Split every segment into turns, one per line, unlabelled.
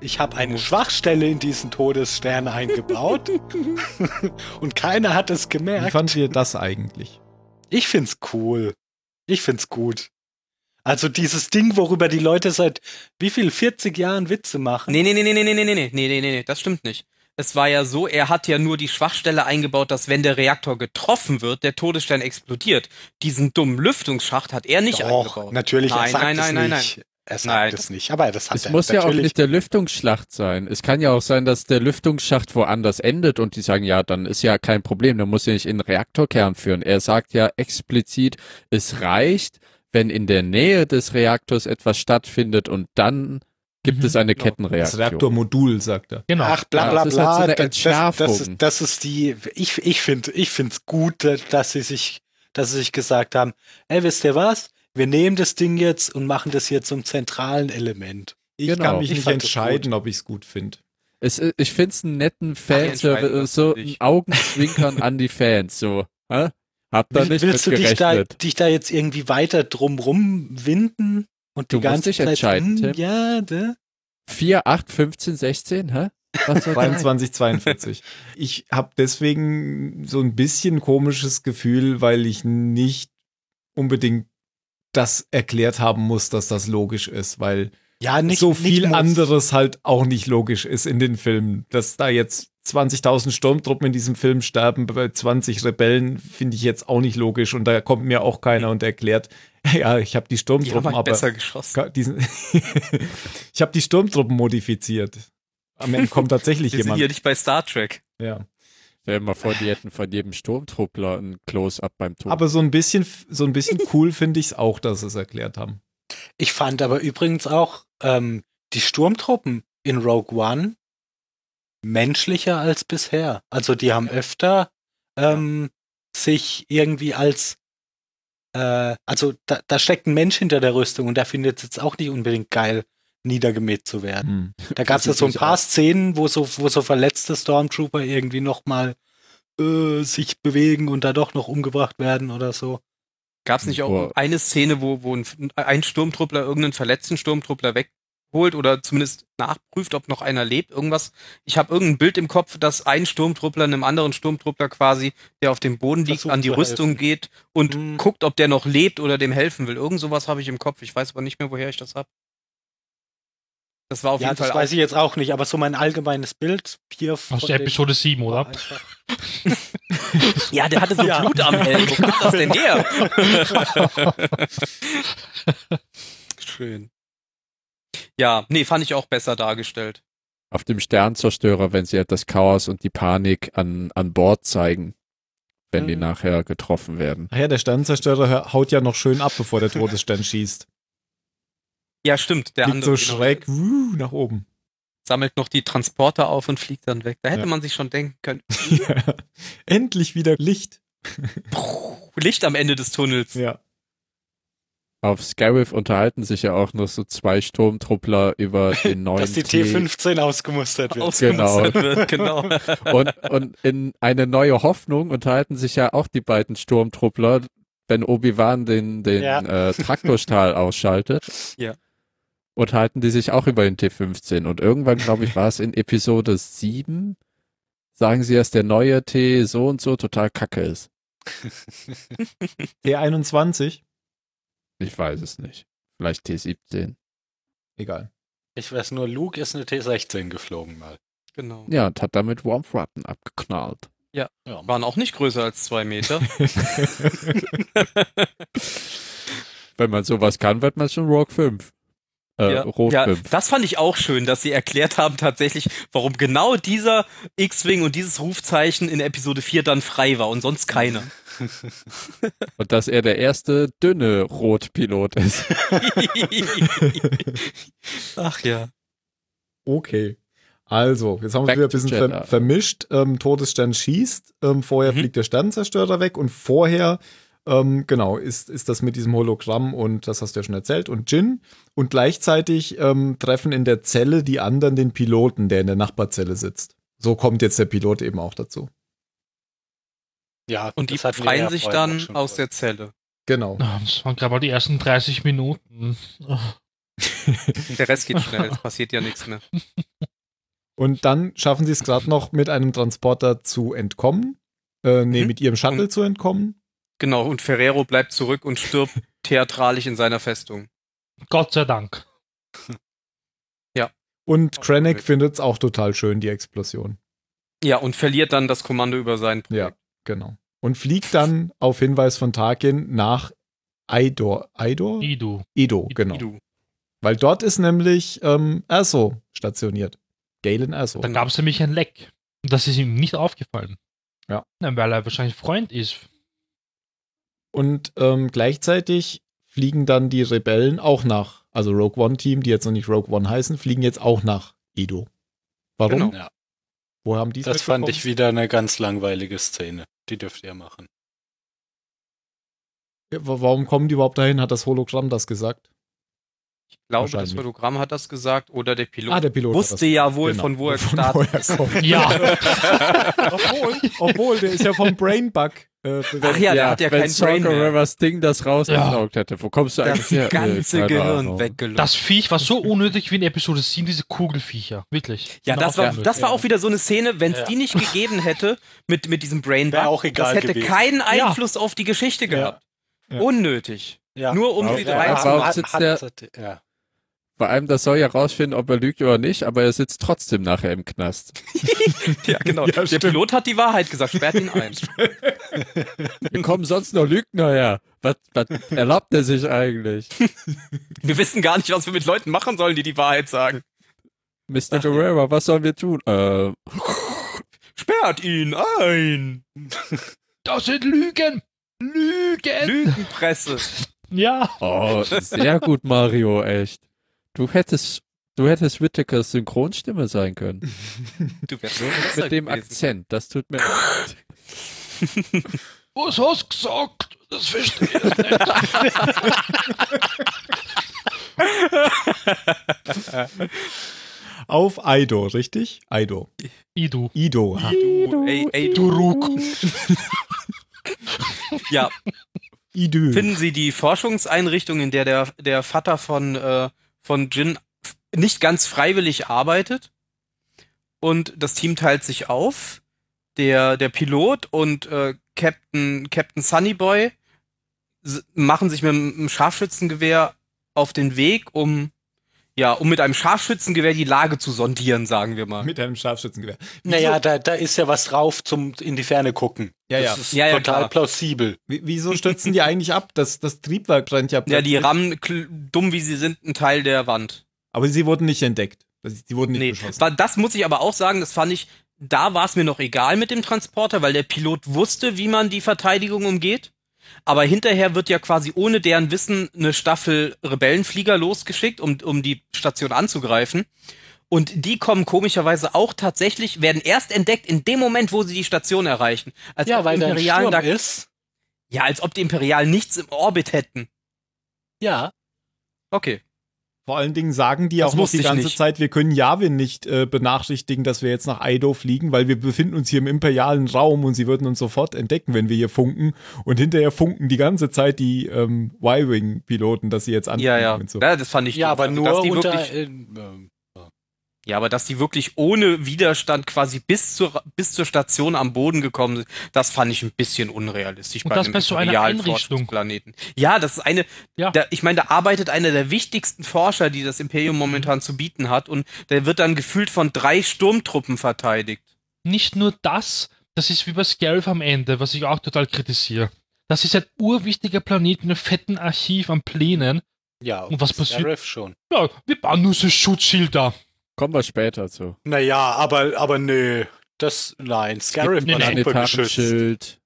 ich habe eine Schwachstelle in diesen Todesstern eingebaut und keiner hat es
Wie
gemerkt.
fand ihr das eigentlich?
Ich find's cool. Ich find's gut. Also dieses Ding, worüber die Leute seit wie viel 40 Jahren Witze machen.
Nee, nee, nee, nee, nee, nee, nee, nee, nee, nee, nee, nee, das stimmt nicht. Es war ja so, er hat ja nur die Schwachstelle eingebaut, dass wenn der Reaktor getroffen wird, der Todesstern explodiert. Diesen dummen Lüftungsschacht hat er nicht
Doch,
eingebaut.
natürlich, er
Nein,
sagt
nein,
es
nein, nein,
nicht. Er sagt
Nein.
es nicht, aber das hat
Es
er
muss ja auch
natürlich.
nicht der Lüftungsschlacht sein. Es kann ja auch sein, dass der Lüftungsschacht woanders endet und die sagen, ja, dann ist ja kein Problem, dann muss ja nicht in den Reaktorkern führen. Er sagt ja explizit, es reicht, wenn in der Nähe des Reaktors etwas stattfindet und dann gibt
Mhm,
es eine
genau.
Das
Kettenreaktion.
Reaktormodul, sagt er.
Genau.
Ach, bla
Ja,
bla
das ist halt so
bla.
eine
Das, das, das, ist,
Entschärfung.
das ist die. Ich, ich finde ich find's gut, dass sie sich, dass sie sich gesagt haben, ey, wisst ihr was? Wir nehmen das Ding jetzt und machen das hier zum zentralen Element.
Ich
Genau.
kann mich
Ich
nicht
fand das
entscheiden, ob ich es gut finde.
Es, i- ich find's einen netten
entscheiden
Fanservice,
kannst
so
du
ein
nicht.
Augenzwinkern an die Fans, so. Hä? Habt da
Will,
nicht
willst du
mit
dich da,
gerechnet.
dich da jetzt irgendwie weiter drum rumwinden und die
Du musst
ganze
dich
Zeit
entscheiden,
hm,
Tim.
ja, ne?
4, 8, 15, 16, hä? Was soll das?
22, 42. Ich habe deswegen so ein bisschen komisches Gefühl, weil ich nicht unbedingt das erklärt haben muss, dass das logisch ist, weil
Ja, nicht
so
nicht
viel
muss.
anderes halt auch nicht logisch ist in den Filmen. Dass da jetzt 20.000 Sturmtruppen in diesem Film sterben bei 20 Rebellen, finde ich jetzt auch nicht logisch und da kommt mir auch keiner und erklärt, ja, ich habe die
Die haben
Sturmtruppen,
halt
aber
besser geschossen.
Ka- diesen ich habe die Sturmtruppen modifiziert. Am Ende kommt tatsächlich
Wir sind
jemand.
hier nicht bei Star Trek.
Ja.
Stell dir mal vor, die hätten von jedem Sturmtruppler ein Close-Up beim Tor.
Aber so ein bisschen, so ein bisschen cool finde ich es auch, dass sie es erklärt haben.
Ich fand aber übrigens auch ähm, die Sturmtruppen in Rogue One menschlicher als bisher. Also die haben öfter ähm, sich irgendwie als äh, also da, da steckt ein Mensch hinter der Rüstung und der findet es jetzt auch nicht unbedingt geil, niedergemäht zu werden.
Hm.
Da gab es ja so ein paar Szenen, wo so, wo so verletzte Stormtrooper irgendwie nochmal äh, sich bewegen und da doch noch umgebracht werden oder so.
Gab es nicht auch
Boah.
eine Szene, wo, wo ein, ein Sturmtruppler irgendeinen verletzten Sturmtruppler wegholt oder zumindest nachprüft, ob noch einer lebt? Irgendwas. Ich habe irgendein Bild im Kopf, dass ein Sturmtruppler einem anderen Sturmtruppler quasi, der auf dem Boden liegt,
Versucht
an die
zu
Rüstung
helfen.
geht und
Mhm.
guckt, ob der noch lebt oder dem helfen will. Irgend sowas habe ich im Kopf. Ich weiß aber nicht mehr, woher ich das habe. Das war auf
ja,
jeden
das
Fall.
weiß ich jetzt auch nicht, aber so mein allgemeines Bild hier von
Aus der
dem-
Episode 7,
war
oder?
einfach-
auch- ja, der hatte so
Ja.
Blut am Helm. Wo kam das denn her? Schön. Ja, nee, fand ich auch besser dargestellt.
Auf dem Sternzerstörer, wenn sie halt das Chaos und die Panik an, an Bord zeigen, wenn die
Mhm.
nachher getroffen werden.
Ach ja, der Sternenzerstörer hör- haut ja noch schön ab, bevor der Todesstern schießt.
Ja, stimmt. Der
Liegt
andere
so
genau.
schräg wuh, nach oben.
sammelt noch die Transporter auf und fliegt dann weg. Da hätte
Ja.
man sich schon denken können.
Endlich wieder Licht.
oh, Licht am Ende des Tunnels.
Ja.
Auf Scarif unterhalten sich ja auch noch so zwei Sturmtruppler über den neuen
dass die
Tee.
T15 ausgemustert wird.
Ausgemustert wird, genau.
Und, und in eine neue Hoffnung unterhalten sich ja auch die beiden Sturmtruppler, wenn Obi-Wan den, den
Ja.
äh, Traktorstahl ausschaltet.
Ja.
Unterhalten die sich auch über den T-15. Und irgendwann, glaube ich, war es in Episode 7, sagen sie, dass der neue T so und so total kacke ist.
E T21.
Ich weiß es nicht. Vielleicht T-17.
Egal.
Ich weiß nur, Luke ist eine T16 geflogen mal.
genau.
Ja, und hat damit Warmth Ratten abgeknallt.
Ja,
Waren auch nicht größer als zwei Meter.
Wenn man sowas kann, wird man schon Rock 5. Äh,
ja.
Rot
ja,
5.
das fand ich auch schön, dass sie erklärt haben tatsächlich, warum genau dieser X-Wing und dieses Rufzeichen in Episode 4 dann frei war und sonst keiner.
Und dass er der erste dünne Rotpilot ist.
Ach ja.
Okay. Also, jetzt haben wir
Back
wieder ein
to
bisschen ver
Jedi.
vermischt. Ähm, Todesstern schießt, ähm, vorher
Mhm.
fliegt der Sternenzerstörer weg und vorher, ähm, genau, ist, ist das mit diesem Hologramm und das hast du ja schon erzählt und Jin. Und gleichzeitig ähm, treffen in der Zelle die anderen den Piloten, der in der Nachbarzelle sitzt. So kommt jetzt der Pilot eben auch dazu.
ja
Und die
das hatten wir
befreien
ja
sich
vorhin
dann
auch schon
aus der
kurz.
Zelle.
Genau.
Na, Das waren gerade mal die ersten 30 Minuten.
Der Rest geht schnell, es passiert ja nichts mehr.
Und dann schaffen sie es gerade noch, mit einem Transporter zu entkommen. Äh, nee,
Mhm.
mit ihrem Shuttle
Und-
zu entkommen.
Genau, und Ferrero bleibt zurück und stirbt theatralisch in seiner Festung.
Gott sei Dank.
Und
Oh,
Krennic
okay.
findet es auch total schön, die Explosion.
Ja, und verliert dann das Kommando über seinen
Ja, genau. Und fliegt dann auf Hinweis von Tarkin nach Eidor. Eidor?
Idu.
Edo, genau.
Idu.
Weil dort ist nämlich ähm, Erso stationiert. Galen Erso.
Dann gab es nämlich ein Leck. Und Das ist ihm nicht aufgefallen.
Ja.
Na, weil er wahrscheinlich Freund ist.
Und ähm, gleichzeitig fliegen dann die Rebellen auch nach, also Rogue One Team, die jetzt noch nicht Rogue One heißen, fliegen jetzt auch nach Edo. Warum?
Genau.
Ja.
Wo haben die es
Das fand ich
mitbekommen?
wieder eine ganz langweilige Szene. Die dürft ihr machen.
Ja, wa- Warum kommen die überhaupt dahin? Hat das Hologramm das gesagt?
Ich glaube, das
Wahrscheinlich.
Hologramm hat das gesagt oder der Pilot.
Ah, der Pilot. hat das
wusste ja wohl,
Genau.
von wo er
Von
startet.
woher kommt.
Ja.
obwohl, obwohl, der ist ja vom Brain Bug. Äh,
Ach ja, der hat ja
wenn
kein Brain
Sorgo
mehr.
Rivers Ding das rausgesaugt hätte, wo kommst du
Das
eigentlich her?
ganze
Äh, keine
Gehirn
Ahnung.
weggelöst.
Das Viech war so unnötig wie in Episode 7, diese Kugelviecher. Wirklich.
ja,
Sind
das war,
unnötig.
das war auch wieder so eine Szene, wenn es
Ja.
die nicht gegeben hätte, mit, mit diesem Brain
Wär auch egal
das hätte
gewesen.
keinen Einfluss auf die Geschichte gehabt.
Ja.
Unnötig.
Ja.
Nur um
Ja,
sie
ja,
drei
hat-
zu machen.
hat-
sitzt
hat-
der-
hat- ja.
Vor allem, das soll ja rausfinden, ob er lügt oder nicht, aber er sitzt trotzdem nachher im Knast.
Ja, genau.
Ja,
der
stimmt.
Pilot hat die Wahrheit gesagt, sperrt ihn ein.
Hier kommen sonst noch Lügner her. Was, was erlaubt er sich eigentlich?
Wir wissen gar nicht, was wir mit Leuten machen sollen, die die Wahrheit sagen.
Mr. Guerrero, was sollen wir tun? Äh,
Sperrt ihn ein.
Das sind Lügen!
Äh.
Lügen!
Lügenpresse.
ja.
oh, sehr gut, Mario, echt. Du hättest, du hättest Whittakers Synchronstimme sein können.
Du wärst nur besser
Mit dem
gewesen.
Akzent, das tut mir leid.
Was hast du gesagt? Das verstehe ich nicht.
Auf Eido, richtig? Eido.
Idu.
Ido. ah.
Du, ey, ey, du. Ja,
Idü.
finden Sie die Forschungseinrichtung, in der der, der Vater von, äh, von Jin f- nicht ganz freiwillig arbeitet. Und das Team teilt sich auf. Der, der Pilot und äh, Captain, Captain Sunnyboy s- machen sich mit einem Scharfschützengewehr auf den Weg, um, ja, um mit einem Scharfschützengewehr die Lage zu sondieren, sagen wir mal.
Mit einem Scharfschützengewehr.
Naja, da, da ist ja was drauf zum in die Ferne gucken.
Ja, ja.
Das ist
Ja, ja,
total
klar.
plausibel.
Wie- Wieso stürzen die eigentlich ab? Das, das Triebwerk brennt ja
Ja, die
plötzlich.
rammen, kl- dumm wie sie sind, einen Teil der Wand.
Aber sie wurden nicht entdeckt. Also Die wurden nicht
Nee,
beschossen.
war, das muss ich aber auch sagen, das fand ich, da war es mir noch egal mit dem Transporter, weil der Pilot wusste, wie man die Verteidigung umgeht. Aber hinterher wird ja quasi ohne deren Wissen eine Staffel Rebellenflieger losgeschickt, um, um die Station anzugreifen. Und die kommen komischerweise auch tatsächlich, werden erst entdeckt in dem Moment, wo sie die Station erreichen. Als
Ja,
ob
weil
die
da ein Sturm
Imperialen da,
ist.
ja, als ob die Imperialen nichts im Orbit hätten.
Ja,
Okay.
Vor allen Dingen sagen die ja
Das
auch noch
wusste
die
ich
ganze
nicht.
Zeit, wir können Yavin nicht äh, benachrichtigen, dass wir jetzt nach Aido fliegen, weil wir befinden uns hier im imperialen Raum und sie würden uns sofort entdecken, wenn wir hier funken. Und hinterher funken die ganze Zeit die ähm, Y-Wing-Piloten, dass sie jetzt anfangen
Ja, ja.
und so.
ja. Das fand ich
ja,
doof.
aber
Also,
nur
dass die
unter.
wirklich-
äh, ähm,
Ja, aber dass die wirklich ohne Widerstand quasi bis zur, bis zur Station am Boden gekommen sind, das fand ich ein bisschen unrealistisch
Und das
einem
bei so einer
imperialen
Einrichtung.
Forschungsplaneten. Ja, das ist eine,
Ja.
da, ich meine, da arbeitet einer der wichtigsten Forscher, die das Imperium momentan zu bieten hat und der wird dann gefühlt von drei Sturmtruppen verteidigt.
Nicht nur das, das ist wie bei Scarif am Ende, was ich auch total kritisiere. Das ist ein urwichtiger Planet mit einem fetten Archiv an Plänen.
ja,
Und was passiert-
Serif schon.
Ja, wir bauen nur so Schutzschilder.
Kommen wir später zu.
Naja, aber, aber nö. Das, nein, Scarif
Nee,
war
nee.
super geschützt.
Planetarienschild.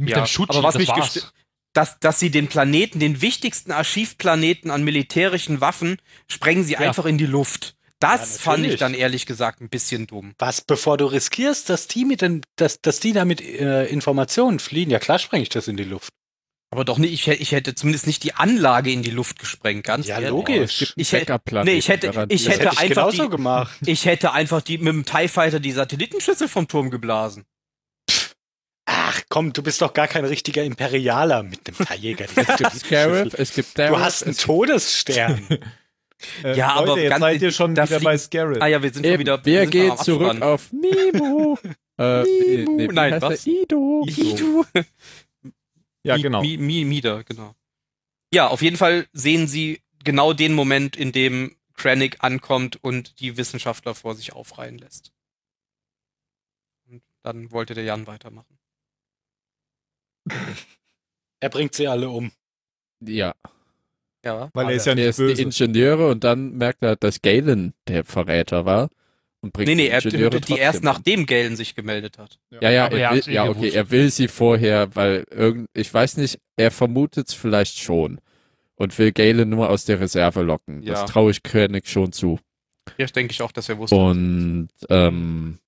Mit
Ja,
einem Schutzschild,
aber was
das
mich
war's.
gestö- Dass, dass sie den Planeten, den wichtigsten Archivplaneten an militärischen Waffen, sprengen sie
Ja.
einfach in die Luft. Das
Ja,
fand
natürlich.
ich dann ehrlich gesagt ein bisschen dumm.
Was, bevor du riskierst, dass die mit den, dass, dass die damit äh, Informationen fliehen? Ja, klar spreng ich das in die Luft.
Aber doch nicht, ich, hä- ich hätte zumindest nicht die Anlage in die Luft gesprengt, ganz
Ja,
ehrlich.
logisch.
Oh, es gibt einen
Ich hätte-
Backup-Planeten,
nee, ich hätte-
garantiert.
ich hätte-
das hätte ich
einfach
genauso
die-
gemacht.
Ich hätte einfach die mit dem TIE Fighter die Satellitenschüssel vom Turm geblasen.
Ach komm, du bist doch gar kein richtiger Imperialer mit dem Tierjäger.
Scarif, es gibt Daryl,
Du hast einen
es
Todesstern.
Äh,
Ja,
Leute,
aber
jetzt
ganz-
seid ihr schon
da
wieder bei Scarlet.
Ah ja, wir sind schon
Eben,
wieder.
wir
sind
gehen
am
Äh, zurück
Abspannen.
auf Mimo. äh, nee, nee, wie
Nein,
heißt
was?
der? Ido.
Idu.
Ja,
Mi-
genau.
Mi, Mi, Mieder, genau. Ja, auf jeden Fall sehen sie genau den Moment, in dem Krennic ankommt und die Wissenschaftler vor sich aufreihen lässt. Und dann wollte der Jan weitermachen.
Er bringt sie alle um.
Ja,
Ja.
Weil er ist ja
er
nicht
ist die
böse.
Ingenieure und dann merkt er, dass Galen der Verräter war. Und bringt
Nee, nee,
die
er,
Ingenieure
die
trotzdem
erst
um.
nachdem Galen sich gemeldet hat.
Ja, ja,
Aber
er
er
will,
hat's eh
ja
gewusst.
okay, er will sie vorher, weil irgend, ich weiß nicht, er vermutet es vielleicht schon und will Galen nur aus der Reserve locken.
Ja.
Das traue ich König schon zu.
Hier denke ich auch, dass er wusste.
Und ähm,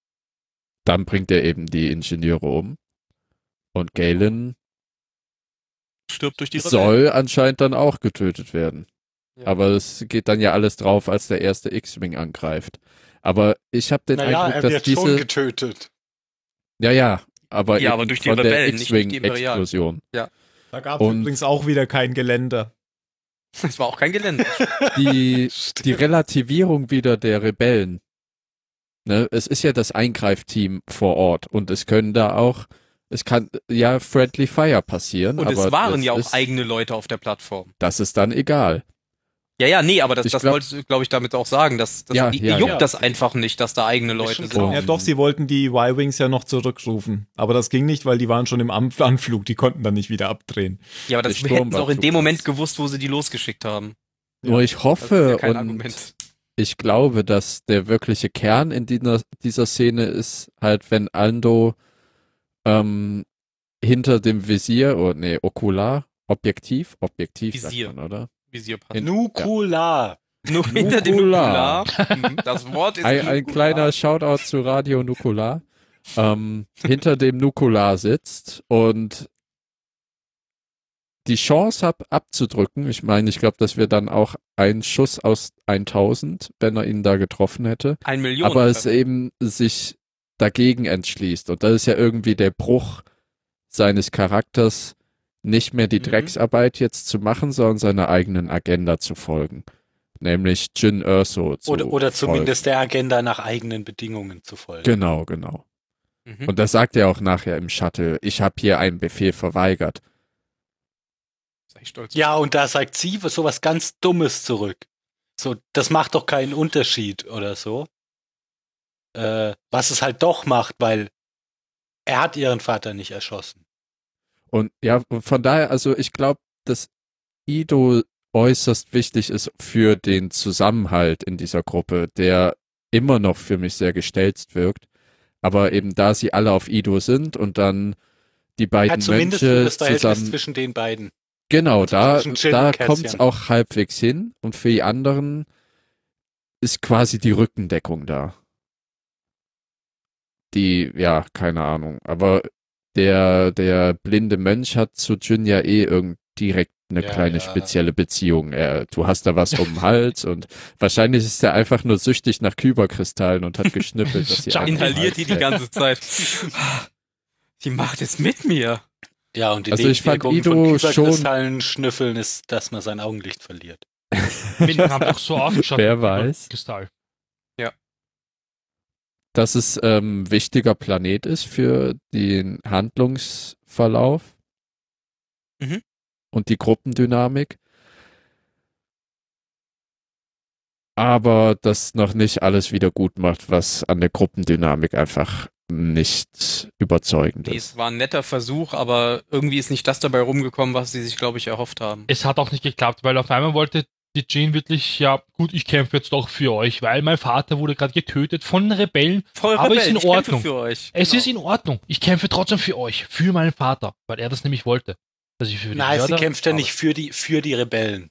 dann bringt er eben die Ingenieure um. Und Galen
stirbt durch die Rebellen.
soll anscheinend dann auch getötet werden.
Ja.
Aber es geht dann ja alles drauf, als der erste X-Wing angreift. Aber ich habe den
Naja,
Eindruck,
er
dass
wird schon
diese,
getötet.
ja ja, aber,
Ja,
eben
aber durch die
von der
Rebellen, nicht durch die Imperialen.
X-Wing-Explosion.
Da gab es
Und-
übrigens auch wieder kein Geländer.
Es war auch kein Gelände.
Die die Relativierung wieder der Rebellen. Ne, es ist ja das Eingreifteam vor Ort und es können da auch, es kann ja Friendly Fire passieren.
Und
aber
es waren
das
ja auch
ist,
eigene Leute auf der Plattform.
Das ist dann egal.
Ja, ja, nee, aber das,
Ich
das
glaub-
wolltest du, glaube ich, damit auch sagen. Dass, dass
Ja,
die,
ja,
die juckt
ja.
das einfach nicht, dass da eigene Leute
schon
sind.
klar.
Ja, doch, sie wollten die Y-Wings ja noch zurückrufen. Aber das ging nicht, weil die waren schon im Am- Anflug. Die konnten dann nicht wieder abdrehen.
Ja, aber
Der
das hätten sie
Sturm
auch in
war
dem
zu
Moment
groß.
gewusst, wo sie die losgeschickt haben.
Nur ich
Das ist ja
hoffe
kein
und
Argument.
ich glaube, dass der wirkliche Kern in dieser, dieser Szene ist halt, wenn Aldo ähm, hinter dem Visier, oder nee, Okular, Objektiv, Objektiv
Visier.
sagt man, oder?
Visierpass.
In-
Nukula.
Nur hinter dem
Nukular.
Nukular. Das Wort ist
Mhm. ein, ein
Nukular.
kleiner Shoutout zu Radio Nukular. Ähm, hinter dem Nukular sitzt und die Chance hab, abzudrücken. Ich meine, ich glaube, dass wir dann auch einen Schuss aus 1000, wenn er ihn da getroffen hätte,
ein Million.
aber es eben sich dagegen entschließt. Und das ist ja irgendwie der Bruch seines Charakters, nicht mehr die
Mhm.
Drecksarbeit jetzt zu machen, sondern seiner eigenen Agenda zu folgen. Nämlich Jin Erso zu
Oder, oder
folgen.
zumindest der Agenda nach eigenen Bedingungen zu folgen.
Genau, genau.
mhm.
Und das sagt er auch nachher im Shuttle. Ich habe hier einen Befehl verweigert.
Sei ich stolz.
Ja, und da sagt sie sowas ganz Dummes zurück. So, das macht doch keinen Unterschied oder so. Äh, was es halt doch macht, weil er hat ihren Vater nicht erschossen.
Und ja, und von daher, also ich glaube, dass Ido äußerst wichtig ist für den Zusammenhalt in dieser Gruppe, der immer noch für mich sehr gestelzt wirkt. Aber eben da sie alle auf Ido sind und dann die
Ja,
beiden
zumindest
Mönche
das Verhältnis
zusammen
zwischen den beiden.
Genau,
Also
da,
zwischen Jill
da
und Cassian.
kommt's auch halbwegs hin und für die anderen ist quasi die Rückendeckung da. Die, ja, keine Ahnung, aber der, der blinde Mönch hat zu Jin ja eh irgend direkt eine
Ja,
kleine
ja.
spezielle Beziehung. Er, du hast da was um den Hals und wahrscheinlich ist er einfach nur süchtig nach Kyberkristallen und hat geschnüffelt, dass die alle um den Hals
Inhaliert die die
hängen.
ganze Zeit. Die macht es mit mir.
Ja, und die
Also ich fand
Nebenwirkung
Ido
von
schon-
Kyberkristallen schnüffeln ist, dass man sein Augenlicht verliert.
Minden haben doch so ausgeschaut.
Wer weiß.
Kristall.
dass es ähm, wichtiger Planet ist für den Handlungsverlauf
Mhm.
und die Gruppendynamik. Aber das noch nicht alles wieder gut macht, was an der Gruppendynamik einfach nicht überzeugend
Nee,
ist.
es war ein netter Versuch, aber irgendwie ist nicht das dabei rumgekommen, was sie sich, glaube ich, erhofft haben.
Es hat auch nicht geklappt, weil auf einmal wollte die Jean wirklich, ja, gut, ich kämpfe jetzt doch für euch, weil mein Vater wurde gerade getötet von Rebellen.
Voll
Aber ist in
ich kämpfe
Ordnung.
für euch.
Es
Genau.
ist in Ordnung. Ich kämpfe trotzdem für euch, für meinen Vater, weil er das nämlich wollte. Dass ich für die
Nein, sie
Mörder
kämpft ja
arbeite.
nicht für die, für die Rebellen.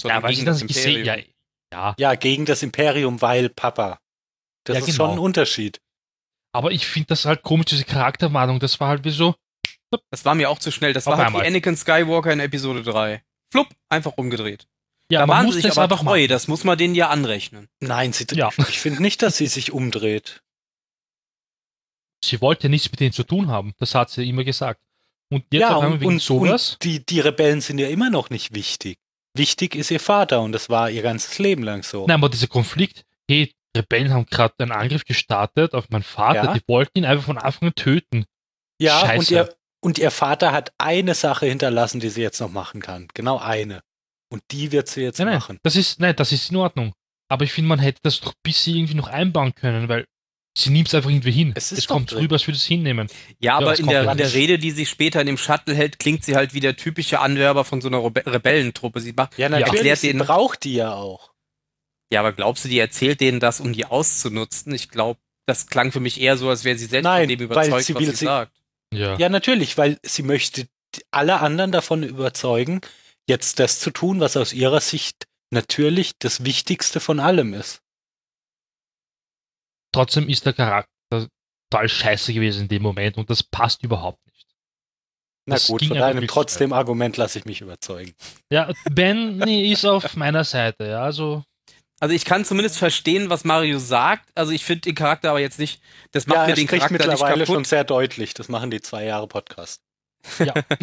Sondern
Ja, weil ich
gegen
das
das
ich sehe, ja,
Imperium.
ja.
Ja, gegen das Imperium, weil Papa. Das
Ja,
ist
genau.
schon ein Unterschied.
Aber ich finde das halt komisch, diese Charakterwarnung. Das war halt wie so,
Das war mir auch zu schnell. Das
Auf
war halt
einmal.
wie Anakin Skywalker in Episode 3. Flupp, einfach umgedreht.
ja,
da
man
waren sie
muss
sich
das
aber
einfach
treu,
machen.
das muss man denen ja anrechnen.
Nein, sie,
Ja.
ich finde nicht, dass sie sich umdreht.
Sie wollte nichts mit denen zu tun haben. Das hat sie immer gesagt. Und jetzt auf einmal wegen sowas.
die, die Rebellen sind ja immer noch nicht wichtig. wichtig ist ihr Vater und das war ihr ganzes Leben lang so.
Nein, aber dieser Konflikt, hey, die Rebellen haben gerade einen Angriff gestartet auf meinen Vater,
Ja.
die wollten ihn einfach von Anfang an töten.
ja, und
Scheiße.
ihr, und ihr Vater hat eine Sache hinterlassen, die sie jetzt noch machen kann. Genau eine. Und die wird sie jetzt
Nein, nein,
machen.
das ist, nein, das ist in Ordnung. Aber ich finde, man hätte das doch bis sie irgendwie noch einbauen können, weil sie nimmt es einfach irgendwie hin.
Es
Es,
ist doch
kommt
drin.
rüber, als würde es hinnehmen.
Ja,
Ja,
aber
das
in, der,
kommt
in der
nicht.
Rede, die sie später in dem Shuttle hält, klingt sie halt wie der typische Anwerber von so einer Rebe Rebellentruppe. Sie macht,
Ja,
erklärt
natürlich, sie
ihnen-
braucht die ja auch.
ja, aber glaubst du, die erzählt denen das, um die auszunutzen? Ich glaube, das klang für mich eher so, als wäre sie selbst
Nein,
von dem
weil
überzeugt,
sie
was
will
sie
sie-
sagt.
Ja.
Ja, natürlich, weil sie möchte die- alle anderen davon überzeugen, jetzt das zu tun, was aus ihrer Sicht natürlich das Wichtigste von allem ist.
Trotzdem ist der Charakter total scheiße gewesen in dem Moment und das passt überhaupt nicht.
Na
Das
gut,
ging
von
aber
deinem
wirklich
trotzdem Argument lasse ich mich überzeugen.
Ja, Ben nee, ist auf meiner Seite, ja, also
Also ich kann zumindest verstehen, was Mario sagt. Also ich finde den Charakter aber jetzt nicht, das macht
ja,
mir
er
den
spricht
Charakter nicht
mittlerweile
kaputt.
schon sehr deutlich. Das machen die zwei Jahre Podcast.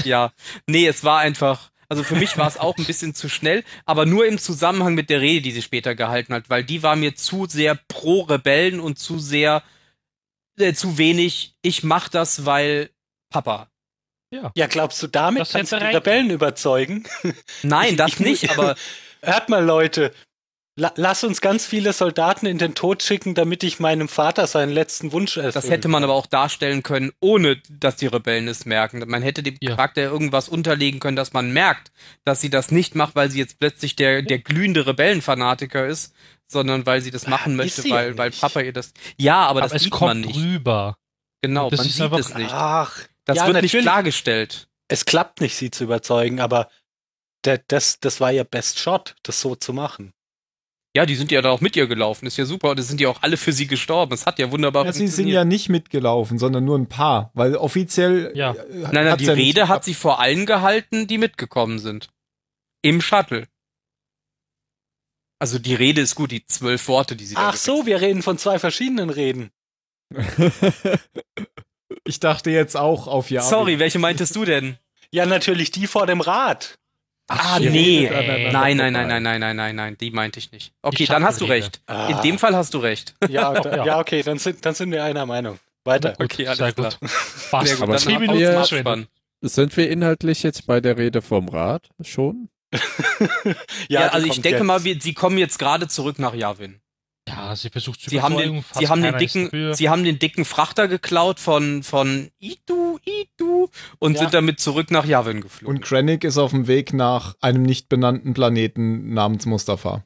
Ja, nee, es war einfach, also für mich war es auch ein bisschen zu schnell, aber nur im Zusammenhang mit der Rede, die sie später gehalten hat, weil die war mir zu sehr pro Rebellen und zu sehr, äh, zu wenig, ich mach das, weil Papa.
Ja, glaubst du, damit
Das
kannst du die
hätte reichen.
Rebellen überzeugen?
Nein,
Ich-
das
ich-
nicht, aber
Hört mal, Leute, la lass uns ganz viele Soldaten in den Tod schicken, damit ich meinem Vater seinen letzten Wunsch erfülle.
das hätte man aber auch darstellen können, ohne dass die Rebellen es merken. Man hätte dem
Ja.
Charakter irgendwas unterlegen können, dass man merkt, dass sie das nicht macht, weil sie jetzt plötzlich der, der glühende Rebellenfanatiker ist, sondern weil sie das machen möchte,
sie ja
weil, weil
nicht.
Papa ihr das. Ja, aber,
aber
das
es
sieht
kommt
man nicht.
rüber.
Genau,
Das
man
ist
sieht
einfach-
es nicht.
Ach,
Das
Ah, ja,
wird nicht
natürlich.
klargestellt.
es klappt nicht, sie zu überzeugen, aber da- das, das war ihr Best Shot, das so zu machen.
Ja, die sind ja da auch mit ihr gelaufen, ist ja super. Und es sind ja auch alle für sie gestorben. Es hat ja wunderbar
Ja, sie sind ja nicht mitgelaufen, sondern nur ein paar, weil offiziell.
Ja.
äh,
nein, nein,
hat's
die
ja nicht
Rede hat
geklappt.
sie vor allen gehalten, die mitgekommen sind. Im Shuttle. Also die Rede ist gut, die zwölf Worte, die sie da
Ach so, wir reden von zwei verschiedenen Reden.
Ich dachte jetzt auch auf
gewechselt-
Ja.
Sorry, welche meintest du denn?
Ja, natürlich die vor dem Rat.
Ah,
so,
nee.
nein, nein,
Nein, nein, nein, nein, nein, nein, nein, nein, die meinte ich nicht. Okay,
Die
dann hast du
Schattenrede.
recht.
Ah.
In dem Fall hast du recht.
Ja, da,
Ja.
ja, okay, dann sind, dann sind wir einer Meinung. Weiter.
Gut,
Okay, alles
sehr gut. Fast.
Sehr gut,
Aber
dann
zehn
ab-
Minuten
ab-
wir-
verschwendet.
Abspann.
Sind wir inhaltlich jetzt bei der Rede vom Rat schon?
Ja,
die
also ich
kommt
denke
jetzt.
mal, wir, sie kommen jetzt gerade zurück nach Yavin.
Ja, sie versucht zu
Sie haben,
überzeugen,
den,
fast
sie, haben den
keiner ist
dicken,
dafür.
sie haben den dicken Frachter geklaut von, von Itu, Itu und
Ja.
sind damit zurück nach Yavin geflogen.
Und Krennic ist auf dem Weg nach einem nicht benannten Planeten namens Mustafa.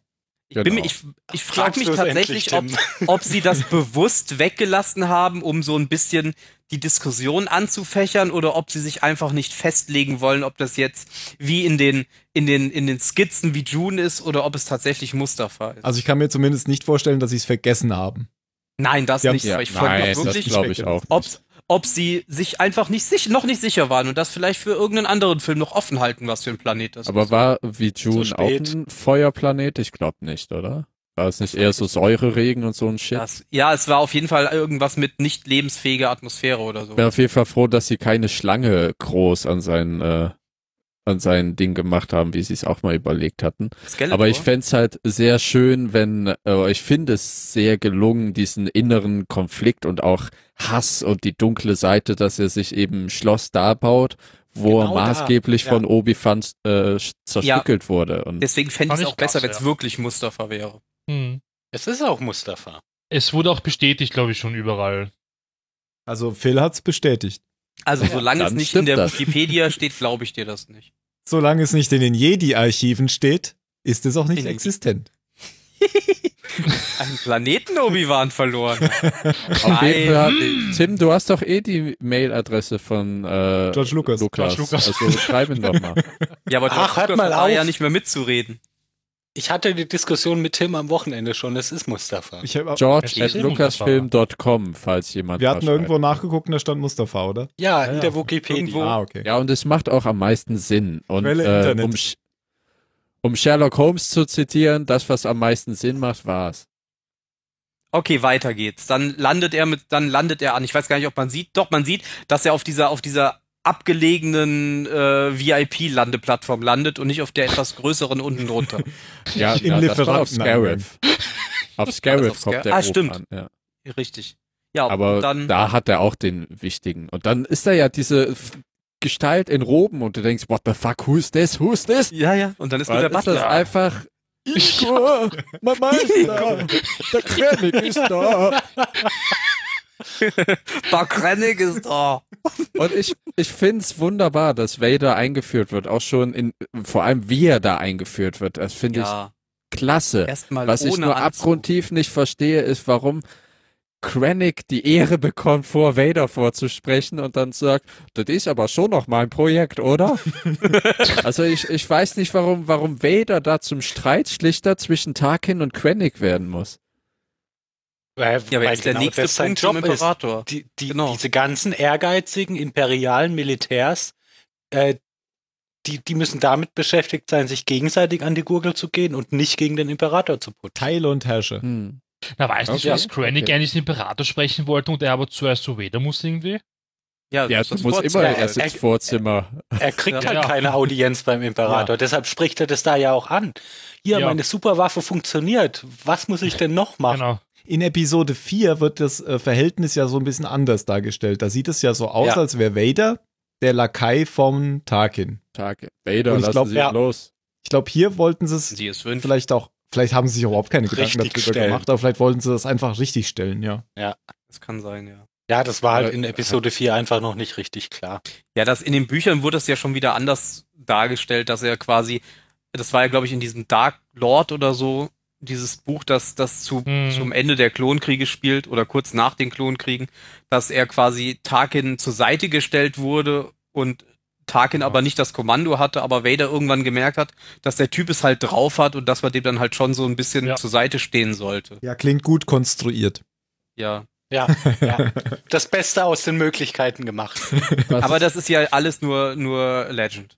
ich bin mir-
Genau.
ich, ich frage mich
Glaubst du es
tatsächlich, ob,
endlich, Tim?
ob sie das bewusst weggelassen haben, um so ein bisschen die Diskussion anzufächern oder ob sie sich einfach nicht festlegen wollen, ob das jetzt wie in den, in den, in den Skizzen wie June ist oder ob es tatsächlich Mustafa ist.
Also ich kann mir zumindest nicht vorstellen, dass sie es vergessen haben.
nein, das
Ja,
nicht, aber ich frage
nein,
mich
das
wirklich,
glaube ich auch.
ob, ob sie sich einfach nicht sich, noch nicht sicher waren und das vielleicht für irgendeinen anderen Film noch offen halten, was für ein Planet das
Aber
ist.
war wie June auch
spät.
ein Feuerplanet? Ich glaube nicht, oder? War es nicht eher so Säureregen und so ein Shit?
Das, ja, es war auf jeden Fall irgendwas mit nicht lebensfähiger Atmosphäre oder so.
Ich bin auf jeden Fall froh, dass sie keine Schlange groß an sein, äh, an sein Ding gemacht haben, wie sie es auch mal überlegt hatten.
Skeletor?
Aber ich fänd's halt sehr schön, wenn, äh, ich finde es sehr gelungen, diesen inneren Konflikt und auch Hass und die dunkle Seite, dass er sich eben ein Schloss da baut, wo
Genau
er
da,
maßgeblich
ja.
von Obi-Fan äh, sch- zerstückelt wurde. Und
Deswegen fände
Fand
ich es
ich
auch besser,
krass,
wenn es
ja.
wirklich Mustafa wäre.
Hm.
Es ist auch Mustafa.
Es wurde auch bestätigt, glaube ich, schon überall.
Also Phil hat's bestätigt.
Also solange es
Dann
nicht in
stimmt
der
das.
Wikipedia steht, glaube ich dir das nicht.
Solange es nicht in den Jedi-Archiven steht, ist es auch nicht
In den-
existent.
Ein Planeten Obi-Wan verloren.
Auf jeden Fall,
Hm.
Nein.
hat- Tim, du hast doch eh die Mailadresse von äh,
George Lucas.
Lucas.
George Lucas.
Also schreib ihn doch mal.
Ja, aber
Ach, hört mal
war
auf.
ja nicht mehr mitzureden.
Ich hatte die Diskussion mit Tim am Wochenende schon, es ist Mustafa.
Ich hab,
George
Ja,
at
die Lucasfilm.
lucasfilm.com, falls jemand
wir
was
hatten
schreibt.
irgendwo nachgeguckt und da stand Mustafa, oder?
ja, in
ja.
der Wikipedia.
Irgendwo.
Ah, okay.
Ja, und es macht auch am meisten Sinn. Und
Quelle
äh,
Internet.
um, Sch- um Sherlock Holmes zu zitieren, das, was am meisten Sinn macht, war's.
Okay, weiter geht's. Dann landet er mit, dann landet er an. Ich weiß gar nicht, ob man sieht. Doch, man sieht, dass er auf dieser, auf dieser abgelegenen äh, VIP-Landeplattform landet und nicht auf der etwas größeren unten drunter.
Ja,
Im
na, das war auf
Lieferanten
Scarif. Auf Scarif
Scarif?
kommt der
Ah,
oben
stimmt.
an. Ja.
Richtig. Ja,
Aber
und dann
da hat er auch den wichtigen. Und dann ist da ja diese F- Gestalt in Roben und du denkst, what the fuck, who's this, who's this?
ja, ja, und dann ist nur
Dann
der
ist das
Butler.
einfach Igor, mein Meister, der König ist da.
Bakrennig ist da.
Und ich, ich find's wunderbar, dass Vader eingeführt wird, auch schon in, vor allem wie er da eingeführt wird. Das finde
Ja,
ich klasse.
erstmal
Was
ohne
ich nur
Anzug.
abgrundtief nicht verstehe, ist, warum Krennic die Ehre bekommt, vor Vader vorzusprechen und dann sagt, das ist aber schon noch mein Projekt, oder? also ich, ich weiß nicht, warum, warum Vader da zum Streitschlichter zwischen Tarkin und Krennic werden muss.
Weil,
Ja, aber
weil
jetzt der
genau
nächste
das sein
Punkt zum
Job ist.
Imperator.
Die, die,
Genau.
Diese ganzen ehrgeizigen imperialen Militärs, äh, die, die müssen damit beschäftigt sein, sich gegenseitig an die Gurgel zu gehen und nicht gegen den Imperator zu putzen.
Teile und Herrsche.
Hm.
Na, weißt du,
Okay.
dass Krennic
Okay.
eigentlich den Imperator sprechen wollte und er aber zuerst zu Vader musste irgendwie?
Ja,
das
das
Also ist
muss
das
immer
Vorzimmer.
erst ins
äh,
Vorzimmer.
Er kriegt
Ja.
halt
Ja.
keine Audienz beim Imperator, deshalb spricht er das da ja auch an. Hier,
Ja.
meine Superwaffe funktioniert. Was muss ich denn noch machen?
Genau.
In Episode 4 wird das äh, Verhältnis ja so ein bisschen anders dargestellt. Da sieht es ja so aus,
Ja.
als wäre Vader der Lakai von Tarkin.
Tag. Vader,
Und ich
lassen
glaub,
Sie
ja.
ihn los.
Ich glaube, hier wollten sie es
Sie ist fünf.
vielleicht auch, vielleicht haben sie sich überhaupt keine Gedanken
Richtig
darüber
stellen.
gemacht, aber vielleicht wollten sie das einfach richtig stellen, ja.
Das kann sein, ja.
Ja, das war halt
Äh,
in Episode 4 einfach noch nicht richtig klar.
Ja, das in den Büchern wurde das ja schon wieder anders dargestellt, dass er quasi, das war ja, glaube ich, in diesem Dark Lord oder so, dieses Buch, das, das zu,
Hm.
zum Ende der Klonkriege spielt oder kurz nach den Klonkriegen, dass er quasi Tarkin zur Seite gestellt wurde und Tarkin aber nicht das Kommando hatte, aber Vader irgendwann gemerkt hat, dass der Typ es halt drauf hat und dass man dem dann halt schon so ein bisschen
Ja.
zur Seite stehen sollte.
Ja, klingt gut konstruiert.
Ja.
Ja, ja. das Beste aus den Möglichkeiten gemacht.
Was
Aber das ist ja alles nur, nur Legend.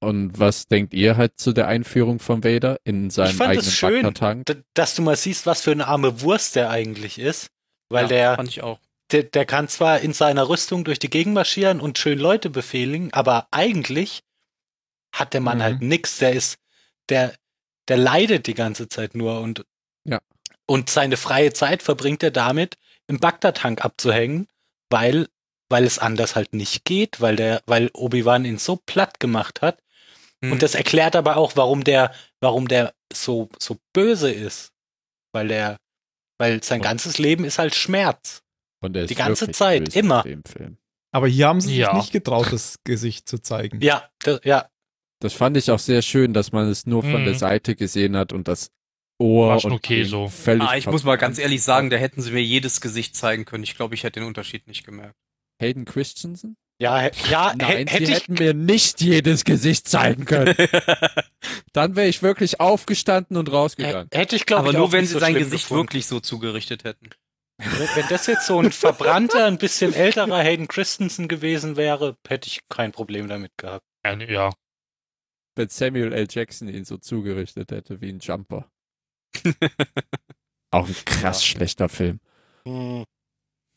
Und was denkt ihr halt zu der Einführung von Vader in seinem
fand
eigenen
es schön.
Bagdad-Tank?
D- dass du mal siehst, was für eine arme Wurst der eigentlich ist. Weil
ja,
der,
fand ich auch.
der, der kann zwar in seiner Rüstung durch die Gegend marschieren und schön Leute befehligen, aber eigentlich hat der Mann
Mhm.
halt nix. Der ist, der, der leidet die ganze Zeit nur und,
Ja.
und seine freie Zeit verbringt er damit, im Bagdad-Tank abzuhängen, weil, weil es anders halt nicht geht, weil der, weil Obi-Wan ihn so platt gemacht hat.
Hm.
Und das erklärt aber auch, warum der, warum der so, so böse ist. Weil der, weil sein
Oh.
ganzes Leben ist halt Schmerz.
Und er
Die
ist
ganze
wirklich
Zeit,
böse
immer.
in Dem Film.
Aber hier haben sie
Ja.
sich nicht getraut, das Gesicht zu zeigen.
Ja, da- ja,
Das fand ich auch sehr schön, dass man es nur von
Mhm.
der Seite gesehen hat und das Ohr
War schon
und
okay
den
so.
völlig
Ah, ich muss mal ganz ehrlich sagen, da hätten sie mir jedes Gesicht zeigen können. Ich glaube, ich hätte den Unterschied nicht gemerkt.
Hayden Christensen?
ja, Ah, hä- ja,
Nein,
hä- hätte
sie
ich,
hätten mir nicht jedes Gesicht zeigen können. Dann wäre ich wirklich aufgestanden und
hä-
rausgegangen.
hätte ich, glaube
Aber
ich,
nur
auch
wenn
nicht
sie
so
sein
schlimm
Gesicht
gefunden.
wirklich so zugerichtet hätten.
Wenn- Wenn das jetzt so ein verbrannter, ein bisschen älterer Hayden Christensen gewesen wäre, hätte ich kein Problem damit gehabt.
Ja, Äh, Ja.
Wenn Samuel L. Jackson ihn so zugerichtet hätte wie ein Jumper. auch ein krass schlechter Film.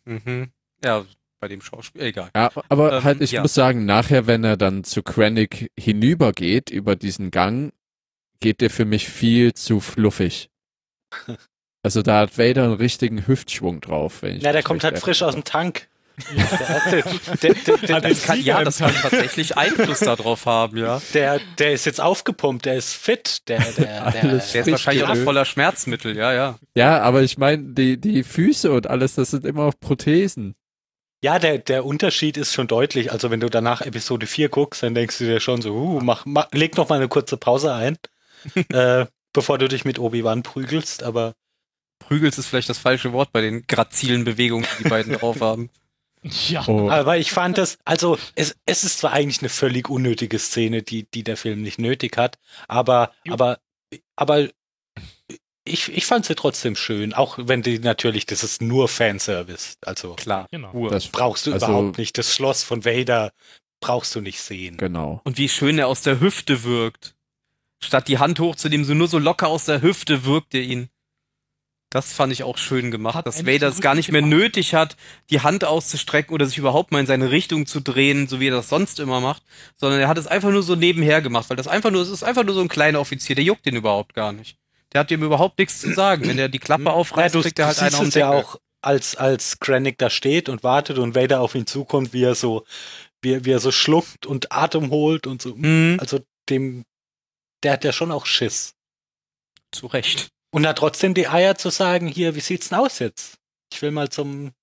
Mhm. Ja, bei dem Schauspiel. Egal.
Ja, aber
Ähm,
halt, ich
ja.
muss sagen, nachher, wenn er dann zu Krennic hinübergeht, über diesen Gang, geht der für mich viel zu fluffig. Also da hat Vader einen richtigen Hüftschwung drauf. Wenn ich
Na, der
mich
kommt
recht
halt frisch aus
erinnere.
dem Tank. Der, der, der, der,
Das kann, ja, das kann tatsächlich Einfluss darauf haben, ja.
der, der ist jetzt aufgepumpt, der ist fit, der, der, der,
Alles
Der ist
Frisch
wahrscheinlich auch noch
ne?
gerölt.
voller Schmerzmittel, ja, ja.
Ja, aber ich meine, die, die Füße und alles, das sind immer auch Prothesen.
Ja, der, der Unterschied ist schon deutlich. Also wenn du danach Episode 4 guckst, dann denkst du dir schon so, uh, mach, mach, leg noch mal eine kurze Pause ein, äh, bevor du dich mit Obi-Wan prügelst. Aber
Prügels ist vielleicht das falsche Wort bei den grazilen Bewegungen, die die beiden drauf haben.
Ah,
Ja.
Oh,
Aber ich fand das, also es, es ist zwar eigentlich eine völlig unnötige Szene, die, die der Film nicht nötig hat, aber,
Jo.
aber, aber ich, ich fand sie trotzdem schön, auch wenn die natürlich, das ist nur Fanservice. Also
Klar.
Genau.
Ruhe.
das,
brauchst du
Also-
überhaupt nicht. Das Schloss von Vader brauchst du nicht sehen.
genau.
Und wie schön er aus der Hüfte wirkt. Statt die Hand hochzunehmen, so nur so locker aus der Hüfte wirkt er ihn. Das fand ich auch schön gemacht,
Hat
dass
endlich
Vader
so
es gar
richtig
nicht mehr
gemacht.
nötig hat, die Hand auszustrecken oder sich überhaupt mal in seine Richtung zu drehen, so wie er das sonst immer macht, sondern er hat es einfach nur so nebenher gemacht, weil das einfach nur, es ist einfach nur so ein kleiner Offizier, der juckt den überhaupt gar nicht. Der hat dem überhaupt nichts zu sagen. Wenn er die Klappe aufreißt,
Hm. ja, du,
kriegt er
du
halt einen
siehst
auf den
es ja
Deckel.
auch, als, als Krennic da steht und wartet und Vader auf ihn zukommt, wie er so, wie, er- wie er so schluckt und Atem holt und
Hm.
so.
Mhm.
Also dem, der hat ja schon auch Schiss.
Zu Recht.
Und hat trotzdem die Eier zu sagen, hier, wie sieht's denn aus jetzt? Ich will mal zum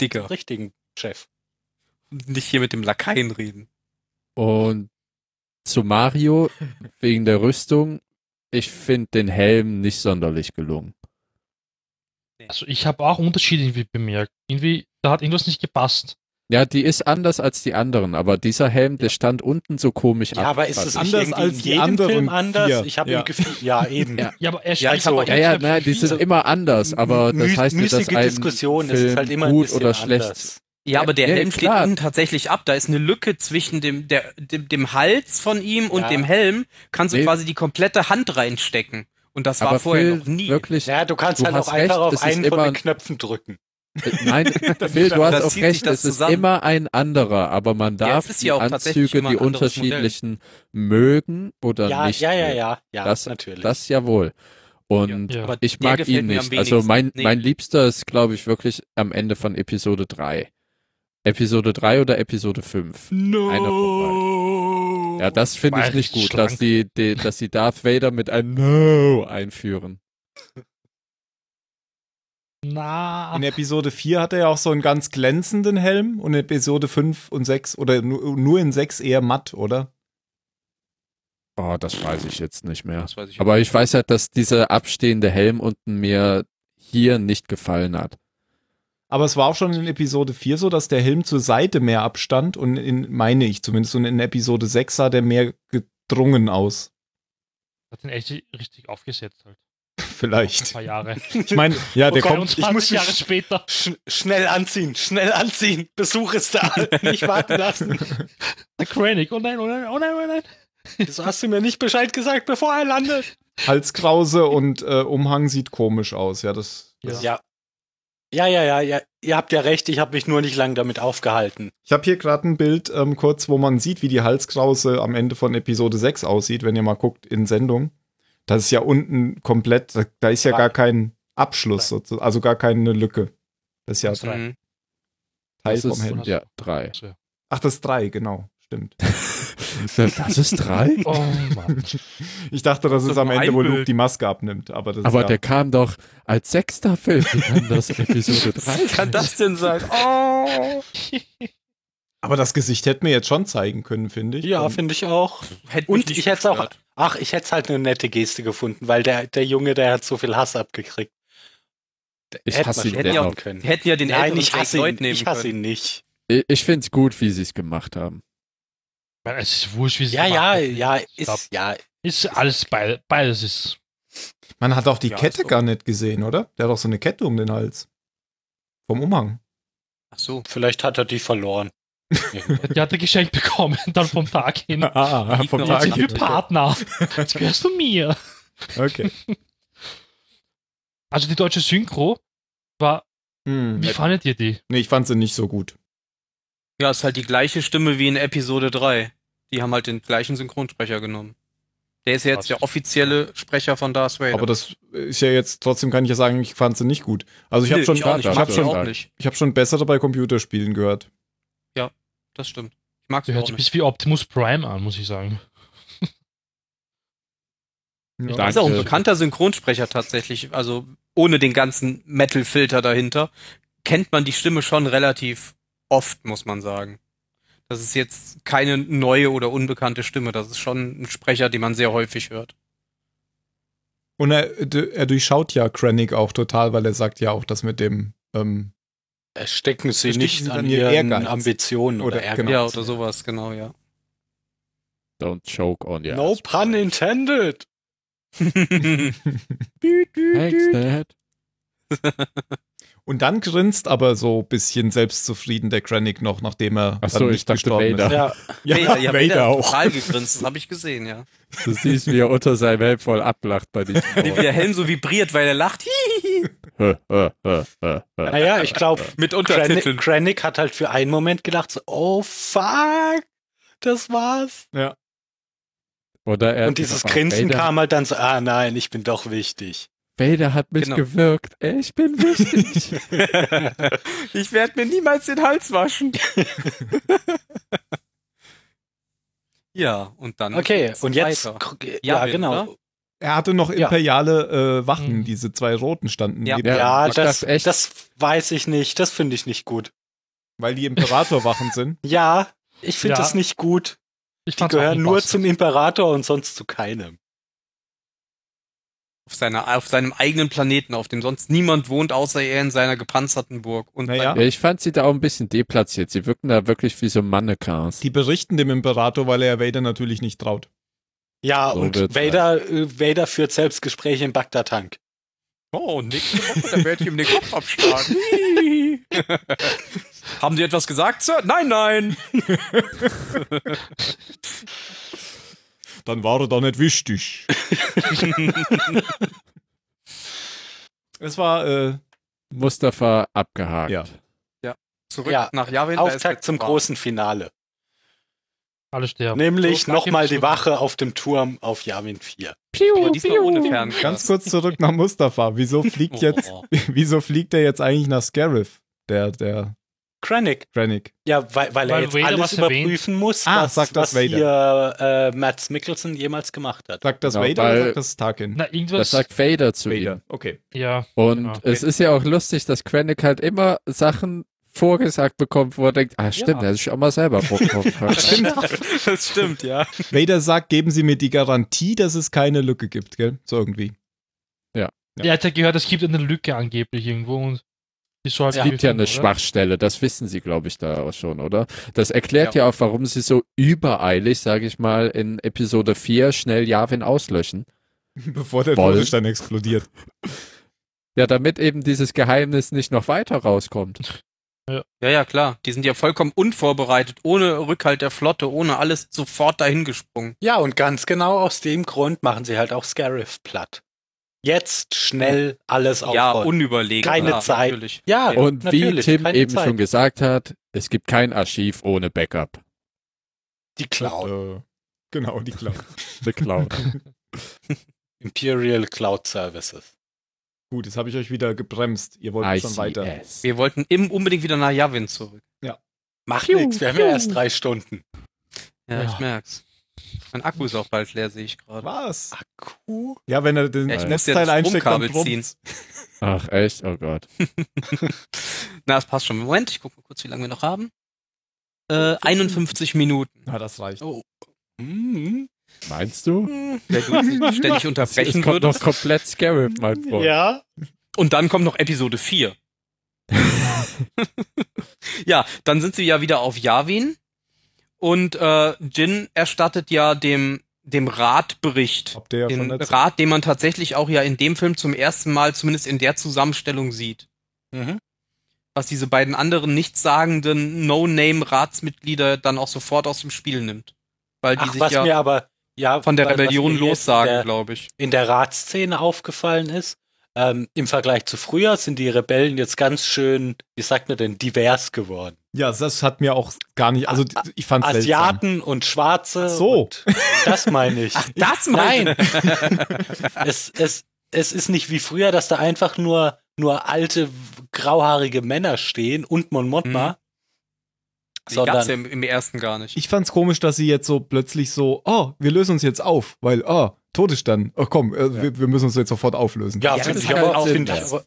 Dicker.
richtigen Chef.
Nicht hier mit dem Lakaien reden.
Und zu Mario wegen der Rüstung. Ich finde den Helm nicht sonderlich gelungen.
Also ich habe auch Unterschiede irgendwie bemerkt. Irgendwie, da hat irgendwas nicht gepasst.
Ja, die ist anders als die anderen, aber dieser Helm, der stand unten so komisch
Ja,
ab.
aber ist
fand
es
also ich.
nicht
Anders
irgendwie
als
in
die
jedem
anderen
Film anders?
vier.
Ich habe
Ja.
ja. Gefühl, ja, eben.
Ja.
Ja, aber er
Ja, ich
steht
hab auch-
so-
Ja, ja, naja, die sind immer anders, aber das
Müß-
heißt nicht, dass
müßige
ein
Diskussion,
Film
es ist halt immer ein
gut
bisschen
oder schlecht.
anders.
Ja, aber der
ja,
Helm steht
klar.
unten tatsächlich ab. Da ist eine Lücke zwischen dem, der, dem, dem Hals von ihm und
Ja.
dem Helm. Kannst du
Nee.
quasi die komplette Hand reinstecken. Und das war
aber
vorher
Phil,
noch nie.
wirklich,
Ja, du kannst
Du
halt auch
hast recht,
einfach
es
auf
ist
einen von
immer
den
ein-
Knöpfen drücken.
äh, nein, Phil, du hast
Das
auch
zieht sich
recht,
das
es ist
zusammen.
immer ein anderer, aber man
Ja,
darf
es ist
die
ja auch tatsächlich
Anzüge,
immer ein
die
anderes
unterschiedlichen mögen oder
Ja,
nicht
ja, ja,
mögen.
ja, ja,
Das-
natürlich.
Das ja wohl. Und
Ja.
Aber
ich
der
mag
gefällt
ihn
mir am
nicht. Also
wenigsten.
mein,
Nee.
mein Liebster ist, glaube ich, wirklich am Ende von Episode 3. Episode 3 oder Episode 5? Einer von beiden. Ja, das finde
War
ich nicht
richtig
gut, dass
schlank.
die, die, dass die Darth Vader mit einem No einführen.
Na,
In Episode 4 hat er ja auch so einen ganz glänzenden Helm und in Episode 5 und 6 oder nu- nur in 6 eher matt, oder?
Oh, das weiß ich jetzt nicht mehr.
Das weiß ich
Aber ich weiß halt, dass dieser abstehende Helm unten mir hier nicht gefallen hat.
Aber es war auch schon in Episode 4 so, dass der Helm zur Seite mehr abstand und in, meine ich zumindest, und in Episode 6 sah der mehr gedrungen aus.
hat den echt richtig aufgesetzt halt. Ein
Vielleicht.
paar Jahre.
Ich meine, ja, der
Okay,
kommt.
ich muss
23 Jahre
mich-
später.
Sch schnell anziehen, schnell anziehen. Besuch ist da. Nicht warten lassen.
Der Krennic. Oh nein, oh nein, oh nein, oh nein.
Wieso hast du mir nicht Bescheid gesagt, bevor er landet?
Halskrause und äh, Umhang sieht komisch aus. Ja, das.
Ja.
Ja. Ja, ja, ja, ja. Ihr habt ja recht, ich habe mich nur nicht lang damit aufgehalten.
Ich habe hier gerade ein Bild ähm, kurz, wo man sieht, wie die Halskrause am Ende von Episode 6 aussieht, wenn ihr mal guckt in Sendung. Das ist ja unten komplett, da, da ist ja gar kein Abschluss, sozusagen, also gar keine Lücke. Das ist ja
Das
Mhm.
Teil
Das
vom
ist,
Helm.
ja, drei.
Ach, das 3, genau. Stimmt.
Das ist drei?
Oh Mann.
Ich dachte, das
So
ist am
ein
Ende, wo
Bild.
Luke die Maske abnimmt. Aber, das
Aber
ist ja,
der kam doch als sechster Film. Wie kann das Episode 3?
Wie kann das denn sein? Oh.
aber das Gesicht hätten wir jetzt schon zeigen können, finde ich.
Ja,
Und
finde ich auch.
Hätte
Und
mich nicht
ich hätte auch.
gestört.
Ach, ich hätte halt eine nette Geste gefunden, weil der, der Junge, der hat so viel Hass abgekriegt. Der-
Ich
hätte
hasse
man
ihn
schon
dennoch.
machen können.
Die hätten ja den
Nein,
älteren
ich
Jake
hasse
Lloyd
ihn.
nehmen
Ich hasse
können.
ihn nicht.
Ich- Ich finde es gut, wie sie es gemacht haben.
Ich meine, Es ist wurscht, wie sie
Ja,
gemacht
ja,
hätten.
ja,
Stopp.
ist, ja.
Ist alles beide, beides ist.
Man hat auch die
Ja,
Kette
so.
gar nicht gesehen, oder? Der hat doch so eine Kette um den Hals. Vom Umhang.
Ach so.
Vielleicht hat er die verloren.
Die hat er geschenkt bekommen, dann vom Tag hin.
Ah,
vom
Jetzt
Tag
sind wir
hin.
Partner. Jetzt gehörst du mir.
Okay.
Also die deutsche Synchro war.
Hm.
Wie fandet ihr die?
Nee, ich fand sie nicht so gut.
Ja, ist halt die gleiche Stimme wie in Episode 3. Die haben halt den gleichen Synchronsprecher genommen. Der ist ja jetzt der offizielle Sprecher von Darth Vader.
Aber das ist ja jetzt, trotzdem kann ich ja sagen, ich fand sie nicht gut. Also ich habe
Nee,
schon,
ich auch nicht.
ich
mag
hab
die
schon,
auch nicht.
ich hab schon bessere bei Computerspielen gehört.
Das stimmt. Ich mag
Sie
sie
hört
auch
sich ein
nicht.
bisschen wie Optimus Prime an, muss ich sagen.
Das ist auch ein
Danke.
bekannter Synchronsprecher tatsächlich. Also ohne den ganzen Metal-Filter dahinter kennt man die Stimme schon relativ oft, muss man sagen. Das ist jetzt keine neue oder unbekannte Stimme. Das ist schon ein Sprecher, den man sehr häufig hört.
Und er, er durchschaut ja Krennic auch total, weil er sagt ja auch das mit dem, ähm,
Stecken sie
Stecken
nicht
Sie
an
an ihr
ihren
Ehrgeiz.
Ambitionen oder,
Oder-
Ehrgeiz.
Genau.
Ja, oder sowas, genau, ja.
Don't choke on your
No
ass.
pun intended.
Thanks, Dad.
und dann grinst aber so ein bisschen selbstzufrieden der Krennic noch, nachdem er
Ach so,
dann
ich
nicht
dachte
gestorben
Vader.
ist.
Ja,
Ja,
Vader, ja, Vader
auch.
Total gegrinst, das habe ich gesehen, ja.
Du siehst, wie er unter seinem Helm voll ablacht bei diesem
Wie der Helm so vibriert, weil er lacht. Hihihi.
Naja, ich glaube,
Mit
Krennic,
Untertiteln.
Krennic hat halt für einen Moment gedacht, so, oh fuck, das war's.
Oder er
Und dieses Grinsen
Vader,
kam halt dann so, ah nein, ich bin doch wichtig.
Vader hat mich
Genau.
gewirkt. Ich bin wichtig.
ich werde mir niemals den Hals waschen. ja, und
Mhm.
dann.
Okay,
geht's
und jetzt,
weiter.
ja,
Ja, ne? wir,
genau.
oder?
Er hatte noch
Ja.
imperiale äh, Wachen,
Mhm.
diese zwei roten standen
Ja.
neben
Ja.
ihm,
Ja,
mag
das,
das echt.
das weiß ich nicht. Das finde ich nicht gut.
weil die Imperatorwachen sind.
Ja, ich finde
Ja.
das nicht gut.
Ich
Die
fand's auch
gehören
nicht
nur
passend.
zum Imperator und sonst zu keinem.
Auf, seiner, auf seinem eigenen Planeten, auf dem sonst niemand wohnt, außer er in seiner gepanzerten Burg. Und
Naja.
ja, ich fand sie da auch ein bisschen deplatziert. Sie wirkten da wirklich wie so Mannequins.
Die berichten dem Imperator, weil er Vader natürlich nicht traut.
Ja,
So
und
wird's
Vader, äh, Vader führt selbst Gespräche im Bagdad-Tank.
Oh, nächste Woche, da werde ich ihm den Kopf abschlagen. Haben Sie etwas gesagt, Sir? Nein, nein.
Dann war er doch nicht wichtig. es war, äh,
Mustafa abgehakt.
Ja.
Zurück
Ja,
nach Yavin. da ist
Auftakt
jetzt
zum
Frau.
großen Finale.
Alle sterben.
Nämlich
So,
nochmal
gibt's
die
so-
Wache auf dem Turm auf Yavin 4.
Aber diesmal ohne Fernglas.
ganz kurz zurück nach Mustafa. Wieso fliegt jetzt,
Oh.
wieso fliegt er jetzt eigentlich nach Scarif? Der, der
Krennic.
Krennic.
Ja, weil, weil, er
Weil
jetzt
Vader
alles
was erwähnt.
überprüfen muss,
Ah,
was,
sagt das
was
Vader.
hier äh, Mads Mikkelsen jemals gemacht hat.
Sagt das
Genau,
Vader oder
weil-
sagt das Tarkin?
Na, irgendwas.
Das sagt Vader zu ihm.
Vader. Okay.
ja.
Und
Genau.
es ist ja auch lustig, dass Krennic halt immer Sachen vorgesagt bekommt, wo er denkt, ah stimmt,
Ja.
hätte ich auch mal selber Bock drauf. gehabt.
Stimmt.
Das stimmt, ja.
Vader sagt, geben Sie mir die Garantie, dass es keine Lücke gibt, gell? So irgendwie. Ja.
Er hat ja gehört, es gibt eine Lücke angeblich irgendwo und die soll
Es gibt ja eine Schwachstelle, das wissen sie, glaube ich, da auch schon, oder? Das erklärt ja, auch, warum sie so übereilig, sage ich mal, in Episode 4 schnell Yavin auslöschen.
Bevor der
Woll.
Todesstern explodiert.
Ja, damit eben dieses Geheimnis nicht noch weiter rauskommt.
Ja, ja, klar. Die sind ja vollkommen unvorbereitet, ohne Rückhalt der Flotte, ohne alles sofort dahin gesprungen.
Ja, und ganz genau aus dem Grund machen sie halt auch Scarif platt. Jetzt schnell alles aufräumen.
Ja, unüberlegt.
Keine
ja,
Zeit.
Natürlich.
ja
Und wie
natürlich,
Tim
keine
eben
Zeit.
schon gesagt hat, es gibt kein Archiv ohne Backup.
Die Cloud.
Äh, genau, die Cloud.
The Cloud.
Imperial Cloud Services.
Gut, jetzt habe ich euch wieder gebremst. Ihr wollt schon weiter.
ICS.
Wir wollten im, unbedingt wieder nach Yavin zurück.
Macht
Piu,
nichts, wir haben ja
piu.
erst drei Stunden.
Ja,
Ja.
ich merk's. Mein Akku ist auch bald leer, sehe ich gerade.
Was?
Akku?
Ja, wenn er den
Ja, ich muss ja
Netzteil
das
einsteckt, dann
Stromkabel
brummt's.
Ach echt, oh Gott.
Na, es passt schon. Moment, ich gucke mal kurz, wie lange wir noch haben. Äh, 51 Minuten.
Na, das reicht.
Oh. Mhm.
Meinst du?
Wenn du jetzt nicht ständig
Es
unterbrechen
kommt noch
würdest.
komplett Scarab, mein Freund.
Ja.
Und dann kommt noch Episode 4. ja, dann sind sie ja wieder auf Yavin. Und äh, Jin erstattet ja dem, dem Rat Bericht.
Habt ihr ja schon
Den
erzählt.
Rat, den man tatsächlich auch ja in dem Film zum ersten Mal, zumindest in der Zusammenstellung, sieht.
Mhm.
Was diese beiden anderen nichtssagenden No-Name-Ratsmitglieder dann auch sofort aus dem Spiel nimmt. Weil die
Ach,
sich
was
ja
mir aber ja,
von der
weil- was
Rebellion
mir jetzt äh,
lossagen,
In der,
glaube ich.
in der Ratsszene aufgefallen ist, ähm, im Vergleich zu früher sind die Rebellen jetzt ganz schön, wie sagt man denn, divers geworden.
Ja, das hat mir auch gar nicht. Also, ich fand's seltsam.
Asiaten und Schwarze.
Ach so.
Und das meine ich.
Das
Nein. es, es, es ist nicht wie früher, dass da einfach nur, nur alte, w- grauhaarige Männer stehen und Mon
Mhm.
Mothma.
Die gab's
Sondern,
ja im, im ersten gar nicht.
Ich fand's komisch, dass sie jetzt so plötzlich so, oh, wir lösen uns jetzt auf, weil, oh, Todesstern. Oh, komm, äh, wir, wir müssen uns jetzt sofort auflösen.
ja,
Ja,
finde
das
ich
hat
aber
halt
auch.
Sinn,
Find ich
Also
das-
aber,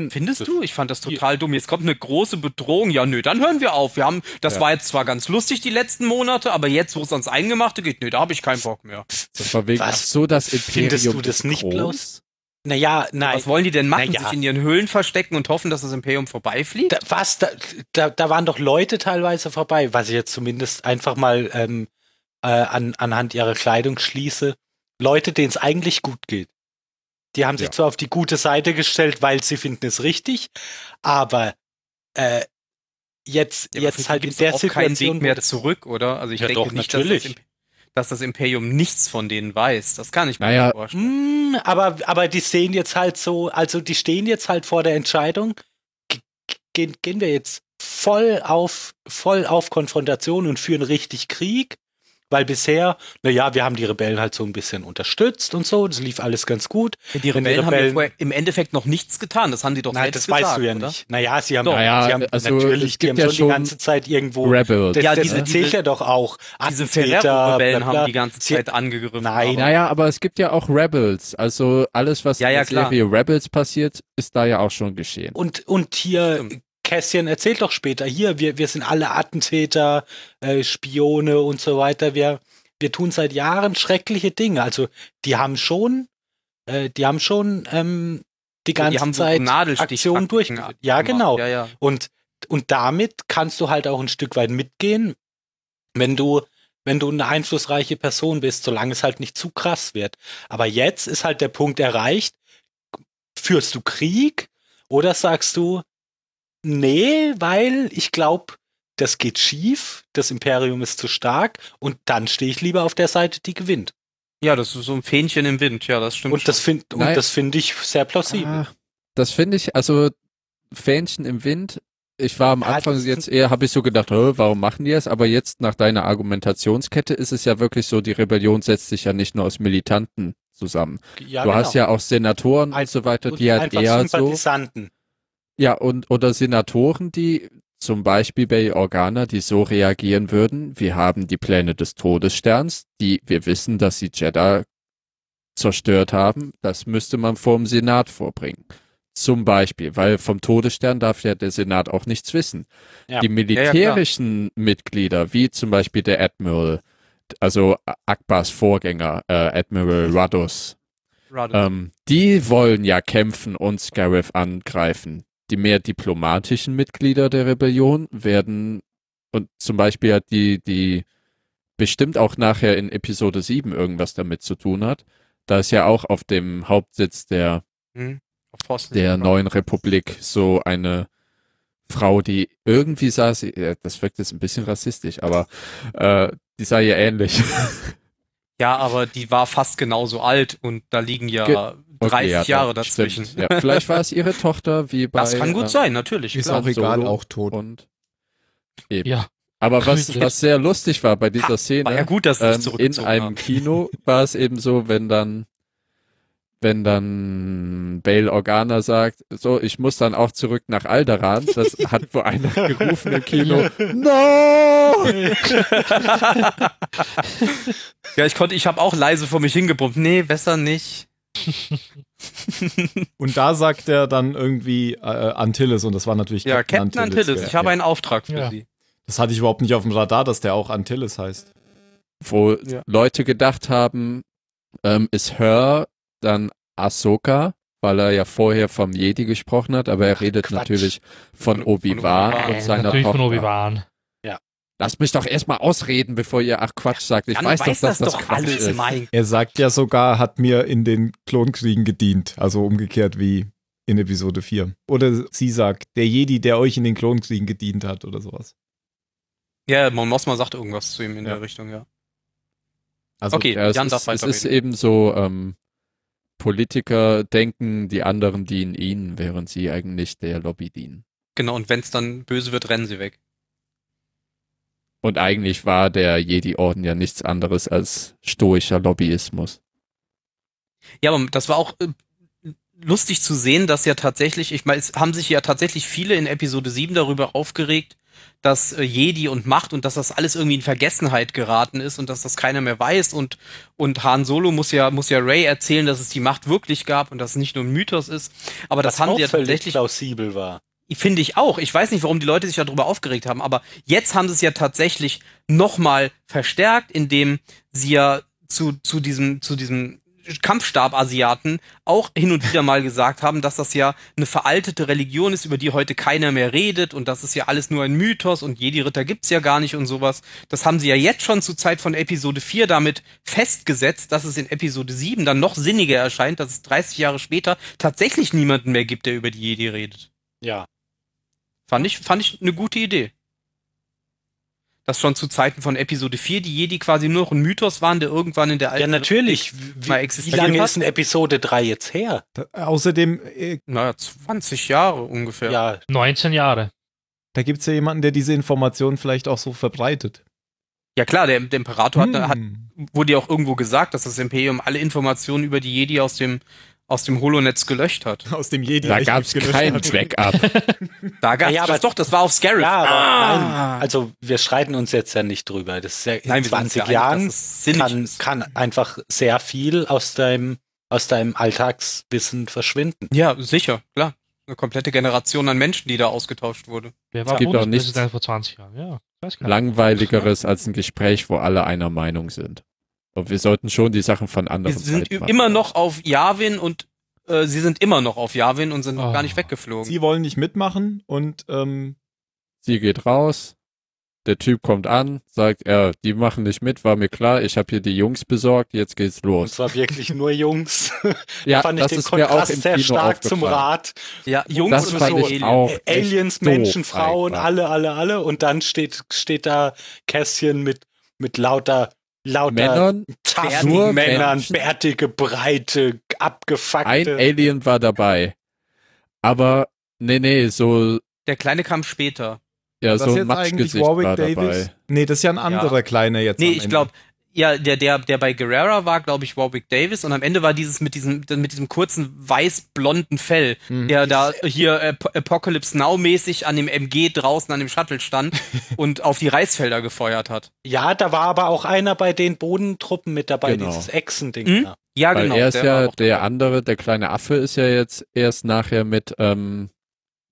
hm,
Findest du? Ich fand das total dumm. Jetzt kommt eine große Bedrohung. Ja, nö, dann hören wir auf. Wir haben, das
Ja.
war jetzt zwar ganz lustig die letzten Monate, aber jetzt, wo es ans Eingemachte geht, nö, da habe ich keinen Bock mehr.
Das war wegen,
Was?
ach so, das Imperium
Findest du das
ist
nicht
groß?
bloß? naja, nein.
Was wollen die denn machen?
Na ja.
Sich in ihren Höhlen verstecken und hoffen, dass das Imperium vorbeifliegt?
Da, was? Da, da, da waren doch Leute teilweise vorbei, was ich jetzt zumindest einfach mal ähm, äh, an, anhand ihrer Kleidung schließe. Leute, denen es eigentlich gut geht. Die haben sich
Ja.
zwar auf die gute Seite gestellt, weil sie finden es richtig, aber äh, jetzt,
Ja, aber für
jetzt
die
halt in
gibt's
der
auch keinen
Situation.
Weg
wo
mehr
das-
zurück, oder? Also ich
Ja,
denke
doch,
nicht, dass
natürlich.
das Imp- dass das Imperium nichts von denen weiß. Das kann ich mir
Naja,
nicht vorstellen.
Mm, aber, aber die sehen jetzt halt so, also die stehen jetzt halt vor der Entscheidung, g- g- gehen, gehen wir jetzt voll auf, voll auf Konfrontation und führen richtig Krieg, weil bisher, naja, wir haben die Rebellen halt so ein bisschen unterstützt und so, das lief alles ganz gut.
Die
wenn die
Rebellen, haben ja
Rebellen-
vorher im Endeffekt noch nichts getan. Das haben die doch
Nein,
selbst
das
gesagt,
weißt du ja
oder?
nicht. Naja, sie haben, halt,
Doch. Naja,
sie haben
also,
natürlich, die
es gibt
haben
ja
schon,
schon
die ganze Zeit irgendwo.
Rebel.
Das,
Ja,
das
diese-
erzählt
diese-
ja doch auch.
Diese
Attentäter,
Ferrero-Rebellen
bla, bla.
haben die ganze
Sie-
Zeit angegriffen.
Nein.
aber-
Naja, aber es gibt ja auch Rebels. Also alles, was
Ja, ja,
in der
klar.
Serie Rebels passiert, ist da ja auch schon geschehen.
Und, und hier,
Stimmt.
Cassian erzählt doch später, hier, wir, wir sind alle Attentäter, äh, Spione und so weiter. Wir, wir tun seit Jahren schreckliche Dinge. Also die haben schon, äh, die haben schon ähm, die ganze
die haben so
Zeit
Nadelstichtaktiken
Aktionen durchgeführt. Ja,
gemacht.
genau.
Ja, ja.
Und, und damit kannst du halt auch ein Stück weit mitgehen, wenn du, wenn du eine einflussreiche Person bist, solange es halt nicht zu krass wird. Aber jetzt ist halt der Punkt erreicht, führst du Krieg oder sagst du, nee, weil ich glaube, das geht schief, das Imperium ist zu stark und dann stehe ich lieber auf der Seite, die gewinnt.
ja, das ist so ein Fähnchen im Wind. Ja, das stimmt.
Und das
schon.
finde
Nein.
find ich sehr plausibel.
Ah, das finde ich, also Fähnchen im Wind. Ich war am
Ja,
Anfang
das-
jetzt eher, habe ich so gedacht, "Hä, warum machen die das? Aber jetzt nach deiner Argumentationskette ist es ja wirklich so, die Rebellion setzt sich ja nicht nur aus Militanten zusammen.
Ja,
du hast ja auch Senatoren
Ein-
und so weiter,
Und
die halt
einfach
eher so.
Sympathisanten.
Ja, und oder Senatoren, die zum Beispiel bei Organa, die so reagieren würden, wir haben die Pläne des Todessterns, die wir wissen, dass sie Jeddah zerstört haben, das müsste man vor dem Senat vorbringen. Zum Beispiel, weil vom Todesstern darf ja der Senat auch nichts wissen.
Ja.
Die
klar.
militärischen Mitglieder, wie zum Beispiel der Admiral, also Akbars Vorgänger, äh, Admiral Rados,
Rado.
ähm, die wollen ja kämpfen und Scarif angreifen. Die mehr diplomatischen Mitglieder der Rebellion werden und zum Beispiel hat die, die bestimmt auch nachher in Episode 7 irgendwas damit zu tun hat. Da ist ja auch auf dem Hauptsitz der,
Hm. Auf Posten.
der neuen Republik so eine Frau, die irgendwie sah sie, ja, das wirkt jetzt ein bisschen rassistisch, aber äh, die sah ihr ähnlich.
Ja, aber die war fast genauso alt und da liegen ja
Ge-
30
ja,
Jahre
doch,
dazwischen.
Stimmt, ja. Vielleicht war es ihre Tochter, wie bei
Das kann
äh,
gut sein, natürlich.
Ist
klar.
auch egal,
Solo
auch tot.
Und eben.
Ja,
Aber was, was sehr lustig war bei dieser
War ja
Szene,
gut, dass sie
ähm,
es
in
zurückgezogen
einem
haben.
Kino war es eben so, wenn dann, wenn dann Bale Organa sagt, so, ich muss dann auch zurück nach Alderan, das hat wohl einer gerufen im Kino, no!
Ja, ich konnte, ich habe auch leise vor mich hingepumpt. Nee, besser nicht.
Und da sagt er dann irgendwie äh, Antilles und das war natürlich
Ja, Captain Antilles,
ja.
ich habe einen Auftrag für
Ja.
Sie.
Das hatte ich überhaupt nicht auf dem Radar, dass der auch Antilles heißt.
Wo
Ja.
Leute gedacht haben, ähm, ist Her dann Ahsoka, weil er ja vorher vom Jedi gesprochen hat, aber er redet
Quatsch.
natürlich von
Von- von
Obi-Wan
Obi-Wan.
und
äh,
seiner
natürlich von
Tochter.
Obi-Wan.
Lasst mich doch erstmal ausreden, bevor ihr ach Quatsch sagt. Ich
Dann
weiß,
weiß
doch, dass
das,
das
doch
Quatsch
alles,
ist.
mein
Er sagt ja sogar, hat mir in den Klonkriegen gedient. Also umgekehrt wie in Episode 4. Oder sie sagt, der Jedi, der euch in den Klonkriegen gedient hat oder sowas.
Ja, Mon Mothma sagt irgendwas zu ihm in
Ja.
der Richtung, ja.
Also
Okay.
Ja, es
Jan darf
ist, es ist
weiterreden.
eben so, ähm, Politiker denken, die anderen dienen ihnen, während sie eigentlich der Lobby dienen.
Genau, und wenn es dann böse wird, rennen sie weg.
Und eigentlich war der Jedi-Orden ja nichts anderes als stoischer Lobbyismus.
Ja, aber das war auch äh, lustig zu sehen, dass ja tatsächlich, ich meine, es haben sich ja tatsächlich viele in Episode 7 darüber aufgeregt, dass äh, Jedi und Macht und dass das alles irgendwie in Vergessenheit geraten ist und dass das keiner mehr weiß und und Han Solo muss ja muss ja Ray erzählen, dass es die Macht wirklich gab und dass es nicht nur ein Mythos ist, aber das
was
haben
auch
sie ja
völlig
tatsächlich
plausibel war.
Finde ich auch. Ich weiß nicht, warum die Leute sich darüber aufgeregt haben, aber jetzt haben sie es ja tatsächlich nochmal verstärkt, indem sie ja zu, zu diesem, zu diesem Kampfstab-Asiaten auch hin und wieder mal gesagt haben, dass das ja eine veraltete Religion ist, über die heute keiner mehr redet und das ist ja alles nur ein Mythos und Jedi-Ritter gibt's ja gar nicht und sowas. Das haben sie ja jetzt schon zur Zeit von Episode 4 damit festgesetzt, dass es in Episode 7 dann noch sinniger erscheint, dass es 30 Jahre später tatsächlich niemanden mehr gibt, der über die Jedi redet.
Ja.
Fand ich, fand ich eine gute Idee. dass schon zu Zeiten von Episode 4 die Jedi quasi nur noch ein Mythos waren, der irgendwann in der
Ja, natürlich.
mal
Wie, wie
existiert
lange
hat.
ist denn Episode 3 jetzt her?
Da, außerdem, äh,
Naja, 20 Jahre ungefähr.
Ja,
19 Jahre.
da gibt es ja jemanden, der diese Informationen vielleicht auch so verbreitet.
Ja, klar, der, der Imperator hat, hat,
Hm.
wurde ja auch irgendwo gesagt, dass das Imperium alle Informationen über die Jedi aus dem, aus dem Holonetz gelöscht hat.
Aus dem Jedi.
Da gab es kein Backup.
Da gab's
Ja, ja,
das
aber-
doch, das war auf Scarif.
Ja, aber
Ah.
nein, also wir streiten uns jetzt ja nicht drüber. Das ist ja in
Nein, wir sind uns
20
geeinigt,
Jahren
dass es sinnig
kann,
ist.
kann einfach sehr viel aus deinem, aus deinem Alltagswissen verschwinden.
Ja, sicher, klar. Eine komplette Generation an Menschen, die da ausgetauscht wurde.
Wer war
Gibt auch nichts.
Bundespräsident vor 20 Jahren? Ja, ich weiß gar nicht.
Langweiligeres als ein Gespräch, wo alle einer Meinung sind. Und wir sollten schon die Sachen von
Wir
anderen
sind
Seiten
ü-
machen.
immer noch auf Yavin und äh, sie sind immer noch auf Yavin und sind noch
Oh.
gar nicht weggeflogen.
Sie wollen nicht mitmachen und ähm,
Sie geht raus. Der Typ kommt an, sagt, ja, die machen nicht mit, war mir klar, ich habe hier die Jungs besorgt, jetzt geht's
Und
los.
zwar wirklich nur Jungs.
Ja,
Fand ich
das
den
ist mir auch
Kontrast
im
sehr
Kino
stark zum
aufgefallen.
Rat.
Ja, Jungs
Das
und
fand
so Äh,
ich
Mädchen.
auch echt
Aliens,
doof
Menschen, Frauen,
einfach.
alle, alle, alle. Und dann steht, steht da Kästchen mit, mit lauter, lauter
Männern,
taffen
nur
Männern,
Menschen.
bärtige, breite,
ein
abgefuckte.
Alien war dabei. Aber, nee, nee, so,
Der Kleine kam später.
ja,
das
so
ist
ein
jetzt eigentlich
Also Matschgesicht
Warwick
war
Davis.
dabei.
Nee, das ist ja ein anderer kleiner jetzt. am
Nee, ich
Ende.
glaube, ja, der, der, der bei Guerrera war, glaube ich, Warwick Davis und am Ende war dieses mit diesem, mit diesem kurzen weiß-blonden Fell,
Mhm.
der da hier Ap Apocalypse Now-mäßig an dem MG draußen an dem Shuttle stand und auf die Reisfelder gefeuert hat.
Ja, da war aber auch einer bei den Bodentruppen mit dabei,
Genau.
dieses Echsending.
Mhm.
da.
Ja,
Weil
genau.
er ist
der war
ja,
auch
der
dabei.
andere, der kleine Affe ist ja jetzt erst nachher mit, ähm,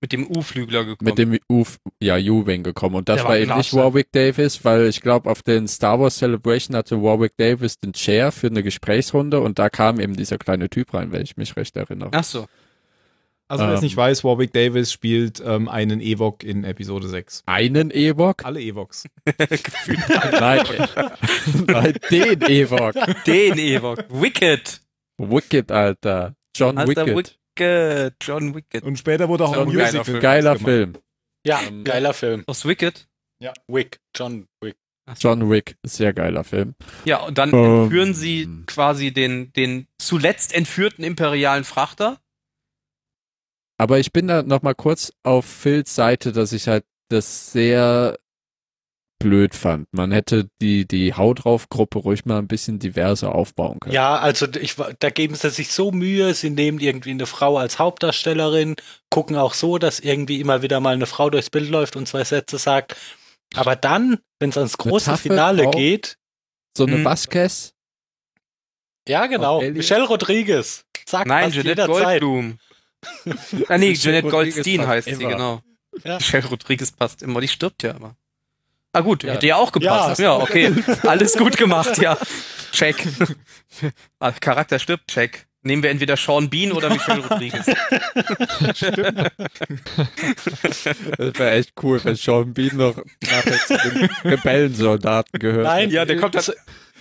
mit dem U-Flügler gekommen.
mit dem Uf, ja, Juwing gekommen. Und das
Der
war,
war
eben
klasse.
nicht Warwick Davis, weil ich glaube, auf den Star Wars Celebration hatte Warwick Davis den Chair für eine Gesprächsrunde und da kam eben dieser kleine Typ rein, wenn ich mich recht erinnere.
Ach so.
Also, wer es
ähm,
nicht weiß, Warwick Davis spielt ähm, einen Ewok in Episode 6.
Einen Ewok?
Alle Ewoks.
Nein. Nein, den Ewok.
Den Ewok. Wicked.
Wicked, Alter. John
Alter,
Wicked.
Wicked. John Wicked.
Und später wurde auch
So
ein
ein geiler
Musical.
Film.
Geiler
gemacht.
Film.
Ja,
Ähm,
geiler Film.
Aus Wicked.
Wick, John Wick.
John Wick, sehr geiler Film.
Ja, und dann
Ähm.
entführen sie quasi den, den zuletzt entführten imperialen Frachter.
Aber ich bin da nochmal kurz auf Phils Seite, dass ich halt das sehr blöd fand. Man hätte die, die Haut drauf Gruppe ruhig mal ein bisschen diverser aufbauen können.
Ja, also d- ich, wa- da geben sie sich so Mühe, sie nehmen irgendwie eine Frau als Hauptdarstellerin, gucken auch so, dass irgendwie immer wieder mal eine Frau durchs Bild läuft und zwei Sätze sagt. Aber dann, wenn es ans
Eine
große
taffe
Finale
Frau.
geht,
So eine
Mhm.
Vasquez,
ja genau,
Auf Alien.
Michelle Rodriguez, sagt
Nein,
Nein, passt
Jeanette
jederzeit.
Goldblum. ah, nee, Jeanette
Rodriguez
Goldstein
passt
heißt sie,
immer.
genau.
Ja.
Michelle Rodriguez passt immer. Die stirbt ja immer. Ah, gut,
Ja.
hätte ja auch gepasst.
Ja.
Ja, okay. Alles gut gemacht, ja. Check. Ah, Charakter stirbt, check. Nehmen wir entweder Sean Bean oder Michelle Rodriguez.
das wäre echt cool, wenn Sean Bean noch nachher zu den Rebellensoldaten gehört.
Nein,
Ja, der kommt
es,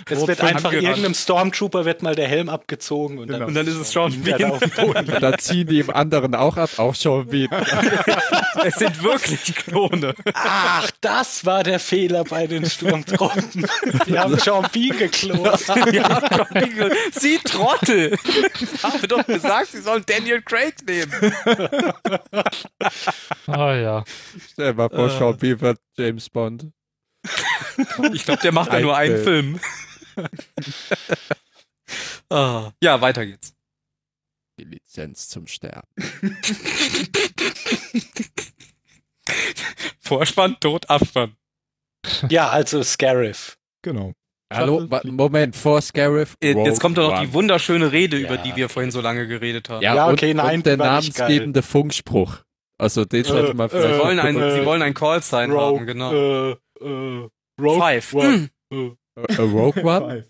es
Rot
wird
fünf
einfach
angerannt.
irgendeinem Stormtrooper wird mal der Helm abgezogen und
Genau.
dann,
Und dann ist es Sean
der da
Bean.
auf dem Boden
Und dann ziehen die im anderen auch ab, auch Sean Bean.
Es sind wirklich Klone.
Ach, das war der Fehler bei den Sturmtruppen. Die haben Sean Bean geklont.
Ja, John Bean. Sie Trottel. Ich habe doch gesagt, sie sollen Daniel Craig nehmen.
Ah ja.
Stell dir mal vor,
Äh.
Sean Bean wird James Bond.
Ich glaube, der macht ja
Ein
nur einen Film. ah. Ja, weiter geht's.
Die Lizenz zum Sterben.
Vorspann, Tod, Abspann.
Ja, also Scarif.
Genau.
Hallo, wa- Moment, vor Scarif.
Äh, Jetzt
Rogue
kommt doch noch
One.
die wunderschöne Rede, über
Ja.
die wir vorhin so lange geredet haben.
Ja,
Ja,
okay,
okay,
und,
nein,
und der
die war nicht geil.
namensgebende Funkspruch. Also den sollte man vielleicht.
Sie
äh,
wollen ein,
äh,
sie wollen ein Call-Sign haben, genau.
Äh, äh, Rogue
Five.
One.
Hm.
A Rogue One?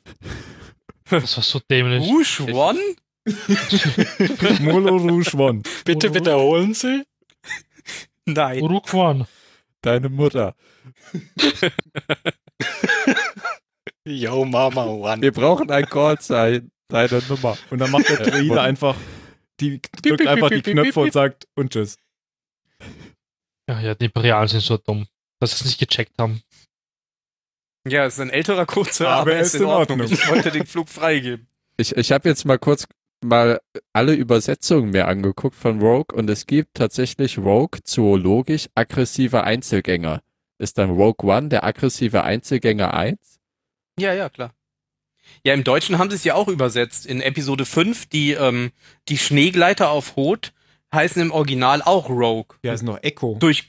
Das war so dämlich.
Rouge One?
Molo Rouge One.
Bitte wiederholen Sie.
Nein.
Urukwan.
Deine Mutter.
Yo, Mama One.
Wir brauchen ein Callzeichen. Deine Nummer.
Und dann macht der Druide einfach, die drückt einfach die Knöpfe und sagt und tschüss.
Ja, ja, die Imperialen sind so dumm, dass sie es nicht gecheckt haben.
Ja, es ist ein älterer Kurzer,
Aber er ist in Ordnung.
Ich wollte den Flug freigeben.
Ich, ich habe jetzt mal kurz mal alle Übersetzungen mir angeguckt von Rogue und es gibt tatsächlich Rogue zoologisch aggressiver Einzelgänger. Ist dann Rogue One der aggressive Einzelgänger 1?
Ja, ja, klar. Ja, im Deutschen haben sie es ja auch übersetzt. In Episode 5, die, ähm, die Schneegleiter auf Hoth heißen im Original auch Rogue.
Ja, ist noch Echo.
Durch,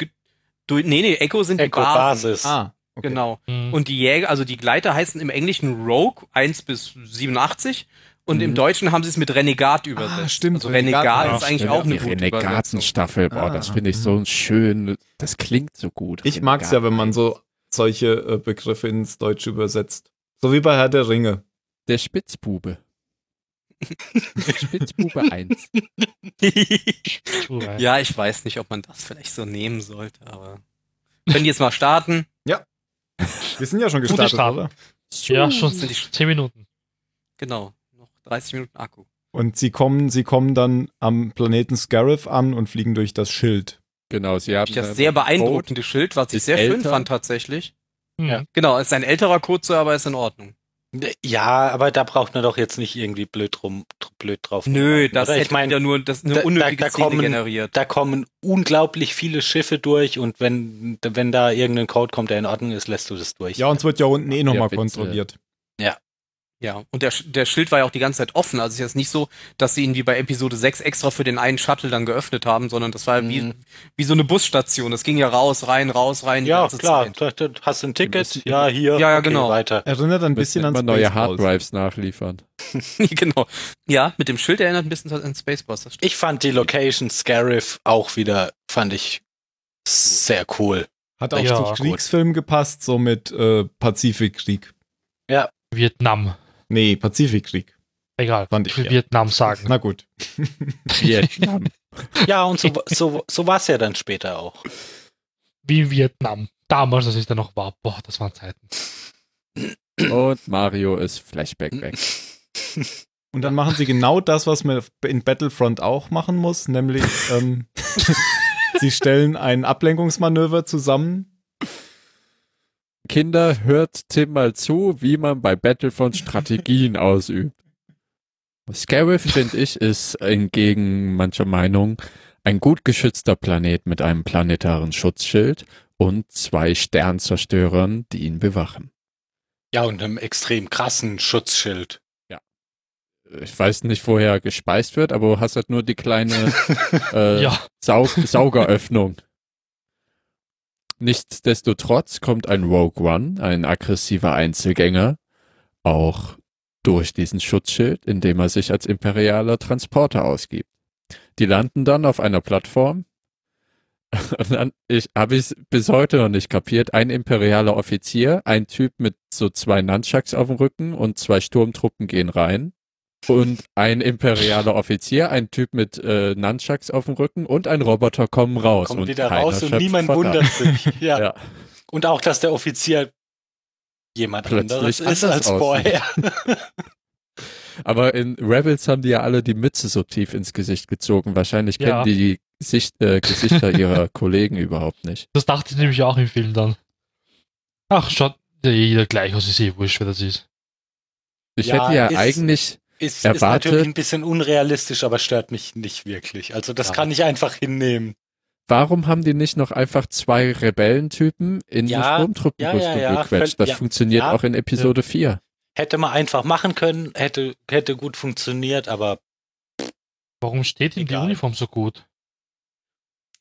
durch, nee, nee, Echo sind die
Echo
Basen.
Basis.
Ah, okay.
Genau.
Mhm.
Und die Jäger, also die Gleiter heißen im Englischen Rogue 1 bis 87 und
Mhm.
im Deutschen haben sie es mit Renegat übersetzt.
Ah, stimmt.
Also Renegat
Ja,
ist eigentlich
Stimmt,
auch
die
eine gute Übersetzung.
Renegatenstaffel, boah, das
Ah.
finde ich so schön, das klingt so gut.
Ich mag es ja, wenn man
Renegaten.
so solche äh, Begriffe ins Deutsche übersetzt. So wie bei Herr der Ringe.
Der Spitzbube. Spitzbube 1.
Schuhe.
ja, ich weiß nicht, ob man das vielleicht so nehmen sollte, aber können die jetzt mal starten?
Wir sind ja schon
Gute
gestartet,
Start.
oder?
ja, schon
Sind die-
10 Minuten.
Genau. Noch 30 Minuten Akku.
Und sie kommen, sie kommen dann am Planeten Scarif an und fliegen durch das Schild.
Genau, sie haben
Ich das
dann
sehr
Boat.
beeindruckende Schild, was ich
ist
sehr schön
älter.
fand tatsächlich.
Ja.
Genau, ist ein älterer Kurzer, aber ist in Ordnung.
Ja, aber da braucht man doch jetzt nicht irgendwie blöd rum, dr- blöd drauf.
Nö,
rumreiten,
das
oder?
hätte
ich meine,
wieder nur das eine
da- da-
unnötige
da
Szene
kommen-
generiert.
da kommen unglaublich viele Schiffe durch und wenn wenn da irgendein Code kommt, der in Ordnung ist, lässt du das durch.
Ja, und es wird ja unten eh
Ja,
nochmal
Witze.
kontrolliert.
Ja, und der, Sch- der Schild war ja auch die ganze Zeit offen. Also es ist jetzt nicht so, dass sie ihn wie bei Episode 6 extra für den einen Shuttle dann geöffnet haben, sondern das war wie,
Mhm.
wie so eine Busstation. Das ging ja raus, rein, raus, rein. die
ja
ganze
klar.
Zeit.
Da, da, hast du ein
müssen-
Ticket? Ja, hier.
Ja, ja,
okay,
genau.
Weiter.
Erinnert ein
Müssen
bisschen an
immer neue
Spaceballs.
Harddrives nachliefern.
genau. Ja, mit dem Schild erinnert ein bisschen an Spaceballs. Das stimmt.
Ich fand die Location Scarif auch wieder, fand ich sehr cool.
Hat auch
Ja,
zum
gut.
Kriegsfilm gepasst, so mit äh, Pazifikkrieg.
Vietnam.
Nee, Pazifikkrieg.
Egal.
Fand ich,
ich will
ja.
Vietnam sagen.
Na gut.
Vietnam.
Ja, und so, so, so war es ja dann später auch.
Wie in Vietnam. Damals, als ich da noch war. Boah, das waren Zeiten.
Und Mario ist Flashback weg.
Und dann machen sie genau das, was man in Battlefront auch machen muss, nämlich ähm, sie stellen ein Ablenkungsmanöver zusammen.
Kinder, hört Tim mal zu, wie man bei Battlefront Strategien ausübt. Scarif, finde ich, ist entgegen mancher Meinung ein gut geschützter Planet mit einem planetaren Schutzschild und zwei Sternzerstörern, die ihn bewachen.
Ja, und einem extrem krassen Schutzschild.
Ich weiß nicht, woher er gespeist wird, aber du hast halt nur die kleine äh,
Ja.
Saug Saugeröffnung. Nichtsdestotrotz kommt ein Rogue One, ein aggressiver Einzelgänger, auch durch diesen Schutzschild, indem er sich als imperialer Transporter ausgibt. Die landen dann auf einer Plattform. Und dann ich, habe ich bis heute noch nicht kapiert. Ein imperialer Offizier, ein Typ mit so zwei Nunchucks auf dem Rücken und zwei Sturmtruppen gehen rein. Und ein imperialer Offizier, ein Typ mit äh, Nunchucks auf dem Rücken und ein Roboter kommen raus.
Kommt
und
wieder
keiner
raus und
schöpft
niemand
von ab.
wundert sich. Ja.
Ja.
Und auch, dass der Offizier jemand
Plötzlich
anderes ist
anders
als
aussieht.
vorher.
Aber in Rebels haben die ja alle die Mütze so tief ins Gesicht gezogen. Wahrscheinlich kennen
Ja.
die die Gesicht, äh, Gesichter ihrer Kollegen überhaupt nicht.
Das dachte ich nämlich auch im Film dann. Ach, schaut ja jeder gleich aus. Ist eh wurscht, wer das ist.
Ich
Ja,
hätte ja
ist-
eigentlich,
Ist, ist
Erwartet-
natürlich ein bisschen unrealistisch, aber stört mich nicht wirklich. Also das
Ja.
kann ich einfach hinnehmen.
warum haben die nicht noch einfach zwei Rebellentypen in
Ja,
eine Sturmtruppenrüstung
ja, ja, ja,
gequetscht?
völ-
Das
ja,
funktioniert
ja.
auch in Episode 4.
Hätte man einfach machen können, hätte, hätte gut funktioniert, aber
Warum steht ihm die
Egal.
Uniform so gut?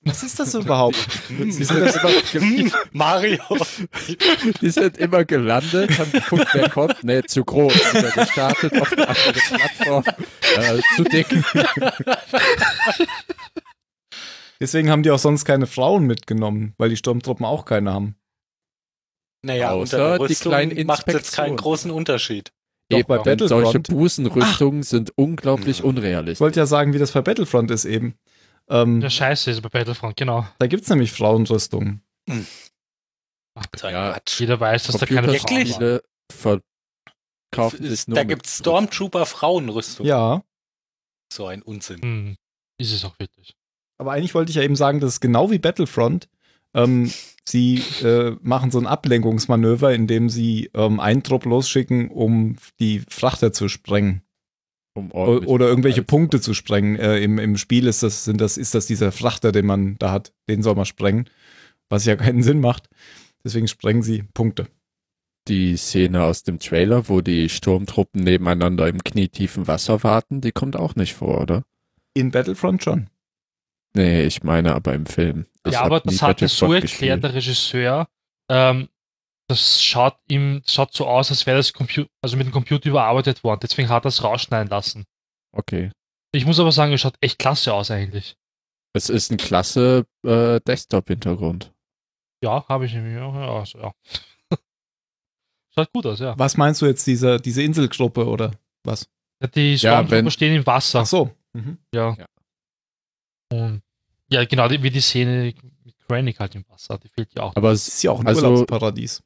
Was ist das überhaupt? Sie sind das
Hm, Mario.
Die sind immer gelandet, haben geguckt, wer kommt. Nee, zu groß. Wieder gestartet auf eine andere Plattform. Äh, zu dick.
Deswegen haben die auch sonst keine Frauen mitgenommen, weil die Sturmtruppen auch keine haben.
Naja, unter
Außer
der
die
Rüstung
kleinen
macht jetzt keinen
Inspektionen.
großen Unterschied.
Doch bei
Eben,
Battlefront.
solche Busenrüstungen sind unglaublich
Ja.
Ich
unrealistisch.
wollte ja sagen, wie das bei Battlefront ist eben. Ähm,
Ja, scheiße ist bei Battlefront, genau.
Da gibt es nämlich Frauenrüstungen.
Ach,
So ein
Ja.
Quatsch.
jeder weiß, dass da keine Frau
Wirklich?
war.
Computerspiele verkaufen
Es-
sich nur
Da
mit
gibt's Stormtrooper-Frauenrüstung.
Ja,
So ein Unsinn.
Hm, ist es auch wirklich.
aber eigentlich wollte ich ja eben sagen, das ist genau wie Battlefront, Ähm, sie äh, machen so ein Ablenkungsmanöver, indem sie ähm, einen Trupp losschicken, um die Frachter zu sprengen.
Um
O-
ordentlich-
Oder irgendwelche Punkte zu sprengen. Äh, im, Im Spiel ist das, sind das, ist das dieser Frachter, den man da hat. Den soll man sprengen. Was ja keinen Sinn macht. Deswegen sprengen sie Punkte.
Die Szene aus dem Trailer, wo die Sturmtruppen nebeneinander im knietiefen Wasser warten, die kommt auch nicht vor, oder?
In Battlefront schon.
Nee, ich meine aber im Film. Ich
ja,
hab
aber
nie
das hat halt er so
Battlefront
erklärt,
gespielt.
der Regisseur. Ähm, das schaut ihm schaut so aus, als wäre das Computer, also mit dem Computer überarbeitet worden. Deswegen hat er es rausschneiden lassen.
Okay.
Ich muss aber sagen, es schaut echt klasse aus eigentlich.
Es ist ein klasse äh, Desktop-Hintergrund.
Ja, habe ich nämlich auch. Ja, also, ja. schaut gut aus, ja.
Was meinst du jetzt, diese, diese Inselgruppe oder was?
Ja, Die
Ja,
Stormtrooper
wenn-
stehen im Wasser.
Ach so. Mhm.
Ja.
Ja.
Und ja, genau, die, wie die Szene mit Krennic halt im Wasser, die fehlt ja auch.
Aber es,
Ist ja auch ein
Also-
Urlaubsparadies.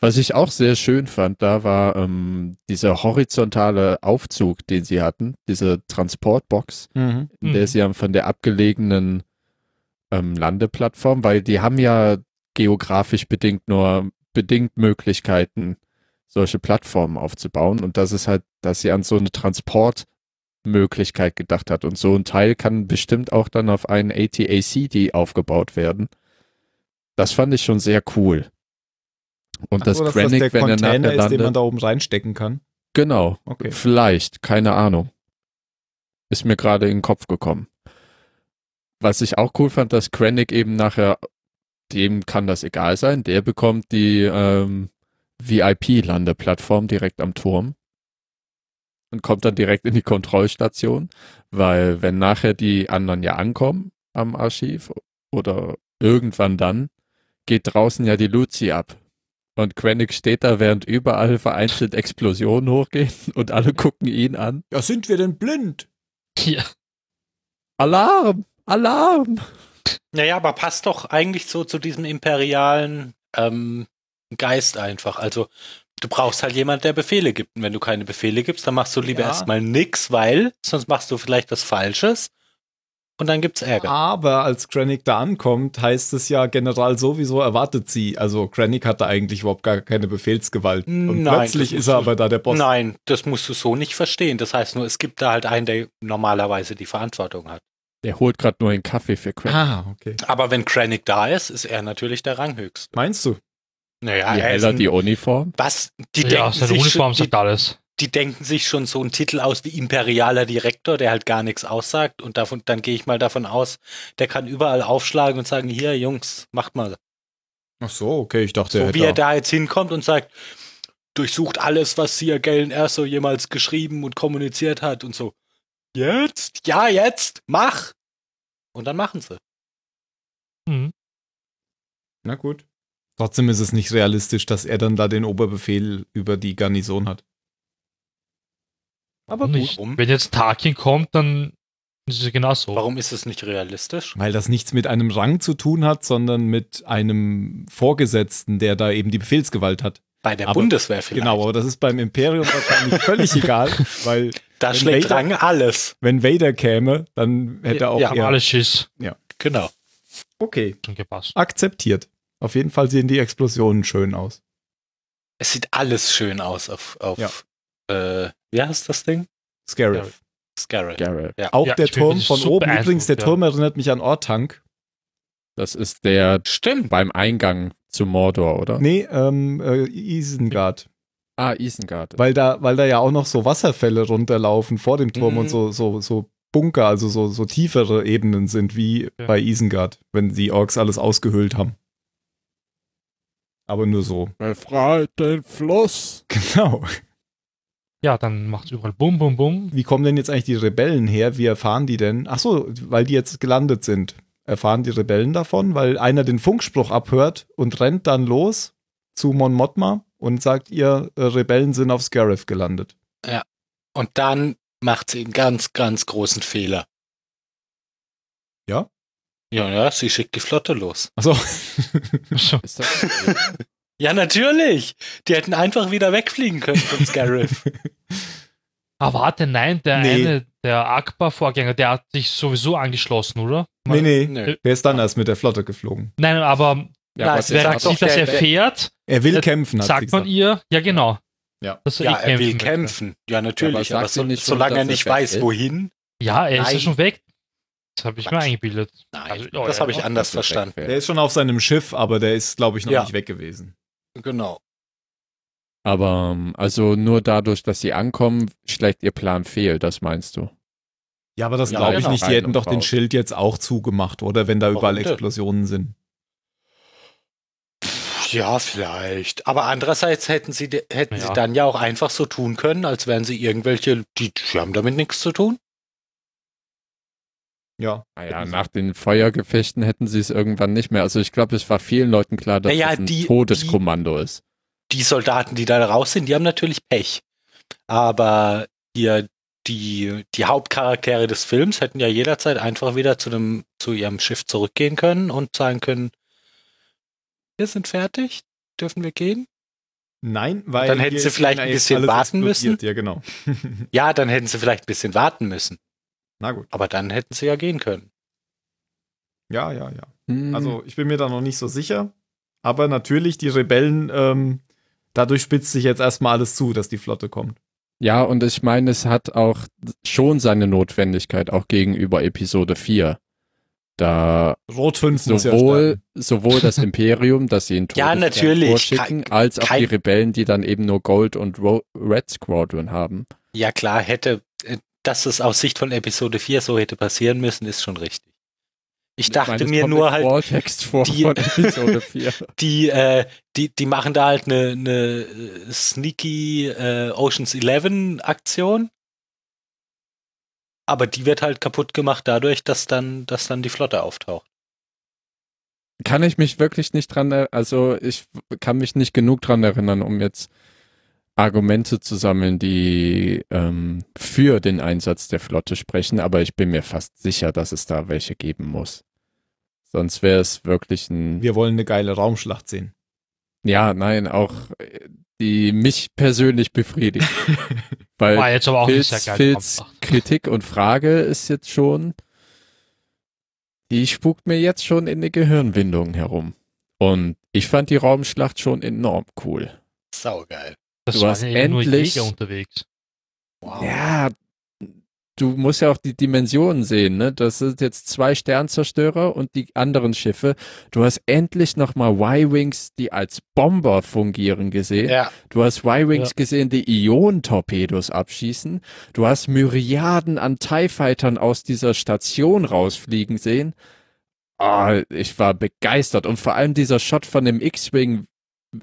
was ich auch sehr schön fand, da war ähm, dieser horizontale Aufzug, den sie hatten, diese Transportbox.
Mhm.
in
Mhm.
der sie haben von der abgelegenen ähm, Landeplattform, weil die haben ja geografisch bedingt nur bedingt Möglichkeiten, solche Plattformen aufzubauen. Und das ist halt, dass sie an so eine Transportmöglichkeit gedacht hat. Und so ein Teil kann bestimmt auch dann auf einen ATACD aufgebaut werden. Das fand ich schon sehr cool. Und das
so, dass
Krennic,
der
wenn er nachher
Container ist, den man
landet,
da oben reinstecken kann.
genau,
Okay.
Vielleicht, keine Ahnung. Ist mir gerade in den Kopf gekommen. Was ich auch cool fand, dass Krennic eben nachher, dem kann das egal sein, der bekommt die ähm, VIP-Landeplattform direkt am Turm und kommt dann direkt in die Kontrollstation, weil wenn nachher die anderen ja ankommen am Archiv oder irgendwann dann, geht draußen ja die Luzi ab. Und Krennic steht da, während überall vereinzelt Explosionen hochgehen und alle gucken ihn an.
Ja, sind wir denn blind?
Ja.
Alarm! Alarm!
Naja, aber passt doch eigentlich so zu diesem imperialen ähm, Geist einfach. Also du brauchst halt jemand, der Befehle gibt. Und wenn du keine Befehle gibst, dann machst du lieber
Ja.
erstmal nix, weil sonst machst du vielleicht was Falsches und dann gibt's Ärger.
Aber als Krennic da ankommt, heißt es ja, General sowieso erwartet sie. Also Krennic hatte eigentlich überhaupt gar keine Befehlsgewalt. Und
Nein,
plötzlich
das
ist er aber da der Boss.
Nein, das musst du so nicht verstehen. Das heißt nur, es gibt da halt einen, der normalerweise die Verantwortung hat.
Der holt gerade nur einen Kaffee für Krennic.
Ah, okay.
Aber wenn Krennic da ist, ist er natürlich der Ranghöchste.
Meinst du?
Naja,
Je
Ah, er ist
heller
ein,
die Uniform.
was? Die
ja,
denken
seine
sich
Uniform
schon, die,
sagt alles.
die denken sich schon so einen Titel aus wie imperialer Direktor, der halt gar nichts aussagt und davon, dann gehe ich mal davon aus, der kann überall aufschlagen und sagen, hier Jungs, macht mal.
Ach so, okay, ich dachte,
So
hätte
wie er
auch-
da jetzt hinkommt und sagt, durchsucht alles, was Sia Galen Erso jemals geschrieben und kommuniziert hat und so. Jetzt? Ja, jetzt! Mach! Und dann machen sie.
Mhm.
Na gut. Trotzdem ist es nicht realistisch, dass er dann da den Oberbefehl über die Garnison hat. Aber
Und
gut.
ich,
warum?
wenn jetzt Tarkin kommt, dann ist es genau so.
Warum ist es nicht realistisch?
Weil das nichts mit einem Rang zu tun hat, sondern mit einem Vorgesetzten, der da eben die Befehlsgewalt hat.
Bei der
Aber-
Bundeswehr vielleicht.
Genau, aber das ist beim Imperium wahrscheinlich völlig egal, weil
Da
Wenn
schlägt
Vader-
Rang alles.
wenn Vader käme, dann hätte er auch
Ja, haben
eher-
alle Schiss
Genau.
Okay,
schon gepasst.
akzeptiert. Auf jeden Fall sehen die Explosionen schön aus.
Es sieht alles schön aus auf, auf
Ja.
äh, wie heißt das Ding?
Scarif.
Scarab.
Garrett.
Auch
Ja,
der
ich bin
Turm von
super
oben. Übrigens, der
beeindruckt, ja.
Turm erinnert mich an Ortank.
Das ist der
Stimmt.
beim Eingang zu Mordor, oder?
Nee, ähm, äh, Isengard.
Ah, Isengard.
Weil da, weil da ja auch noch so Wasserfälle runterlaufen vor dem Turm
Mhm.
und so, so, so Bunker, also so, so tiefere Ebenen sind wie
Ja.
bei Isengard, wenn die Orks alles ausgehöhlt haben. Aber nur so.
Befreit den Fluss.
Genau.
Ja, dann macht's überall bum, bum, bum.
Wie kommen denn jetzt eigentlich die Rebellen her? Wie erfahren die denn? Ach so, weil die jetzt gelandet sind. Erfahren die Rebellen davon? Weil einer den Funkspruch abhört und rennt dann los zu Mon Mothma und sagt ihr, äh, Rebellen sind auf Scarif gelandet.
Und dann macht sie einen ganz, ganz großen Fehler.
Ja?
Ja, ja, sie schickt die Flotte los.
Ach so.
So,
Ist das
Ja, natürlich. Die hätten einfach wieder wegfliegen können von Scarif.
Ah, warte, nein, der
Nee.
eine, der Akbar-Vorgänger, der hat sich sowieso angeschlossen, oder?
Nee, nee.
Nö.
Wer ist dann erst mit der Flotte geflogen?
Nein, aber
Nein,
was
wer
ist-
wenn
sagt
hat
sie
doch,
doch-
das
der-
erfährt,
Er will
Das
kämpfen, hat sie
sagt man
gesagt.
ihr, ja genau.
Ja.
Dass eh
Ja, er will
möchte.
kämpfen. Ja,
Aber
natürlich.
sagt
Aber,
sie
so,
nicht schon,
solange er
dass
nicht
er weg
weiß,
ist?
wohin.
Ja, er ist ja
Nein.
schon weg. Das habe ich mir
Quatsch.
eingebildet.
Nein,
Also, ja,
das
ja,
habe ich
ja.
anders
dass er
verstanden.
wegfährt.
Der ist schon auf seinem Schiff, aber der ist, glaube ich, noch
Ja.
nicht weg gewesen.
Genau.
Aber ähm, also nur dadurch, dass sie ankommen, schlägt ihr Plan fehl, das meinst du?
Ja, aber das
Ja,
glaube ich
genau.
nicht. Die hätten doch den
Rein und
Schild jetzt auch zugemacht, oder? Wenn da überall
denn?
Explosionen sind.
Ja, vielleicht. Aber andererseits hätten sie, de- hätten
Ja.
sie dann ja auch einfach so tun können, als wären sie irgendwelche, die, die haben damit nichts zu tun.
Ja.
Naja, Ah nach den Feuergefechten hätten sie es irgendwann nicht mehr. Also ich glaube, es war vielen Leuten klar, dass
Naja,
das ein
die-
Todeskommando ist.
Die Soldaten, die da raus sind, die haben natürlich Pech. Aber hier die, die Hauptcharaktere des Films hätten ja jederzeit einfach wieder zu, dem, zu ihrem Schiff zurückgehen können und sagen können, wir sind fertig, dürfen wir gehen?
Nein, weil.
Dann hätten
hier
sie
ist
vielleicht ein
alles
bisschen warten
explodiert. Ja, genau.
Ja, dann hätten sie vielleicht ein bisschen warten müssen.
Na gut.
Aber dann hätten sie ja gehen können.
Ja, ja, ja.
Mhm.
Hm,
Also ich bin mir da noch nicht so sicher. Aber natürlich, die Rebellen, ähm, dadurch spitzt sich jetzt erstmal alles zu, dass die Flotte kommt.
ja, und ich meine, es hat auch schon seine Notwendigkeit auch gegenüber Episode 4. Da
Rot 5 muss ja
sowohl,
sterben.
sowohl das Imperium, das sie in
Ja,
Todesstern
natürlich.
vorschicken,
Kein-
als auch
kein-
die Rebellen, die dann eben nur Gold und Ro Red Squadron haben.
Ja klar, hätte, äh, dass es aus Sicht von Episode 4 so hätte passieren müssen, ist schon richtig. Ich dachte
meine, es
mir
kommt
nur
im
halt,
Vortext vor
die-
von Episode 4.
die, äh, die, die machen da halt eine, eine äh, sneaky äh, Oceans 11 Aktion. Aber die wird halt kaputt gemacht dadurch, dass dann, dass dann die Flotte auftaucht.
kann ich mich wirklich nicht dran, er- also ich kann mich nicht genug dran erinnern, um jetzt Argumente zu sammeln, die ähm, für den Einsatz der Flotte sprechen, aber ich bin mir fast sicher, dass es da welche geben muss. Sonst wäre es wirklich ein.
Wir wollen eine geile Raumschlacht sehen.
Ja, nein, auch äh, die mich persönlich befriedigt. Weil
War jetzt aber auch
Phils,
nicht sehr geil.
Phils
gemacht.
Kritik und Frage ist jetzt schon, die spukt mir jetzt schon in die Gehirnwindungen herum. Und ich fand die Raumschlacht schon enorm cool.
Saugeil.
Das
du
waren
hast
ja eben nur
endlich-
Jäger unterwegs.
Wow.
Ja, du musst ja auch die Dimensionen sehen, ne? Das sind jetzt zwei Sternzerstörer und die anderen Schiffe. Du hast endlich nochmal Y-Wings, die als Bomber fungieren gesehen.
Ja,
Du hast Y-Wings
Ja.
gesehen, die Ionentorpedos abschießen. Du hast Myriaden an TIE-Fightern aus dieser Station rausfliegen sehen. Ah, ich war begeistert. Und vor allem dieser Shot von dem X-Wing,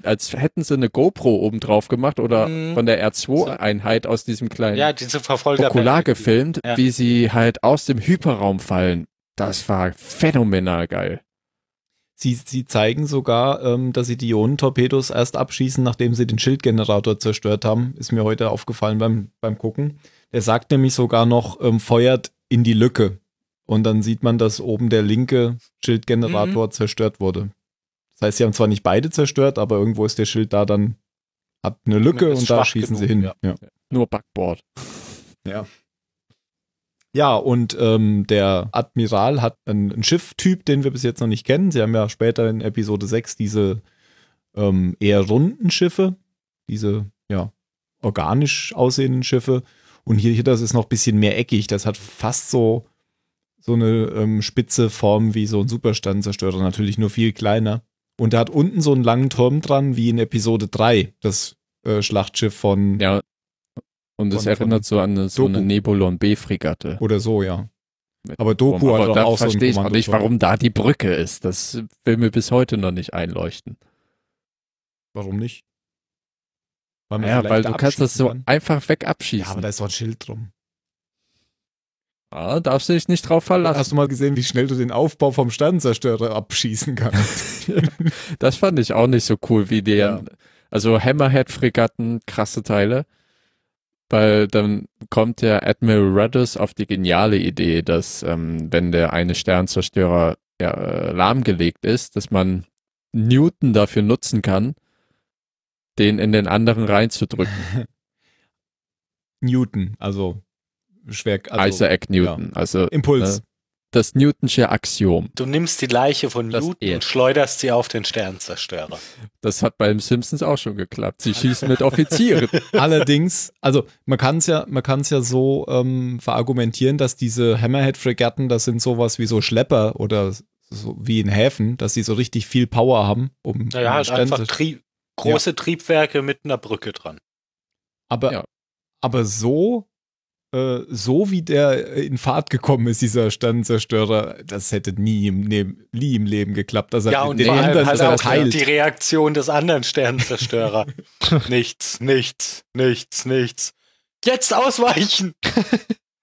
als hätten sie eine GoPro oben drauf gemacht oder
Mhm.
von der R2-Einheit aus diesem kleinen
ja diese Verfolger.
Okular gefilmt,
Ja.
wie sie halt aus dem Hyperraum fallen. Das war phänomenal geil.
Sie, sie zeigen sogar, ähm, dass sie die Ionentorpedos erst abschießen, nachdem sie den Schildgenerator zerstört haben. Ist mir heute aufgefallen beim, beim Gucken. Der sagt nämlich sogar noch, ähm, feuert in die Lücke. Und dann sieht man, dass oben der linke
Mhm.
Schildgenerator zerstört wurde. Das heißt, sie haben zwar nicht beide zerstört, aber irgendwo ist der Schild da dann, hat eine Lücke
Zumindest
und da
schwach
schießen sie
genug,
hin.
ja.
Ja.
Nur Backboard.
Ja, und ähm, der Admiral hat einen, einen Schifftyp, den wir bis jetzt noch nicht kennen. Sie haben ja später in Episode 6 diese ähm, eher runden Schiffe, diese ja, organisch aussehenden Schiffe. Und hier, hier das ist noch ein bisschen mehr eckig. Das hat fast so, so eine ähm, spitze Form wie so ein Supersternzerstörer, natürlich nur viel kleiner. Und er hat unten so einen langen Turm dran, wie in Episode 3, das äh, Schlachtschiff von
Ja. Und
Von-
es
von
erinnert so an eine, so eine
Doku.
Nebulon B-Fregatte.
oder so, ja.
Mit
Aber Doku
Warum?
hat
Aber
doch
da
auch so einen
verstehe ich auch nicht,
Kommandoturm.
warum da die Brücke ist. Das will mir bis heute noch nicht einleuchten.
Warum nicht? Weil
Ja,
vielleicht
weil
da
du kannst das so
abschießen kann.
einfach
Ja, aber
wegabschießen.
da ist so ein Schild drum.
ah, darfst du dich nicht drauf
Hast
verlassen.
du mal gesehen, wie schnell du den Aufbau vom Sternenzerstörer abschießen kannst?
Das fand ich auch nicht so cool wie der.
Ja.
Also Hammerhead-Fregatten, krasse Teile. Weil dann kommt der Admiral Rudders auf die geniale Idee, dass ähm, wenn der eine Sternzerstörer ja, äh, lahmgelegt ist, dass man Newton dafür nutzen kann, den in den anderen reinzudrücken.
Newton, also schwer, also
Isaac Newton. Also
Impuls.
Ne? das Newtonsche Axiom.
Du nimmst die Leiche von
Das
Newton
eher.
und schleuderst sie auf den Sternzerstörer.
Das hat beim Simpsons auch schon geklappt. Sie schießen mit Offizieren.
Allerdings, also man kann es ja, man kann es ja so ähm, verargumentieren, dass diese Hammerhead-Fregatten, das sind sowas wie so Schlepper oder so wie in Häfen, dass die so richtig viel Power haben, um
Naja, halt
Stände-
einfach Tri große Triebwerke mit einer Brücke dran.
Aber,
Ja.
aber so, äh, so wie der äh, in Fahrt gekommen ist, dieser Sternenzerstörer, das hätte nie im, ne nie im Leben geklappt. Also
ja, und
den
vor allem
anderen
halt auch
verteilt.
die Reaktion des anderen Sternenzerstörer. nichts, nichts, nichts, nichts. Jetzt ausweichen!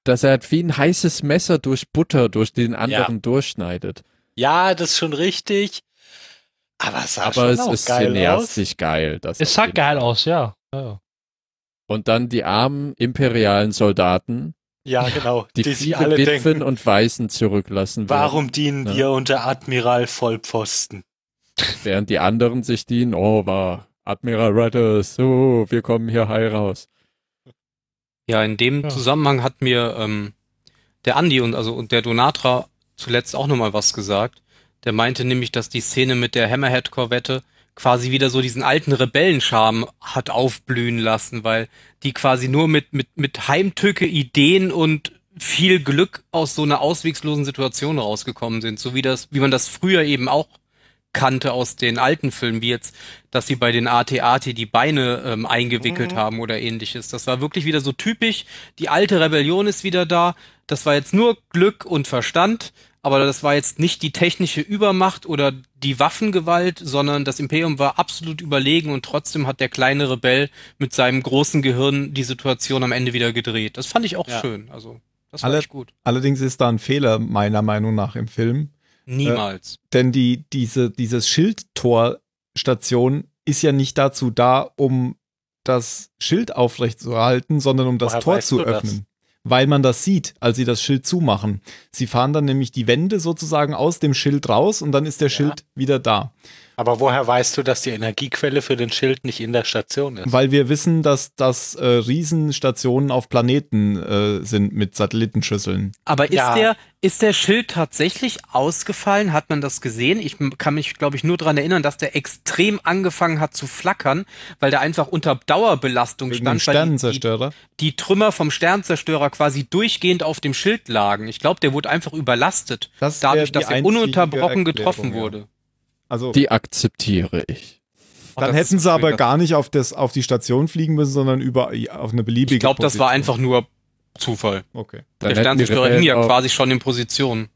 dass er halt wie ein heißes Messer durch Butter durch den anderen durchschneidet.
Ja, das ist schon richtig. Aber es sah
Aber
schon
es
auch
ist
geil aus.
cineastisch geil. Das
Es
auf
sah
jeden
geil
Fall.
aus, ja. ja.
Und dann die armen imperialen Soldaten,
Ja, genau.
die,
Die, sich
viele
alle
Witwen
denken,
und Weißen zurücklassen,
warum dienen
Ja.
wir unter Admiral Vollpfosten?
Während, während die anderen sich dienen, oh, war Admiral Rudders, so, wir kommen hier heil raus.
Ja, in dem
Ja.
Zusammenhang hat mir ähm, der Andi und also und der Donatra zuletzt auch nochmal was gesagt. Der meinte nämlich, dass die Szene mit der Hammerhead-Korvette quasi wieder so diesen alten Rebellenscham hat aufblühen lassen, weil die quasi nur mit, mit, mit Heimtücke, Ideen und viel Glück aus so einer auswegslosen Situation rausgekommen sind, so wie das, wie man das früher eben auch kannte aus den alten Filmen, wie jetzt, dass sie bei den AT-AT die Beine ähm, eingewickelt
Mhm.
haben oder ähnliches. Das war wirklich wieder so typisch. Die alte Rebellion ist wieder da. Das war jetzt nur Glück und Verstand, aber das war jetzt nicht die technische Übermacht oder die Waffengewalt, sondern das Imperium war absolut überlegen und trotzdem hat der kleine Rebell mit seinem großen Gehirn die Situation am Ende wieder gedreht. Das fand ich auch
Ja.
schön. Also, das
Alle-
fand ich gut.
Allerdings ist da ein Fehler, meiner Meinung nach, im Film.
Niemals.
Denn die, diese, dieses Schildtor-Station ist ja nicht dazu da, um das Schild aufrechtzuerhalten, sondern um das
Woher
Tor
weißt
zu
du das?
öffnen. Weil man das sieht, als sie das Schild zumachen. Sie fahren dann nämlich die Wände sozusagen aus dem Schild raus und dann ist der
Ja.
Schild wieder da.
Aber woher weißt du, dass die Energiequelle für den Schild nicht in der Station ist?
Weil wir wissen, dass das äh, Riesenstationen auf Planeten äh, sind mit Satellitenschüsseln.
Aber ist
Ja.
der ist der Schild tatsächlich ausgefallen? Hat man das gesehen? Ich m- kann mich, glaube ich, nur dran erinnern, dass der extrem angefangen hat zu flackern, weil der einfach unter Dauerbelastung
Wegen dem
stand, weil die, die,
Sternenzerstörer.
die Trümmer vom Sternzerstörer quasi durchgehend auf dem Schild lagen. Ich glaube, der wurde einfach überlastet,
Das wär
dadurch,
die
dass er
einzige
ununterbrochen getroffen
Erklärung, ja.
wurde.
Also
Oh.
Die akzeptiere ich.
Ach,
Dann
das
hätten
ist
sie aber
wieder-
gar nicht auf, das, auf die Station fliegen müssen, sondern über, auf eine beliebige
Ich glaube, das war
Position.
einfach nur Zufall.
Okay.
der
Dann hätten die
Sternzerstörer
Rebellen
hing ja
auch
quasi schon in Position.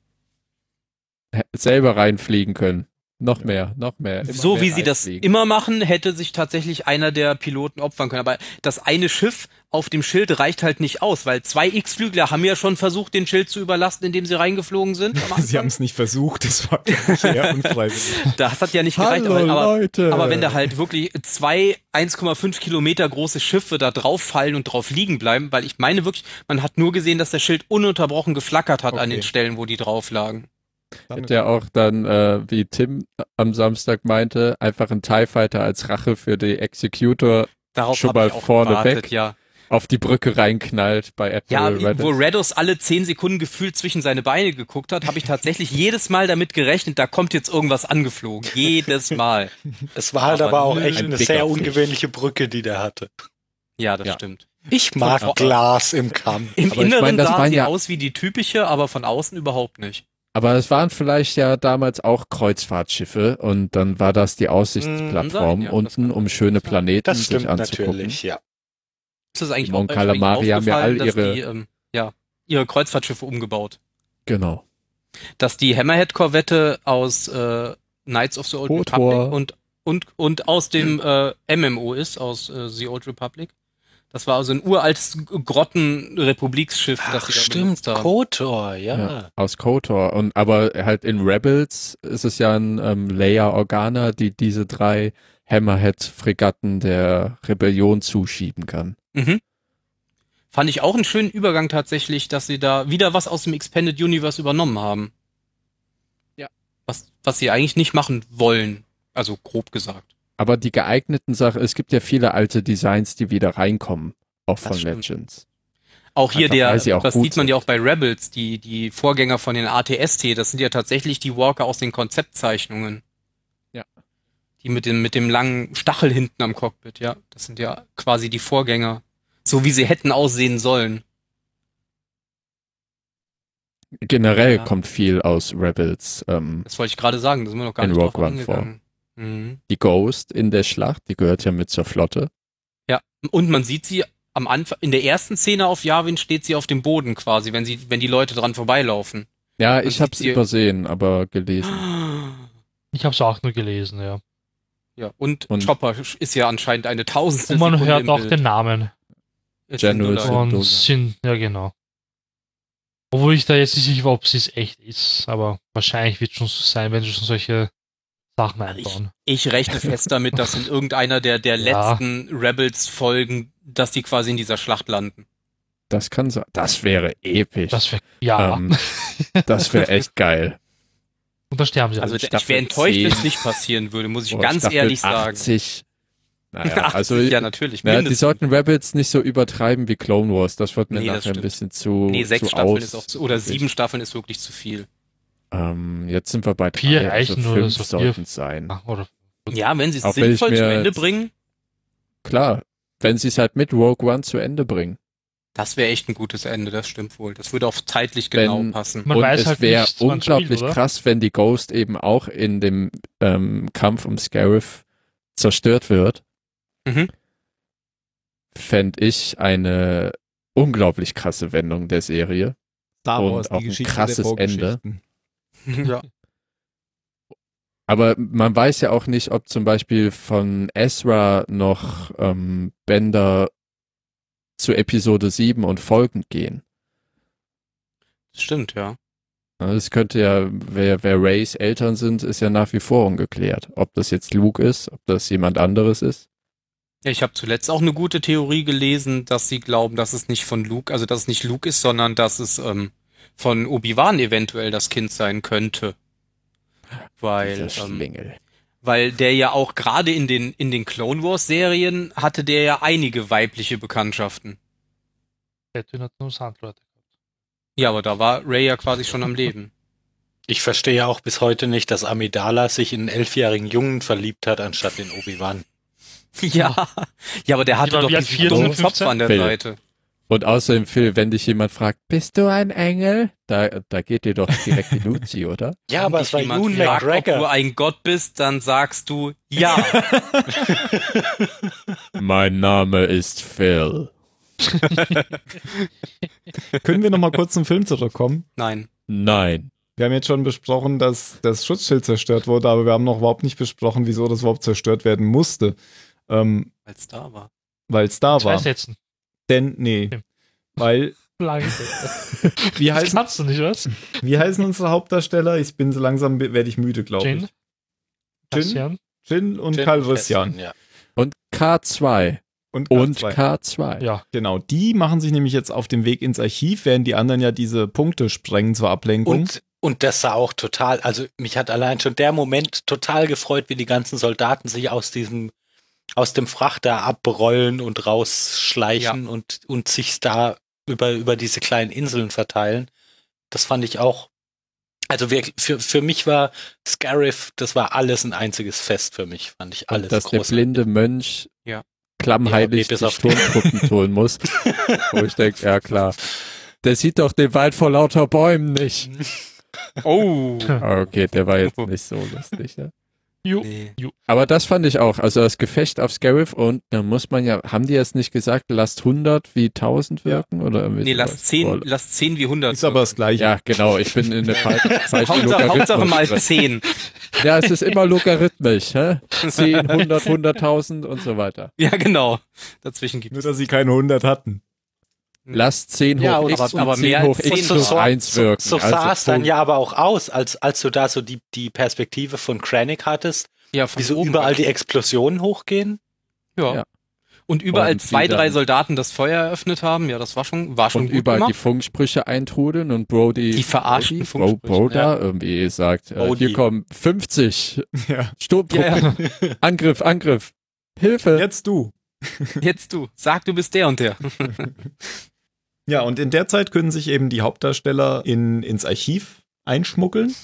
selber reinfliegen können. Noch mehr, noch mehr. immer
So
mehr
wie sie das
reinfliegen.
immer machen, hätte sich tatsächlich einer der Piloten opfern können. Aber das eine Schiff auf dem Schild reicht halt nicht aus, weil zwei X-Flügler haben ja schon versucht, den Schild zu überlasten, indem sie reingeflogen sind. am
Sie
Anfang.
haben es nicht versucht, das war sehr unfreiwillig.
das hat ja nicht gereicht.
Hallo,
aber, aber,
Leute.
aber wenn da halt wirklich zwei 1,5 Kilometer große Schiffe da drauf fallen und drauf liegen bleiben, weil ich meine wirklich, man hat nur gesehen, dass der Schild ununterbrochen geflackert hat
Okay.
an den Stellen, wo die drauf lagen.
Hätte ja auch dann, äh, wie Tim am Samstag meinte, einfach einen TIE Fighter als Rache für die Executor
Darauf
Schon
hab
mal
ich auch
vorne
gewartet,
weg.
ja.
auf die Brücke reinknallt bei
Ja,
Admiral
wo
Reddit.
Redos alle zehn Sekunden gefühlt zwischen seine Beine geguckt hat, habe ich tatsächlich jedes Mal damit gerechnet, da kommt jetzt irgendwas angeflogen. Jedes Mal.
Es war halt aber,
Aber
auch
nö.
echt
Ein
eine
dicker
sehr
Fisch.
ungewöhnliche Brücke, die der hatte.
Ja, das
Ja.
stimmt.
Ich mag Glas im Kamm.
Im
Aber ich
Inneren
mein, das
sah
waren
sie
ja-
aus wie die typische, aber von außen überhaupt nicht.
Aber es waren vielleicht ja damals auch Kreuzfahrtschiffe und dann war das die Aussichtsplattform
Mm, Mhm, ja, das
unten,
kann
um schöne
sein.
Planeten
Das
sich
stimmt
anzugucken.
natürlich, ja.
Ist das eigentlich
Die Mon
auch ist eigentlich
Calamari haben ja
aufgefallen,
all
dass
ihre-
die, ähm, ja, ihre Kreuzfahrtschiffe umgebaut.
Genau.
Dass die Hammerhead-Korvette aus äh, Knights of the Old
Kotor.
Republic und, und, und aus dem äh, MMO ist, aus äh, The Old Republic. Das war also ein uraltes Grotten-Republiksschiff, das
Ach,
sie da
stimmt,
benutzt haben.
Kotor, ja.
Ja, aus KOTOR. Und aber halt in Rebels ist es ja ein ähm, Leia Organa, die diese drei Hammerhead-Fregatten der Rebellion zuschieben kann.
Mhm. Fand ich auch einen schönen Übergang tatsächlich, dass sie da wieder was aus dem Expanded Universe übernommen haben.
Ja.
Was, was sie eigentlich nicht machen wollen. Also grob gesagt.
Aber die geeigneten Sachen, es gibt ja viele alte Designs, die wieder reinkommen, auch von
stimmt.
Legends.
Auch hier
Einfach, weil sie
der,
auch
das
gut
sieht man
sind.
ja auch bei Rebels, die, die Vorgänger von den ATST, das sind ja tatsächlich die Walker aus den Konzeptzeichnungen.
Ja.
Die mit dem, mit dem langen Stachel hinten am Cockpit, ja. Das sind ja quasi die Vorgänger. So wie sie hätten aussehen sollen.
Generell
Ja.
kommt viel aus Rebels. Ähm,
Das wollte ich gerade sagen, da sind wir noch gar
In
nicht drauf
Rogue One
eingegangen. Mhm.
die Ghost in der Schlacht, die gehört ja mit zur Flotte.
Und man sieht sie am Anfang, in der ersten Szene auf Yavin steht sie auf dem Boden quasi, wenn sie, wenn die Leute dran vorbeilaufen.
Ja,
Man
ich
sieht
hab's
sie-
übersehen, aber gelesen.
Ich habe es auch nur gelesen, ja.
Ja, und,
Und-
Chopper ist ja anscheinend eine tausendstel
Und man
Sekunde
hört
im
auch
Bild.
den Namen
Jetzt
General
sind wir da.
von
Sindula.
Sind, ja genau. Obwohl ich da jetzt nicht sicher war, ob sie es echt ist, aber wahrscheinlich wird schon so sein, wenn sie schon solche Sachen
Also ich-
einbauen.
Ich rechne fest damit, dass in irgendeiner der, der
Ja.
letzten Rebels-Folgen, dass die quasi in dieser Schlacht landen.
Das kann sein. Das wäre episch.
Das wär, ja,
Ähm, das wäre echt geil.
und da sterben sie
Also
alle.
ich
Staffel
wäre enttäuscht, wenn es
10.
nicht passieren würde, muss ich
Boah,
ganz
Staffel
ehrlich sagen.
80. Naja,
80,
also
ja, natürlich.
Ja, die
mindestens.
sollten Rebels nicht so übertreiben wie Clone Wars. Das wird mir
Nee, das
nachher ein
stimmt.
bisschen zu.
nee, sechs
zu
Staffeln
aus-
ist auch zu, oder sieben Staffeln ist wirklich zu viel.
Ähm, jetzt sind wir bei drei.
Vier reichen
also
oder
fünf
so, vier.
sollten sein.
Ah, Oder
Ja, wenn sie es
Auch wenn ich
sinnvoll
mir
zum Ende
jetzt-
bringen,
Klar, wenn sie es halt mit Rogue One zu Ende bringen.
das wäre echt ein gutes Ende, das stimmt wohl. Das würde auch zeitlich genau
Wenn-
passen.
man
Und
weiß
es
halt
wäre
nicht, wann es
unglaublich
spielt, oder?
krass, wenn die Ghost eben auch in dem ähm, Kampf um Scarif zerstört wird.
Mhm.
Fänd ich eine unglaublich krasse Wendung der Serie.
Star
Und
Wars,
auch ein
die Geschichte
krasses
der Vorgeschichten.
ja.
Aber man weiß ja auch nicht, ob zum Beispiel von Ezra noch ähm, Bänder zu Episode 7 und folgend gehen.
Stimmt, ja.
Also Es könnte ja, wer, wer Rays Eltern sind, ist ja nach wie vor ungeklärt. Ob das jetzt Luke ist, ob das jemand anderes ist.
Ja, Ich habe zuletzt auch eine gute Theorie gelesen, dass sie glauben, dass es nicht von Luke, also dass es nicht Luke ist, sondern dass es ähm, von Obi-Wan eventuell das Kind sein könnte. Weil,
Dieser
ähm,
Schlingel.
weil der ja auch gerade in den, in den Clone Wars Serien hatte der ja einige weibliche Bekanntschaften.
Tatooine hat nur Sand, Leute.
Ja, aber da war Ray ja quasi schon am Leben.
Ich verstehe ja auch bis heute nicht, dass Amidala sich in einen elfjährigen Jungen verliebt hat, anstatt in Obi-Wan.
Ja, ja, aber der hatte
war
doch
wie alt,
diesen
14,
dummen Zopf
15?
an der
Phil.
Seite.
Und außerdem, Phil, wenn dich jemand fragt, bist du ein Engel? Da, da geht dir doch direkt die Luzi, oder?
Ja, aber
Wenn
es
dich
war
jemand
Ewan
fragt, Ob du
McGregor.
ein Gott bist, dann sagst du ja.
Mein Name ist Phil.
Können wir noch mal kurz zum Film zurückkommen?
Nein.
Nein.
Wir haben jetzt schon besprochen, dass das Schutzschild zerstört wurde, aber wir haben noch überhaupt nicht besprochen, wieso das überhaupt zerstört werden musste. Ähm,
Als da war.
weil es da
Zwei
war.
Sätzen.
Denn, nee.
Stimmt.
Weil,
Lange. Das
wie heißen,
kannst du nicht, was?
wie heißen unsere Hauptdarsteller? Ich bin so langsam, werde ich müde, glaube
Jin?
ich. Jin,
Cassian?
Jin und
Jin
Karl
Kessin,
Rissian.
Ja.
Und K2.
Und,
Und
K2.
K2.
Ja.
Genau, die machen sich nämlich jetzt auf dem Weg ins Archiv, während die anderen ja diese Punkte sprengen zur Ablenkung.
Und, und das sah auch total, also mich hat allein schon der Moment total gefreut, wie die ganzen Soldaten sich aus diesem, aus dem Frachter abrollen und rausschleichen und, und sich da über, über diese kleinen Inseln verteilen. Das fand ich auch, also wirklich, für, für mich war Scarif, das war alles ein einziges Fest für mich, fand ich alles
dass der
großartig.
blinde Mönch
Ja.
Ja,
klammheilig
okay, bis
die
auf die-
Sturmtruppen tun muss. Wo ich denke, ja klar. Der sieht doch den Wald vor lauter Bäumen nicht.
Oh.
Ah, Okay, der war jetzt nicht so lustig. Ne?
Jo.
Nee.
Aber das fand ich auch. Also das Gefecht auf Scarif und da muss man ja, haben die jetzt nicht gesagt, lasst 100 wie 1000 wirken? Oder irgendwie
Nee,
sowas?
lass 10,
Boah,
lass 10 wie 100.
Ist aber das Gleiche.
Ja, genau. Ich bin in der Fall.
Hauptsache, Hauptsache mal 10.
Ja, es ist immer logarithmisch. Hä? 10, 100, 100.000 und so weiter.
Ja, genau. Dazwischen gibt
Nur,
es.
dass sie keine 100 hatten.
Hm. Lass 10 hoch
Ja, und
x
aber-
und
aber
10
mehr
hoch
als
Und
10
x
so,
plus
plus
so,
1
so,
wirken.
so
also
sah es dann
so-
ja aber auch aus, als, als du da so die, die Perspektive von Kranich hattest,
Ja, von
wie so
oben.
überall die Explosionen hochgehen.
Ja.
Ja.
Und überall
Und die
zwei, drei
dann-
Soldaten das Feuer eröffnet haben. Ja, das war schon, war schon
und
gut
überall die
gemacht.
Funksprüche eintrudeln und Brody
Die verarschten
Brody, Bro,
Funksprüche,
Broda
ja.
irgendwie sagt, äh,
Brody.
hier kommen 50
Ja.
Sturmtruppen,
Ja,
Angriff, Angriff, Hilfe.
Jetzt du.
ja. Jetzt du. Sag, du bist der und der.
Ja, und in der Zeit können sich eben die Hauptdarsteller in, ins Archiv einschmuggeln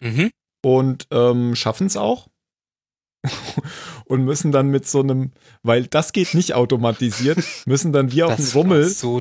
Mhm.
und ähm, schaffen es auch. und müssen dann mit so einem, weil das geht nicht automatisiert, müssen dann wir auf dem
Das
Rummel,
war so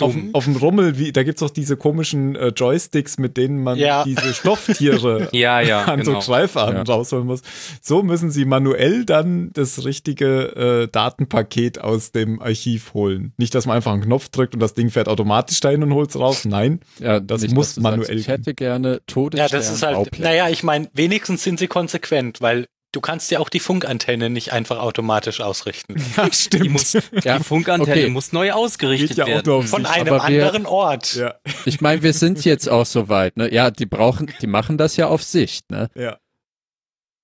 auf,
dumm.
auf dem Rummel, wie, da gibt es auch diese komischen äh, Joysticks, mit denen man
Ja.
diese Stofftiere
Ja, ja,
an
genau.
so Greifarmen rausholen muss. So müssen sie manuell dann das richtige äh, Datenpaket aus dem Archiv holen. Nicht, dass man einfach einen Knopf drückt und das Ding fährt automatisch dahin und holt es raus. Nein,
Ja,
Das
nicht,
muss
dass du sagst,
manuell
Ich hätte gerne
Ja,
Todesstern.
das ist halt,
Baupläne.
naja, ich meine, wenigstens sind sie konsequent, weil du kannst ja auch die Funkantenne nicht einfach automatisch ausrichten.
ja, stimmt.
Die muss-
Ja,
Die Funkantenne
okay.
muss neu ausgerichtet
Geht ja auch
werden.
nur auf
Von
sich,
einem
aber wir-
anderen Ort.
ja,
Ich meine, wir sind jetzt auch so weit, ne? Ja, die brauchen, die machen das ja auf Sicht, ne?
ja.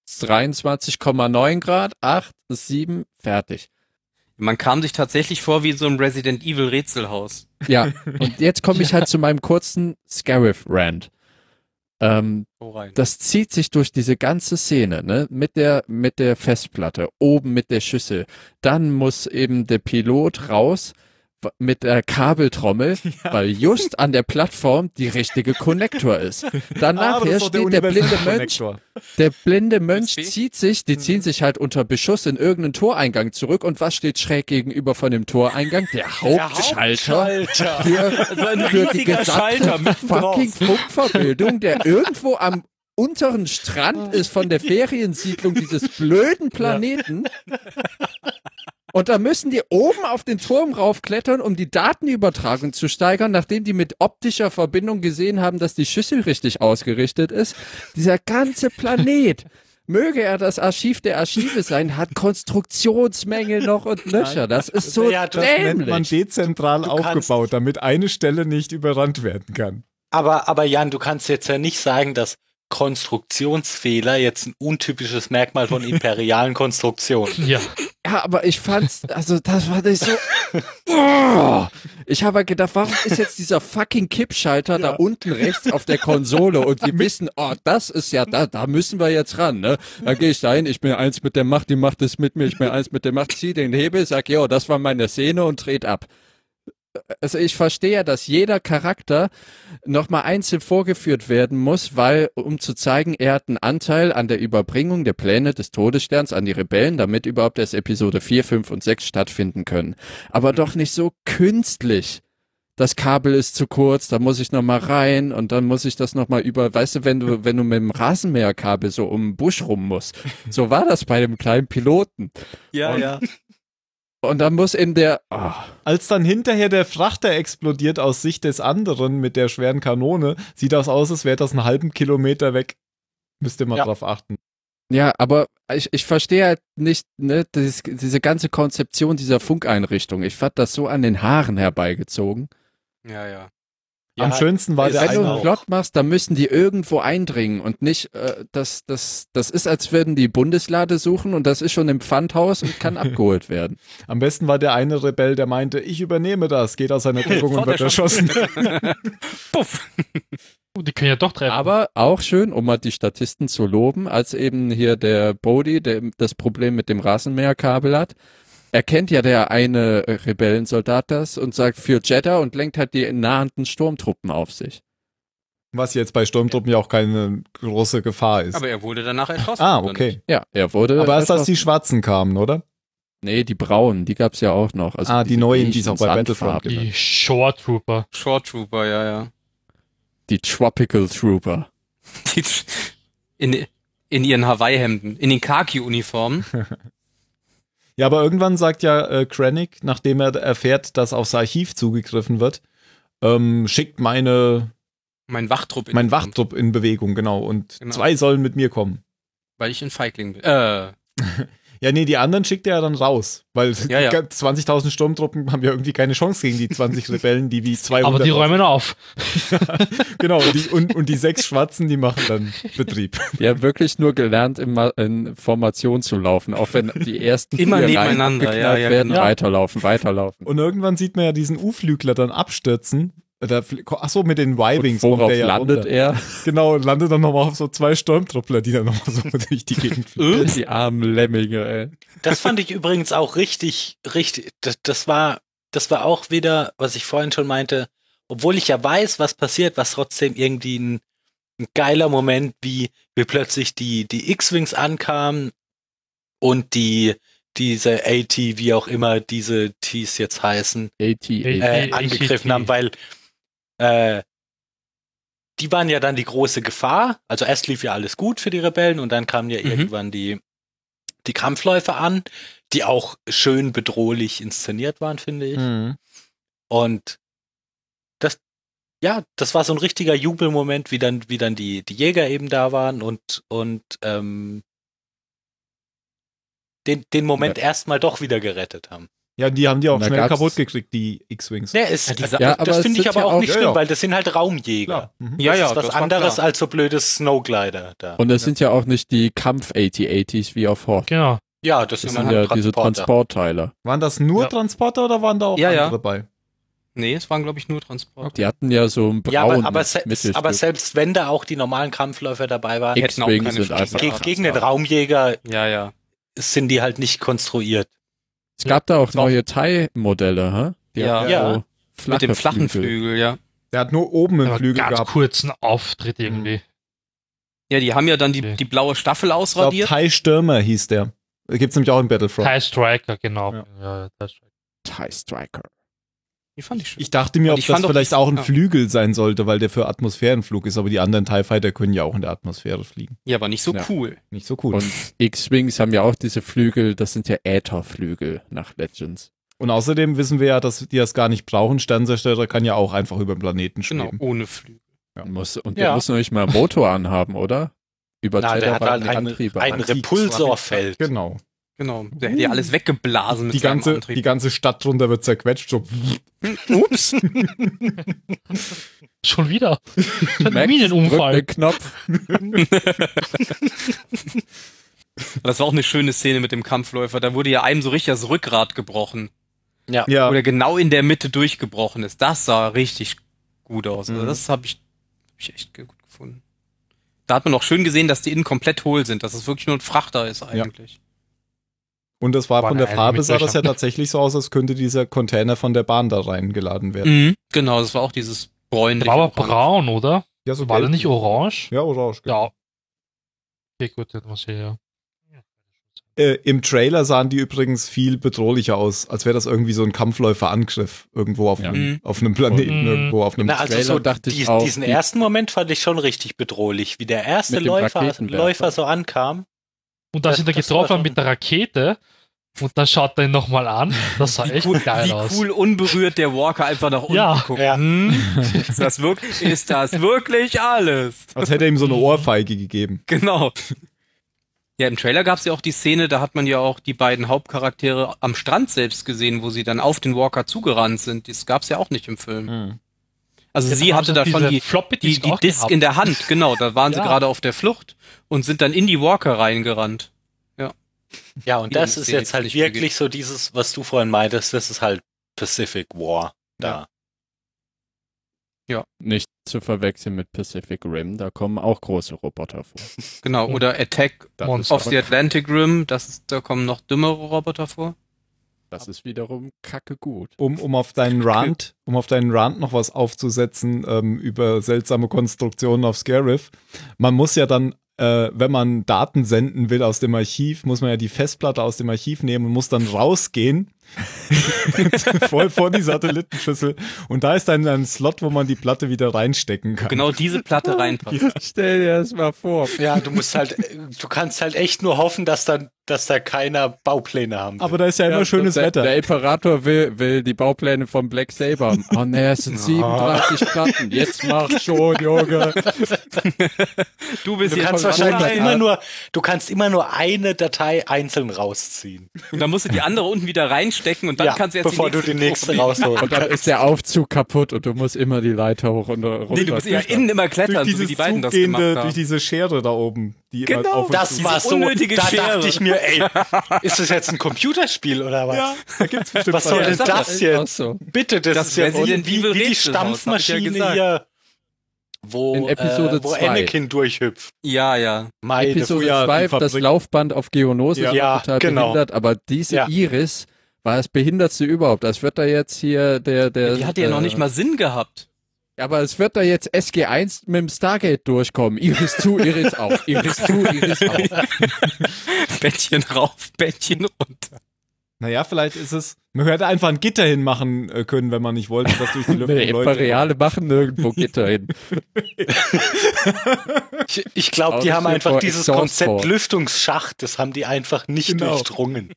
23,9 Grad, 8, 7, fertig.
Man kam sich tatsächlich vor wie so ein Resident Evil Rätselhaus.
Ja, und jetzt komme ich halt zu meinem kurzen Scarif-Rand. Ähm,
So Oh, rein.
das zieht sich durch diese ganze Szene, ne? Mit der, mit der Festplatte, oben mit der Schüssel. Dann muss eben der Pilot raus w- mit der Kabeltrommel, weil just an der Plattform die richtige Konnektor ist.
Ah,
Danach
das ist doch
steht der, blinde Mönch,
Universal-Konnektor.
der blinde Mönch
USB?
zieht sich, die ziehen sich halt unter Beschuss in irgendeinen Toreingang zurück und was steht schräg gegenüber von dem Toreingang? Der Hauptschalter
Hauptschalter.
für,
ein
für die
riesiger
gesamte
Schalter mitten drauf.
fucking Funkverbildung, der irgendwo am unteren Strand ist von der Feriensiedlung dieses blöden Planeten. Und da müssen die oben auf den Turm raufklettern, um die Datenübertragung zu steigern, nachdem die mit optischer Verbindung gesehen haben, dass die Schüssel richtig ausgerichtet ist. Dieser ganze Planet, möge er das Archiv der Archive sein, hat Konstruktionsmängel noch und Löcher. Das ist so
Ja, das
Das nennt man
dämlich.
dezentral
Du kannst-
aufgebaut, damit eine Stelle nicht überrannt werden kann.
Aber, aber Jan, du kannst jetzt ja nicht sagen, dass Konstruktionsfehler jetzt ein untypisches Merkmal von imperialen Konstruktionen.
Ja,
Ja, aber ich fand's, also das war nicht so. Oh! Ich habe gedacht, warum ist jetzt dieser fucking Kippschalter da unten rechts auf der Konsole und wir wissen, oh, das ist ja, da, da müssen wir jetzt ran, ne? Dann gehe ich da hin, ich bin eins mit der Macht, die Macht ist mit mir, ich bin eins mit der Macht, zieh den Hebel, sag, jo, das war meine Szene und dreht ab. Also ich verstehe ja, dass jeder Charakter nochmal einzeln vorgeführt werden muss, weil, um zu zeigen, er hat einen Anteil an der Überbringung der Pläne des Todessterns an die Rebellen, damit überhaupt erst Episode 4, 5 und 6 stattfinden können. Aber doch nicht so künstlich. Das Kabel ist zu kurz, da muss ich nochmal rein und dann muss ich das nochmal über, weißt du, wenn du, wenn du mit dem Rasenmäherkabel so um den Busch rum musst. So war das bei dem kleinen Piloten.
Ja, ja.
Und dann muss eben der, ah.
Als dann hinterher der Frachter explodiert aus Sicht des anderen mit der schweren Kanone, sieht das aus, als wäre das einen halben Kilometer weg. Müsst ihr mal
Ja.
drauf achten.
Ja, aber ich, ich verstehe halt nicht, ne, das, diese ganze Konzeption dieser Funkeinrichtung. Ich fand das so an den Haaren herbeigezogen.
Ja, ja. genau.
Am schönsten war
ist
der
Wenn du
eine
einen
auch.
Plot machst, dann müssen die irgendwo eindringen und nicht, äh, das, das, das ist, als würden die Bundeslade suchen und das ist schon im Pfandhaus und kann abgeholt werden.
Am besten war der eine Rebell, der meinte, ich übernehme das, geht aus seiner Deckung und wird erschossen.
Puff.
Oh, die können ja doch treffen.
Aber auch schön, um mal die Statisten zu loben, als eben hier der Bodhi, der das Problem mit dem Rasenmäherkabel hat, erkennt ja der eine Rebellensoldat das und sagt für Jeddah und lenkt halt die nahenden Sturmtruppen auf sich.
Was jetzt bei Sturmtruppen ja auch keine große Gefahr ist.
Aber er wurde danach erschossen.
ah,
oder
okay.
nicht?
Ja, er wurde.
Aber erst als
erschossen.
die Schwarzen kamen, oder?
Nee, die braunen, die gab's ja auch noch. Also
Ah, die
diese
neuen, die es auch bei
griechen
Battlefront
Sandfarben.
die Shore Trooper.
Short Trooper, ja, ja.
Die Tropical Trooper.
Die tsch- in, in ihren Hawaii-Hemden, in den Khaki-Uniformen.
Ja, aber irgendwann sagt ja äh, Krennic, nachdem er erfährt, dass aufs Archiv zugegriffen wird, ähm, schickt meine,
Mein Wachtrupp. in-
mein Wachtrupp in Bewegung, genau. Und
Genau.
zwei sollen mit mir kommen.
Weil ich ein Feigling bin. Äh,
Ja, nee, die anderen schickt er ja dann raus, weil
Ja, ja.
20.000 Sturmtruppen haben ja irgendwie keine Chance gegen die 20 Rebellen, die wie 200.
Aber die räumen auf.
Genau, und die, und, und die sechs Schwarzen, die machen dann Betrieb.
Die haben wirklich nur gelernt, in, Ma- in Formation zu laufen, auch wenn die ersten
Immer
vier Reihen
nebeneinander, ja,
abgeknallt
ja,
werden,
genau.
weiterlaufen, weiterlaufen.
Und irgendwann sieht man ja diesen U-Flügler dann abstürzen. Da fl- Ach so, mit den
Und
Y-Wings. kommt
worauf
der ja
landet
runter.
er?
Genau, und landet dann nochmal auf so zwei Sturmtruppler, die dann nochmal so durch die Gegend fliegen.
Hm?
Die armen Lemminge, ey.
Das fand ich übrigens auch richtig, richtig. Das, das war, das war auch wieder, was ich vorhin schon meinte, obwohl ich ja weiß, was passiert, was trotzdem irgendwie ein, ein geiler Moment, wie, wie plötzlich die, die X-Wings ankamen und die, diese AT, wie auch immer diese Ts jetzt heißen,
AT,
äh,
Die
angegriffen
AT.
haben, weil äh, die waren ja dann die große Gefahr. Also erst lief ja alles gut für die Rebellen und dann kamen ja
Mhm.
irgendwann die, die Kampfläufe an, die auch schön bedrohlich inszeniert waren, finde
Äh?
ich.
Mhm.
Und das, ja, das war so ein richtiger Jubelmoment, wie dann, wie dann die, die Jäger eben da waren und, und ähm, den, den Moment erstmal doch wieder gerettet haben.
Ja, die haben die auch
Da
schnell
gab's-
kaputt gekriegt, die X-Wings.
Ja, es,
ja, Äh, aber
äh, das
es
finde ich
sind
aber
ja
auch
auch-
nicht
ja,
schlimm,
ja.
weil das sind halt Raumjäger.
Klar. Mhm.
Ja,
das
ja,
ist was
das war
anderes
klar.
als so blöde Snowglider da.
Und es sind ja auch nicht die Kampf-AT-ATs wie auf Hoth.
Genau.
ja, das,
Das
sind
sind
halt
ja diese Transportteile.
Waren das nur
Ja.
Transporter oder waren da auch
Ja, ja.
andere bei?
Nee, es waren, glaube ich, nur Transporter.
Die hatten ja so ein
Ja, aber,
braunen
aber, se
Mittelstück.
aber selbst wenn da auch die normalen Kampfläufer dabei waren,
hätten auch
X-Wing
keine
sind
Chance
einfach
ge
ja.
gegen den Raumjäger
Ja, ja.
sind die halt nicht konstruiert.
Es gab da auch neue Thai-Modelle, hä? Die
Ja.
hatten
Ja.
so
Mit dem
flache
flachen Flügel. ja.
Der hat nur oben einen
Aber
Flügel
ganz
gehabt.
kurzen Auftritt irgendwie.
Ja, die haben ja dann die,
Okay.
die blaue Staffel
Ich glaub,
ausradiert.
Thai Stürmer hieß der. Gibt's nämlich auch in Battlefront.
Thai Striker, genau.
Ja.
Ja. Ja, Thai Striker.
Thai Striker.
Die fand ich schön.
Ich dachte mir,
Und
ob
ich
das
fand doch-
vielleicht auch ein
ja.
Flügel sein sollte, weil der für Atmosphärenflug ist, aber die anderen TIE Fighter können ja auch in der Atmosphäre fliegen.
ja, aber nicht so
Ja.
cool.
Nicht so cool. Und,
Und X-Wings haben ja auch diese Flügel, das sind ja Ätherflügel nach Legends.
außerdem wissen wir ja, dass die das gar nicht brauchen. Sternzerstörer kann ja auch einfach über den Planeten
Genau,
schweben.
ohne Flügel.
Ja.
Muss, und
Ja.
der muss noch nicht mal einen Motor anhaben, oder? Über
Na, der hat
Zelda-
halt
nee,
einen,
Antriebe.
ein
Antrieb.
Repulsorfeld.
Genau.
Genau. Der hätte ja alles weggeblasen mit
Uh. Die
seinem
ganze, die
Antrieb.
ganze Stadt drunter wird zerquetscht. So.
Ups.
Schon wieder. Ein
Max, drück
Minenunfall.
den Knopf.
Das war auch eine schöne Szene mit dem Kampfläufer. Da wurde ja einem so richtig das Rückgrat gebrochen.
Ja.
Oder genau in der Mitte durchgebrochen ist. Das sah richtig gut aus. Also
Mhm.
das habe ich, hab ich echt gut gefunden. Da hat man auch schön gesehen, dass die innen komplett hohl sind, dass es wirklich nur ein Frachter ist eigentlich.
Und das war
Boah,
von der
nein,
Farbe,
mit
sah das ja
Löchern.
tatsächlich so aus, als könnte dieser Container von der Bahn da reingeladen werden.
Mhm. Genau, das war auch dieses bräunliche.
Der war aber
Orange.
braun, oder?
Ja, so
War der
gelb.
nicht orange?
Ja, orange. gelb.
Ja. Okay, gut, dann muss ich ja.
Äh, Im Trailer sahen die übrigens viel bedrohlicher aus, als wäre das irgendwie so ein Kampfläuferangriff irgendwo auf,
Ja.
einem,
Mhm.
auf einem Planeten,
Mhm.
irgendwo auf einem
Na, also
Trailer
so
dachte ich
dies-
auch,
diesen
die-
ersten Moment fand ich schon richtig bedrohlich, wie der erste
Mit dem
Läufer,
Raketenwerfer.
Läufer so ankam.
Und da
Das-
sind er
das war
getroffen
schon-
mit der Rakete. Und dann schaut er ihn nochmal an. Das sah
Wie
echt
cool,
geil
wie
aus.
cool unberührt der Walker einfach nach unten
Ja.
guckt. Mhm.
Ja.
Ist, das wirklich, ist das wirklich alles?
Als hätte er ihm so eine Ohrfeige gegeben.
Genau. Ja, im Trailer gab es ja auch die Szene, da hat man ja auch die beiden Hauptcharaktere am Strand selbst gesehen, wo sie dann auf den Walker zugerannt sind. Das gab es ja auch nicht im Film. Also
Jetzt
sie
haben
hatte da schon
diese
die,
Floppy
die,
Disk
die
auch
Disk
gehabt.
in der Hand, genau. Da waren sie
Ja.
gerade auf der Flucht und sind dann in die Walker reingerannt.
Ja, und
Ja,
das
das
ist
sehe
jetzt
ich
halt
nicht
wirklich
wirklich.
so dieses, was du vorhin meintest, das ist halt Pacific War da.
Nicht zu verwechseln mit Pacific Rim, da kommen auch große Roboter vor.
Genau. Oder Attack
Das
Monster.
of the Atlantic Rim, das ist, da kommen noch dümmere Roboter vor.
Das ist wiederum kacke gut.
Um, um auf deinen Rant, um auf deinen Rant noch was aufzusetzen ähm, über seltsame Konstruktionen auf Scarif. Man muss ja dann, äh, wenn man Daten senden will aus dem Archiv, muss man ja die Festplatte aus dem Archiv nehmen und muss dann rausgehen vor, vor die Satellitenschüssel. Und da ist dann ein Slot, wo man die Platte wieder reinstecken kann.
Genau diese Platte reinpasst.
Stell dir das mal vor.
Ja, du musst halt, äh, du kannst halt echt nur hoffen, dass dann, dass da keiner Baupläne haben.
Aber da ist ja immer schönes
der,
Wetter.
Der Imperator will, will die Baupläne von Black Saber. haben. Oh ne, es sind 37 Platten. Jetzt mach schon, Junge.
Du bist
Du
hier
kannst
schon
wahrscheinlich
allein.
immer nur, du kannst immer nur eine Datei einzeln rausziehen.
Und dann musst du die andere unten wieder reinstecken und dann kannst du jetzt
bevor
die
du die
nächste
nächste
drauf-
rausholen
Und dann ist der Aufzug kaputt und du musst immer die Leiter hoch und runter.
Nee, du musst ja innen immer
durch
klettern, so wie
dieses
die beiden das
zugehende-
gemacht haben.
durch diese Schere da oben, die immer
Genau.
auf und
Das
zu-
war
Diese
so, da
unnötige
dachte
Schere.
ich mir, ey, ist das jetzt ein Computerspiel oder was?
Ja, da gibt's bestimmt
Was soll
was.
denn
das
das jetzt?
so.
Bitte, das,
Das
ist ja
Resident
wie,
Evil
wie die
Rätsel House, hab ich ja
Stampfmaschine
gesagt.
hier, wo,
In Episode
äh, wo
zwei.
Anakin durchhüpft.
Ja, ja.
Meine
Episode
Früher-
früher die
2, das
Fabrik-
Laufband auf Geonosis
Ja,
war total
genau.
behindert, aber diese
Ja.
Iris war das Behindertste überhaupt. Als wird da jetzt hier der, der.
Die hat ja noch
äh,
nicht mal Sinn gehabt.
Aber es wird da jetzt SG1 mit dem Stargate durchkommen. Iris zu, Iris auf. Iris zu, Iris auf.
Bettchen rauf, Bettchen runter.
Naja, vielleicht ist es. Man hätte einfach ein Gitter hinmachen äh, können, wenn man nicht wollte, dass durch die Lüftung
Nee,
Leute.
Imperiale machen nirgendwo Gitter hin.
Ich, ich glaube, die
Auto
haben
steht
einfach
vor
dieses
Exhaust
Konzept
vor.
Lüftungsschacht, das haben die einfach nicht
Genau.
durchdrungen.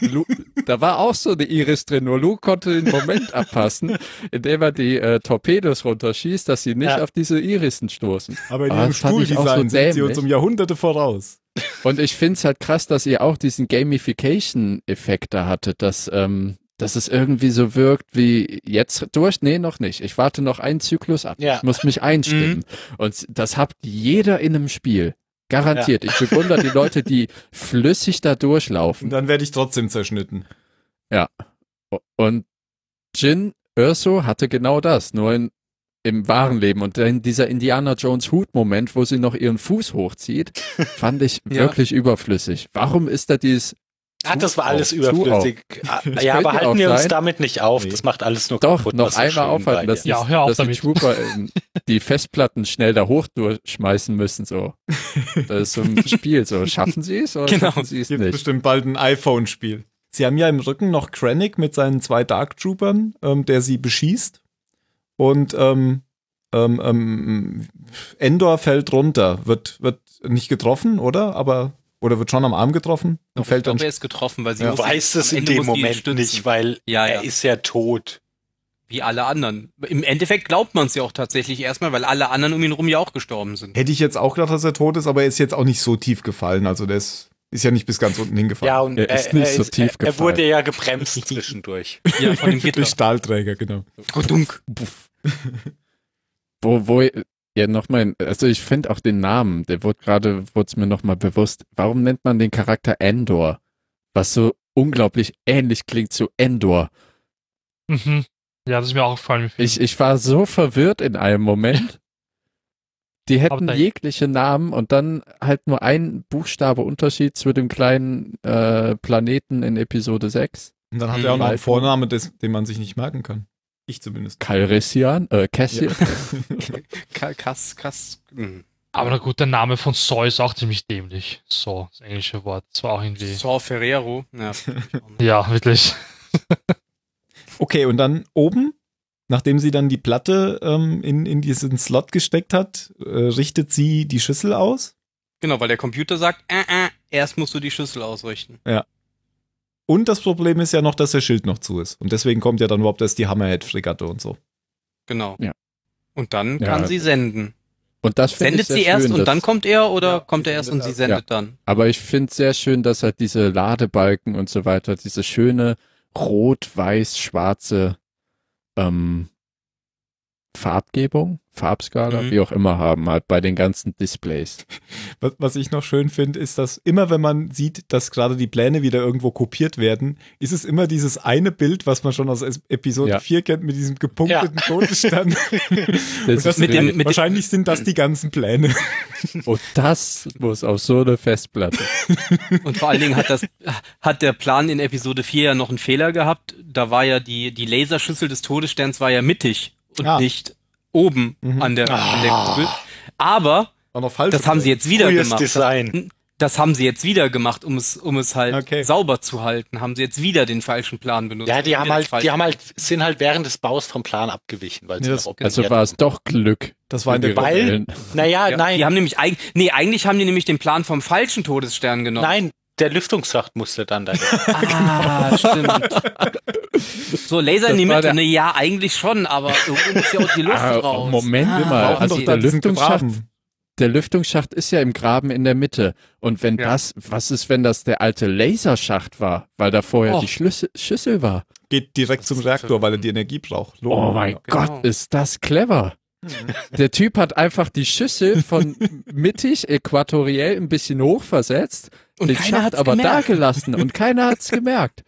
Lu da war auch so eine Iris drin, nur Luke konnte den Moment abpassen, indem er die äh, Torpedos runterschießt, dass sie nicht
Ja.
auf diese Irisen stoßen.
Aber in
Ah,
ihrem
das fand ich auch so
Stuhldesign sind sie uns
dämlich.
um Jahrhunderte voraus.
Und ich find's halt krass, dass ihr auch diesen Gamification-Effekt da hattet, dass, ähm, dass es irgendwie so wirkt wie jetzt durch. Nee, noch nicht. Ich warte noch einen Zyklus ab.
Ja.
Ich muss mich einstimmen. Und das habt jeder in einem Spiel. Garantiert. Ich bewundere die Leute, die flüssig da
Und
durchlaufen.
dann werde ich trotzdem zerschnitten.
Und Jin Erso hatte genau das, nur in, im wahren Leben. Und dann dieser Indiana Jones Hut-Moment, wo sie noch ihren Fuß hochzieht, fand ich
Ja.
wirklich überflüssig. Warum ist da dieses
Ah, das war
Zu
alles
auf,
überflüssig. Ah, Ja,
könnte
aber halten
auch
wir uns
sein.
damit nicht auf.
Nee.
Das macht alles nur
Doch,
kaputt.
noch
was so schön
einmal
bei
aufhalten,
dir
dass, die-
ist.
Ja, hör auf
dass die
damit.
Trooper ähm, die Festplatten schnell da hochschmeißen müssen. So. Das ist so ein Spiel. So. Schaffen sie es oder
Genau.
schaffen sie es
Gibt
nicht?
bestimmt bald ein iPhone-Spiel. Sie haben ja im Rücken noch Krennic mit seinen zwei Dark Troopern, ähm, der sie beschießt. Und ähm, ähm, ähm, Endor fällt runter. Wird, wird nicht getroffen, oder? Aber, oder wird schon am Arm getroffen und fällt dann.
Doch, er ist getroffen, weil sie
Er
muss
weiß es
am
in
Ende
dem
muss die ihn
Moment
stützen.
nicht, weil
Ja, ja.
er ist ja tot.
Wie alle anderen. Im Endeffekt glaubt man es ja auch tatsächlich erstmal, weil alle anderen um ihn rum ja auch gestorben sind.
Hätte ich jetzt auch gedacht, dass er tot ist, aber er ist jetzt auch nicht so tief gefallen. Also der ist, ist ja nicht bis ganz unten hingefallen.
Ja, und
Er
er,
ist nicht
er,
so tief
er, er
gefallen.
wurde ja gebremst zwischendurch.
Ja, von dem
Durch Stahlträger, genau.
Dunk.
Wo, wo, ja, nochmal, also ich finde auch den Namen, der wurde gerade, wurde es mir nochmal bewusst. Warum nennt man den Charakter Endor? Was so unglaublich ähnlich klingt zu Endor.
Mhm. Ja, das ist mir auch gefallen.
Ich, ich war so verwirrt in einem Moment. Die
Aber
hätten
da-
jegliche Namen und dann halt nur ein Buchstabe Unterschied zu dem kleinen äh, Planeten in Episode 6.
Und dann hat
Mhm.
er auch noch einen
Balken.
Vornamen, des, den man sich nicht merken kann. Ich zumindest.
Calrissian, äh, Cassian.
Kass, Kass. hm.
Aber na gut, der Name von Saw ist auch ziemlich dämlich. Saw, das englische Wort. Das war auch irgendwie.
Hm. Saw Ferrero. Ja.
Ja, wirklich.
Okay, und dann oben, nachdem sie dann die Platte ähm, in, in diesen Slot gesteckt hat, äh, richtet sie die Schüssel aus
Genau, weil der Computer sagt, äh, äh, erst musst du die Schüssel ausrichten.
und das Problem ist ja noch, dass der Schild noch zu ist. Und deswegen kommt ja dann überhaupt erst die Hammerhead-Fregatte und so.
Genau.
Ja.
Und dann
Ja.
kann sie senden.
Und das finde
Sendet
ich sehr
sie erst
schön,
und dann
dass-
kommt er oder
Ja,
kommt
sie
er erst und
sendet
sie
erst.
sendet dann?
Aber ich finde sehr schön, dass halt diese Ladebalken und so weiter, diese schöne rot-weiß-schwarze ähm, Farbgebung, Farbskala,
Mhm.
wie auch immer haben, halt bei den ganzen Displays.
Was, was ich noch schön finde, ist, dass immer wenn man sieht, dass gerade die Pläne wieder irgendwo kopiert werden, ist es immer dieses eine Bild, was man schon aus Es- Episode
Ja.
4 kennt, mit diesem gepunkteten Todesstern. und das
ist
mit
mit dem-
dem,
mit dem-
wahrscheinlich sind das die ganzen Pläne.
Und oh, das muss auf so eine Festplatte.
Und vor allen Dingen hat das, hat der Plan in Episode 4 ja noch einen Fehler gehabt. Da war ja die, die Laserschüssel des Todessterns war ja mittig und
Ah.
nicht oben
Mhm.
an der, an der
Ah.
Kugel. Aber
Auch noch falsch.
das haben sie jetzt wieder
Frühes
gemacht.
Design.
Das haben sie jetzt wieder gemacht, um es, um es halt
Okay.
sauber zu halten. Haben sie jetzt wieder den falschen Plan benutzt.
Ja, die haben
Wieder
halt,
falsch-
die haben halt, sind halt während des Baus vom Plan abgewichen, weil sie halt
Ja,
ja,
das-
Also war es doch Glück.
Das war in der
für die
Ball-
Rebellen.
Naja,
ja,
halt nein,
Die haben nämlich eigentlich, nee, eigentlich haben die nämlich den Plan vom falschen Todesstern genommen.
nein, der Lüftungsschacht musste dann da.
Ah, stimmt. So, Laser in
Das
die
war
Mitte,
der-
ne? Ja, eigentlich schon, aber irgendwo muss ja auch die Luft
Ah,
raus.
Moment
ah,
mal,
brauchen
also
die-
der
da diesen
Lüftungsschacht-
Graben.
Der Lüftungsschacht ist ja im Graben in der Mitte. Und wenn
Ja.
das, was ist, wenn das der alte Laserschacht war, weil da vorher
Oh.
die Schlüssel, Schüssel war?
Geht direkt zum Reaktor, weil er die Energie braucht. Logo.
Oh mein
Genau. Mhm.
Gott, ist das clever. Der Typ hat einfach die Schüssel von mittig, äquatoriell ein bisschen hoch versetzt,
Und
den
keiner
Schacht
hat's
aber da
gemerkt.
gelassen und keiner hat's gemerkt.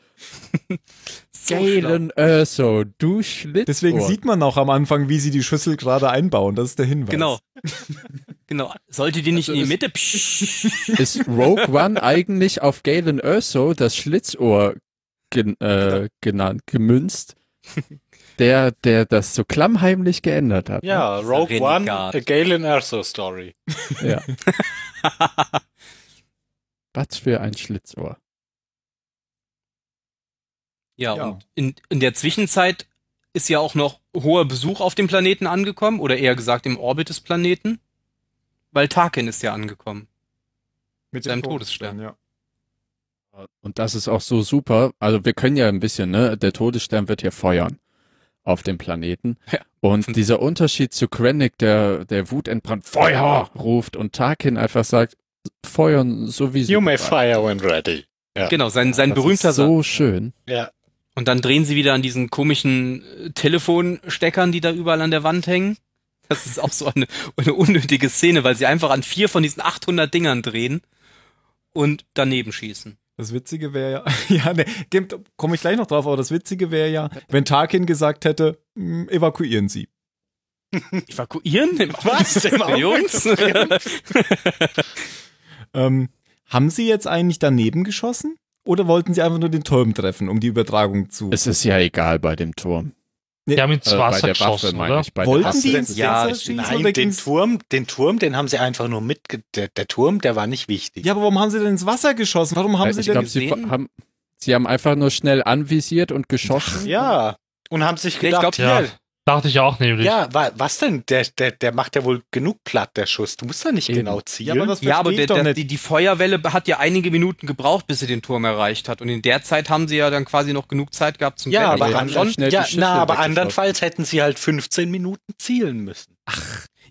So schlau.
Galen Erso, du Schlitzohr.
Deswegen sieht man auch am Anfang, wie sie die Schüssel gerade einbauen. Das ist der Hinweis.
Genau. genau. Sollte die nicht
Also
in die
es-
Mitte? Psch.
Ist Rogue One eigentlich auf Galen Erso das Schlitzohr gen,
Genau.
äh, genannt, gemünzt, der, der das so klammheimlich geändert hat. ne?
Ja, Rogue
Renegat.
One, a Galen Erso Story.
ja. Was für ein Schlitzohr.
Ja,
Ja.
und in, in der Zwischenzeit ist ja auch noch hoher Besuch auf dem Planeten angekommen, oder eher gesagt im Orbit des Planeten, weil Tarkin ist ja angekommen.
Mit
Seinem Todesstern.
Ja.
Und das ist auch so super. Also wir können ja ein bisschen, ne? Der Todesstern wird hier feuern auf dem Planeten.
Ja.
Und dieser Unterschied zu Krennic, der, der wutentbrannt Feuer ruft und Tarkin einfach sagt, feuern sowieso.
You may fire when ready. Ja.
Genau, sein, sein berühmter
ist so schön.
Ja.
Und dann drehen sie wieder an diesen komischen äh, Telefonsteckern, die da überall an der Wand hängen. Das ist auch so eine, eine unnötige Szene, weil sie einfach an vier von diesen 800 Dingern drehen und daneben schießen.
Das Witzige wäre ja, ja, ne, komme ich gleich noch drauf, aber das Witzige wäre ja, wenn Tarkin gesagt hätte, "Mm, evakuieren Sie.
Evakuieren? Im
Was? Im Auge
Jungs?
des Triumph?
Ähm, haben Sie jetzt eigentlich daneben geschossen? Oder wollten Sie einfach nur den Turm treffen, um die Übertragung zu.
Es ist ja egal bei dem Turm.
Die haben ins
Äh,
Wasser
bei der Waffe
geschossen,
meine
oder?
ich. Bei
Wollten
der Waffe.
die ins
Ja,
Fenster schießen?
Nein, den
oder ging's-
Turm, den Turm, den haben sie einfach nur mitge... Der, der Turm, der war nicht wichtig.
Ja, aber warum haben Sie denn ins Wasser geschossen? Warum haben
Äh,
Sie
ich
denn.
glaube, sie
gesehen?
haben, sie haben einfach nur schnell anvisiert und geschossen.
Ja. Und haben sich
Nee, ich
gedacht,
glaub,
Ja, dachte ich auch nämlich.
ja, wa was denn? Der, der, der macht ja wohl genug platt, der Schuss. Du musst da nicht
Eben.
genau
ja,
zielen.
aber das
Ja, aber
verstehe
der,
ich doch
der,
nicht.
die, die Feuerwelle hat ja einige Minuten gebraucht, bis sie den Turm erreicht hat. Und in der Zeit haben sie ja dann quasi noch genug Zeit gehabt zum
Ja, aber,
die
Klettern.
haben schon
andern,
schnell die
ja,
Schüssel
na, aber
weggeschossen.
andernfalls hätten sie halt 15 Minuten zielen müssen.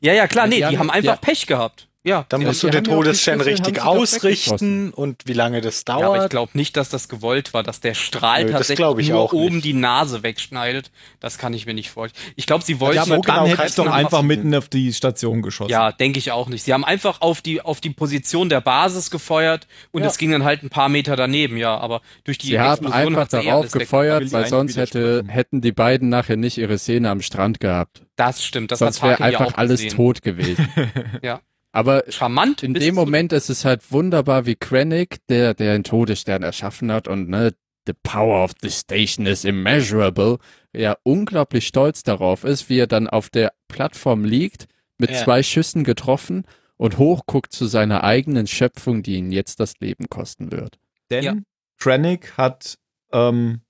ja, ja, klar, nee,
Die
die,
haben-
haben einfach
ja.
Pech gehabt. Ja,
Da
die
musst
die
du den
haben ja auch die
Todesstern
Schüssel,
richtig
haben sie doch
ausrichten und wie lange das
Ja, aber ich
dauert.
glaube nicht, dass das gewollt war, dass der Strahl
Nö, das glaub
tatsächlich
ich
nur
auch
oben
nicht.
die Nase wegschneidet. Das kann ich mir nicht vorstellen. Ich glaube, sie wollten
Ja, aber
so
genau
dann hätte ich
kannst
doch
du-
einfach mitten auf die Station geschossen.
ja, denke ich auch nicht. Sie haben einfach auf die auf die Position der Basis gefeuert und
Ja.
es ging dann halt ein paar Meter daneben, ja, aber durch die
Sie haben
Explosion
einfach
hat's eh
darauf
alles weg-
Will
gefeuert,
ich
weil
eigentlich
sonst hätte,
widersprechen.
hätten die beiden nachher nicht ihre Szene am Strand gehabt.
Das stimmt, das
sonst
hat
wäre
Tarkin ja
einfach
auch
alles
gesehen.
tot gewesen.
Ja.
Aber
Charmant
in
bis
dem
zu-
Moment ist es halt wunderbar, wie Krennic, der, der den Todesstern erschaffen hat und ne, the power of the station is immeasurable, ja unglaublich stolz darauf ist, wie er dann auf der Plattform liegt, mit
Ja.
zwei Schüssen getroffen und hochguckt zu seiner eigenen Schöpfung, die ihn jetzt das Leben kosten wird.
Denn
Ja.
Krennic hat ähm,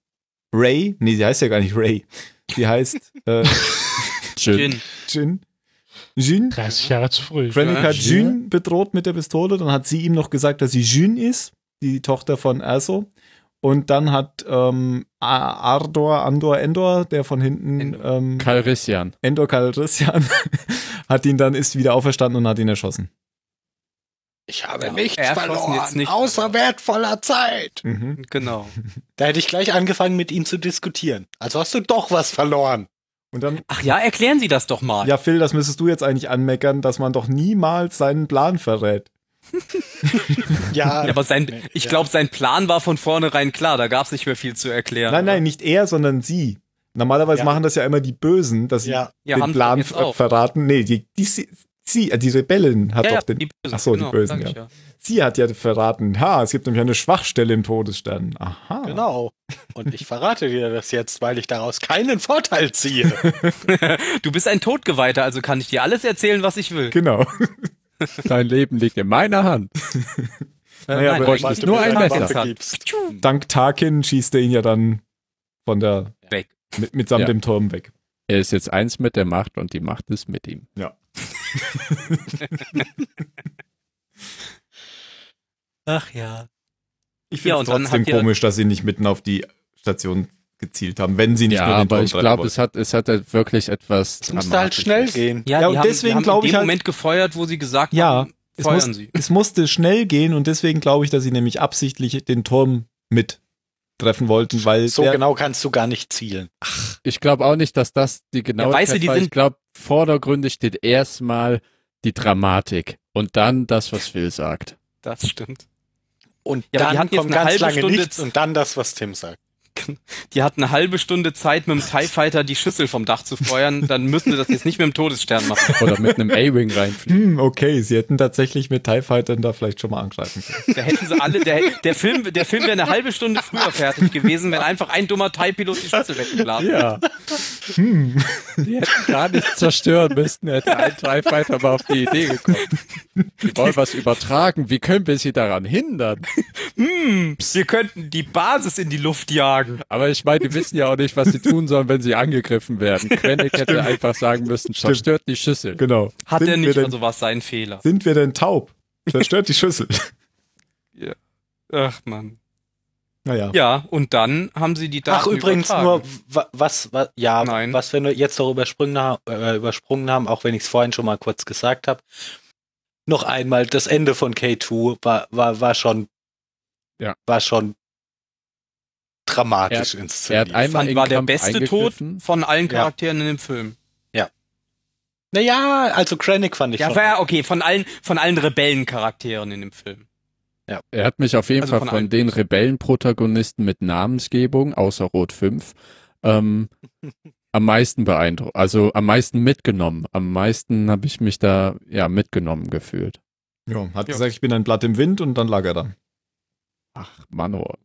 Ray, nee, sie heißt ja gar nicht Ray. Sie heißt äh,
Schön.
Jin.
Jin. Jin.
30 Jahre zu früh.
Krennic
Ja.
hat Jin bedroht mit der Pistole, dann hat sie ihm noch gesagt, dass sie Jin ist, die Tochter von Erso. Und dann hat ähm, A- Ardor, Andor, Endor, der von hinten
Endor.
ähm,
Kalrissian.
Endor Calrissian, hat ihn dann, ist wieder auferstanden und hat ihn erschossen.
Ich habe
Ja, er schossen jetzt nicht.
wertvoller Zeit.
Mhm.
Genau.
Da hätte ich gleich angefangen, mit ihm zu diskutieren. Also hast du doch was verloren.
Und dann,
Ach ja, erklären Sie das doch mal.
ja Phil, das müsstest du jetzt eigentlich anmeckern, dass man doch niemals seinen Plan verrät.
Ja,
Ja, aber sein, ich glaube, sein Plan war von vornherein klar. Da gab's nicht mehr viel zu erklären.
Nein, nein, nicht er, sondern sie. Normalerweise
Ja.
machen das ja immer die Bösen, dass sie
ja.
Ja,
den
haben sie
Plan
jetzt
ver
auch.
verraten. Nee, die, die, sie, sie, äh, die Rebellen hat
Ja, ja,
doch den.
die Bösen.
Ach so, die
genau,
Bösen,
sag
ja.
ich ja.
Sie hat ja verraten, ha, es gibt nämlich eine Schwachstelle im Todesstern. Aha.
Genau. Und ich verrate dir das jetzt, weil ich daraus keinen Vorteil ziehe.
Du bist ein Todgeweihter, also kann ich dir alles erzählen, was ich will.
Genau.
Dein Leben liegt in meiner Hand.
Naja,
nein,
aber
ich-
Weil
nicht
du
nur
mir
ein
deine
Messer.
Waffe gibst.
dank Tarkin schießt er ihn ja dann von der
Weg.
mit, mitsamt
Ja.
dem Turm weg.
Er ist jetzt eins mit der Macht und die Macht ist mit ihm.
Ach ja.
Ich finde
Ja,
es
und dann
trotzdem
hat ja-
komisch, dass sie nicht mitten auf die Station gezielt haben, wenn sie nicht
ja,
nur den
aber
Turm
ich
treffen
glaube,
wollten.
es hat, es hat halt wirklich etwas.
Es musste halt schnell
Dramatisches.
gehen.
Ja,
Ja,
die
und
haben,
deswegen
die haben
glaub
in
ich
dem
halt-
Moment gefeuert, wo sie gesagt
Ja,
haben,
es
feuern
muss-
sie.
es musste schnell gehen und deswegen glaube ich, dass sie nämlich absichtlich den Turm mit treffen wollten, weil
So
der,
genau kannst du gar nicht zielen.
Ich glaube auch nicht, dass das die Genauigkeit
weißt du, die
war. Ich
sind-
glaube, vordergründig steht erstmal die Dramatik und dann das, was Phil sagt.
Das stimmt.
Und
Ja, aber die
dann
hatten jetzt
kommt
eine
ganz
halbe
lange
Stunde
nichts
zu-
und dann das, was Tim sagt.
die hat eine halbe Stunde Zeit, mit dem TIE Fighter die Schüssel vom Dach zu feuern, dann müssen sie das jetzt nicht mit dem Todesstern machen.
Oder mit einem A-Wing reinfliegen.
Hm, okay, sie hätten tatsächlich mit TIE Fightern da vielleicht schon mal angreifen können.
Da hätten sie alle, der, der Film, der Film wäre eine halbe Stunde früher fertig gewesen, wenn einfach ein dummer TIE-Pilot die Schüssel weggeladen hätte.
Ja. Die hätten gar nichts zerstören müssen, hätte ein TIE Fighter mal auf die Idee gekommen. Wir wollen was übertragen, wie können wir sie daran hindern?
Hm, wir könnten die Basis in die Luft jagen.
Aber ich meine, die wissen ja auch nicht, was sie tun sollen, wenn sie angegriffen werden. Krennic hätte einfach sagen müssen, zerstört die Schüssel.
Genau.
Hat
sind
er
wir
nicht,
denn,
also war es sein Fehler.
Sind wir denn taub? Zerstört die Schüssel.
Ach man.
Naja.
Ja, und dann haben sie die Daten
Ach, übrigens
übertragen.
nur, wa- was, wa- ja,
Nein.
was wir nur jetzt noch übersprungen, ha- äh, übersprungen haben, auch wenn ich es vorhin schon mal kurz gesagt habe. Noch einmal, das Ende von K2 war, war, war schon,
Ja.
war schon dramatisch
Er
inszeniert.
hat einmal
Fand,
in
war der
Kampf
beste Tod
eingegriffen.
von allen
Ja.
Charakteren in dem Film.
naja, also Krennic fand ich
Ja,
schon.
war ja okay, von allen, von allen Rebellencharakteren in dem Film.
Er hat mich auf jeden
Also
Fall
von
von,
allen
den Rebellenprotagonisten mit Namensgebung, außer Rot 5, ähm, am meisten beeindruckt, also am meisten mitgenommen. Am meisten habe ich mich da ja mitgenommen gefühlt.
Ja, hat
Ja.
gesagt, ich bin ein Blatt im Wind und dann lag er da.
Ach, oh. Manor.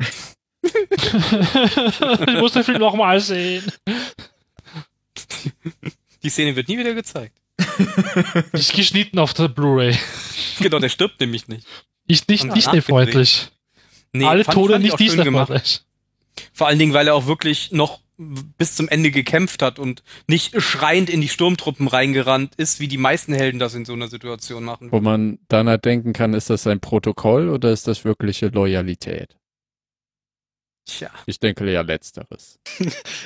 ich muss den Film nochmal sehen.
Die Szene wird nie wieder gezeigt.
Die Ist geschnitten auf der Blu-ray.
Genau, der stirbt nämlich nicht.
Ist nicht
Und
Disney-freundlich.
Nee,
Alle
fand-
Tode
fand ich
nicht
auch schön gemacht.
Disney-freundlich.
Vor allen Dingen, weil er auch wirklich noch bis zum Ende gekämpft hat und nicht schreiend in die Sturmtruppen reingerannt ist, wie die meisten Helden das in so einer Situation machen.
Wo man dann halt denken kann, ist das ein Protokoll oder ist das wirkliche Loyalität?
Tja.
Ich denke ja letzteres.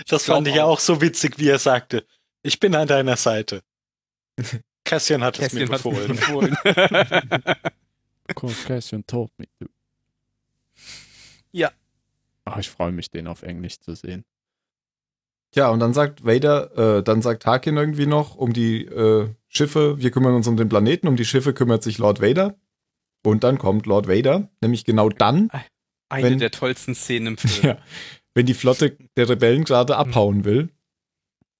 das fand ich ja
Genau.
auch so witzig, wie er sagte. Ich bin an deiner Seite. Cassian hat es mir
Kästchen hat's
befohlen.
empfohlen.
Confession told me to.
Ja.
Ach, ich freue mich, den auf Englisch zu sehen.
Ja, und dann sagt Vader, äh, dann sagt Hakin irgendwie noch um die äh, Schiffe, wir kümmern uns um den Planeten, um die Schiffe kümmert sich Lord Vader. Und dann kommt Lord Vader, nämlich genau dann,
Eine
Wenn-
der tollsten Szenen im Film.
ja, wenn die Flotte der Rebellen gerade abhauen will.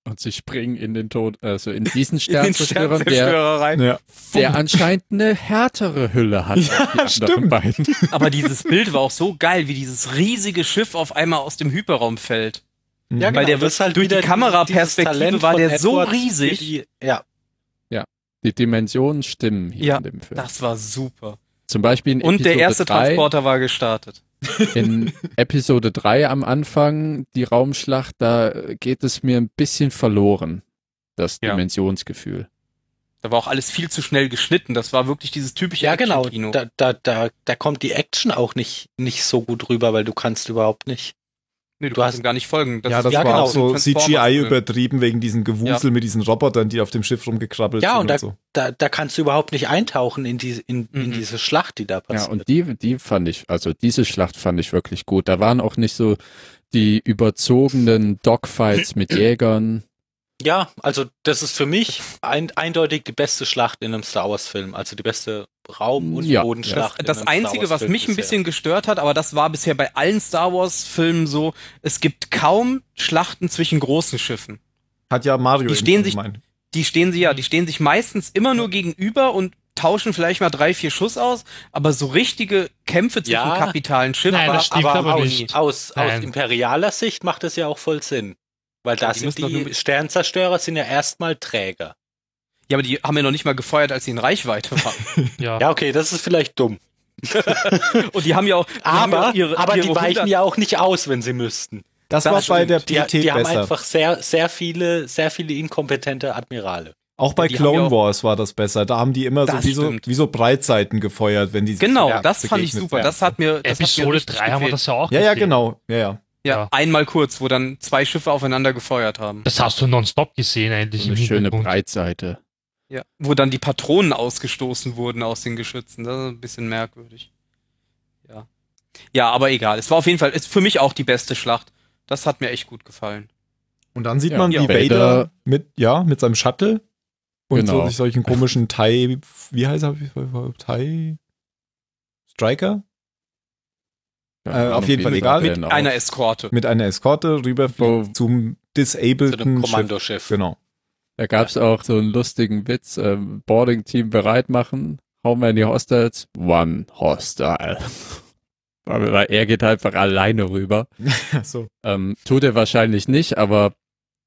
Und sie springen in den Tod, also in diesen
In den
Sternzerstörer, der
Sternzerstörer rein.
Ja.
der anscheinend eine härtere Hülle hat
Ja,
als die anderen
stimmt.
beiden.
Aber dieses Bild war auch so geil, wie dieses riesige Schiff auf einmal aus dem Hyperraum fällt.
Mhm.
Ja,
Weil der
das ist halt
durch die
wieder dieses-
Kameraperspektive
dieses Talent
war
von
der so
Edward,
riesig.
die- Ja,
Die Dimensionen stimmen hier
Ja,
in dem Film.
Das war super.
Zum Beispiel in
Und der
Episode
erste
3,
Transporter war gestartet.
in Episode 3 am Anfang, die Raumschlacht, da äh, geht es mir ein bisschen verloren, das
Ja.
Dimensionsgefühl.
Da war auch alles viel zu schnell geschnitten. Das war wirklich dieses typische
Ja, genau.
Action-Kino.
Da, da, da, da kommt die Action auch nicht, nicht so gut rüber, weil du kannst überhaupt nicht.
Nee, du,
du
kannst
hast-
ihm gar nicht folgen.
ja, das
ja,
war
genau,
auch so
ein Transformers-Film.
CGI übertrieben wegen diesem Gewusel mit diesen Robotern, die auf dem Schiff rumgekrabbelt
Ja,
sind
und da-
so.
Da, da kannst du überhaupt nicht eintauchen in diese, in, in
Mhm.
diese Schlacht, die da
Ja,
passiert.
und die, die fand ich, also diese Schlacht fand ich wirklich gut. Da waren auch nicht so die überzogenen Dogfights mit Jägern.
Ja, also das ist für mich ein, eindeutig die beste Schlacht in einem Star Wars Film. Also die beste Raum- und
Ja.
Bodenschlacht. in
Das, das
einem Star
Einzige,
Wars
was
Film
mich ein
bisher.
bisschen gestört hat, aber das war bisher bei allen Star Wars-Filmen so, es gibt kaum Schlachten zwischen großen Schiffen.
Hat ja Mario
Die
eben
stehen
schon
sich-
gemeint.
Die stehen sie ja, die stehen sich meistens immer nur gegenüber und tauschen vielleicht mal drei, vier Schuss aus, aber so richtige Kämpfe zwischen
Ja.
kapitalen Schiffen
Nein, das stimmt aber
aus,
nicht.
aus,
Nein.
aus imperialer Sicht macht es ja auch voll Sinn. Weil da
die
sind
müssen doch nur
die
mit-
Sternzerstörer sind ja erstmal Träger.
Ja, aber die haben ja noch nicht mal gefeuert, als sie in Reichweite waren.
Ja.
Ja, okay, das ist vielleicht dumm.
Und die haben ja auch, die haben ja
Aber,
auch ihre,
aber
ihre
die weichen
100
ja auch nicht aus, wenn sie müssten.
Das,
das
war bei
stimmt.
der PT
Die, die haben
besser.
einfach sehr, sehr viele, sehr viele inkompetente Admirale.
Auch bei
Die haben ja
Clone
auch-
Wars war das besser. Da haben die immer so
Das
wie, so
stimmt.
wie so Breitseiten gefeuert, wenn die sich
Genau,
ja,
das fand ich
begegnet
super.
wären.
Das hat mir. Das hat mir
Episode
richtig
3 haben wir
gefehlt.
das ja auch
Ja, ja,
gesehen.
genau. Ja, ja.
Ja,
ja.
einmal kurz, wo dann zwei Schiffe aufeinander gefeuert haben.
Das hast du nonstop gesehen eigentlich
Eine schöne
Hintergrund.
Breitseite.
Ja. Wo dann die Patronen ausgestoßen wurden aus den Geschützen. Das ist ein bisschen merkwürdig. Ja. Ja, aber egal. Es war auf jeden Fall, ist für mich auch die beste Schlacht. Das hat mir echt gut gefallen.
Und dann sieht
Ja.
man, wie
Ja.
Vader,
Vader-
mit, ja, mit seinem Shuttle und
Genau.
so, solchen komischen Thai, wie heißt er? Thai Striker? Äh, auf jeden Fall egal.
Mit einer Eskorte.
mit einer Eskorte rüberfliegt
Wo-
zum
Zu einem
disableden Schiff.
Kommandoschiff.
Genau.
Da gab's auch so einen lustigen Witz, ähm, Boarding-Team bereit machen, how many hostiles? One hostile. Weil weil er geht einfach alleine rüber.
so.
Ähm, tut er wahrscheinlich nicht, aber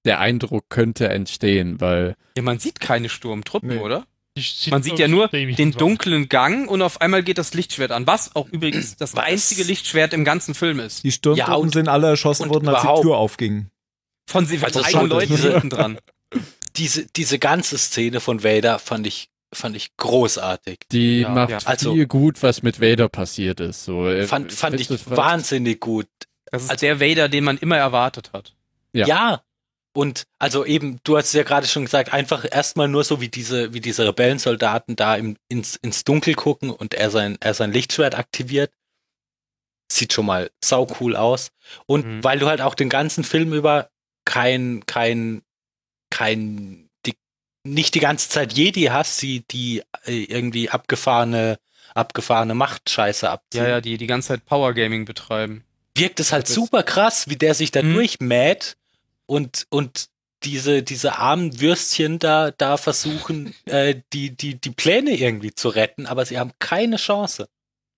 der Eindruck könnte entstehen, weil
Ja, man sieht keine Sturmtruppen,
Nee.
oder?
Die sieht
Man sieht ja nur
dämlich
den
aus.
dunklen Gang und auf einmal geht das Lichtschwert an. Was auch übrigens das einzige Lichtschwert im ganzen Film ist.
Die Sturmtruppen
Ja, und-
sind alle erschossen
und
worden, als die
überhaupt-
Tür aufging.
Von sie
Also
also
es
drei
hat-
Leuten hinten dran.
Diese, diese ganze Szene von Vader fand ich, fand ich großartig.
die
Ja,
macht
ja.
Also-
viel gut, was mit Vader passiert ist. So, äh,
Fand, fand ich
Christopher-
wahnsinnig gut.
Das ist
Also-
der Vader, den man immer erwartet hat.
Ja.
Ja. Und also eben, du hast es ja gerade schon gesagt, einfach erstmal nur so wie diese, wie diese Rebellensoldaten da im, ins, ins Dunkel gucken und er sein, er sein Lichtschwert aktiviert. Sieht schon mal saucool aus. Und
Mhm.
weil du halt auch den ganzen Film über kein, kein, kein, die, nicht die ganze Zeit Jedi hast, die, die äh, irgendwie abgefahrene, abgefahrene Machtscheiße abziehen.
Ja, ja, die die ganze Zeit Power Gaming betreiben.
wirkt es halt
Das-
super krass, wie der sich da
Mhm.
durchmäht und, und diese, diese armen Würstchen da, da versuchen, äh, die, die, die Pläne irgendwie zu retten, aber sie haben keine Chance.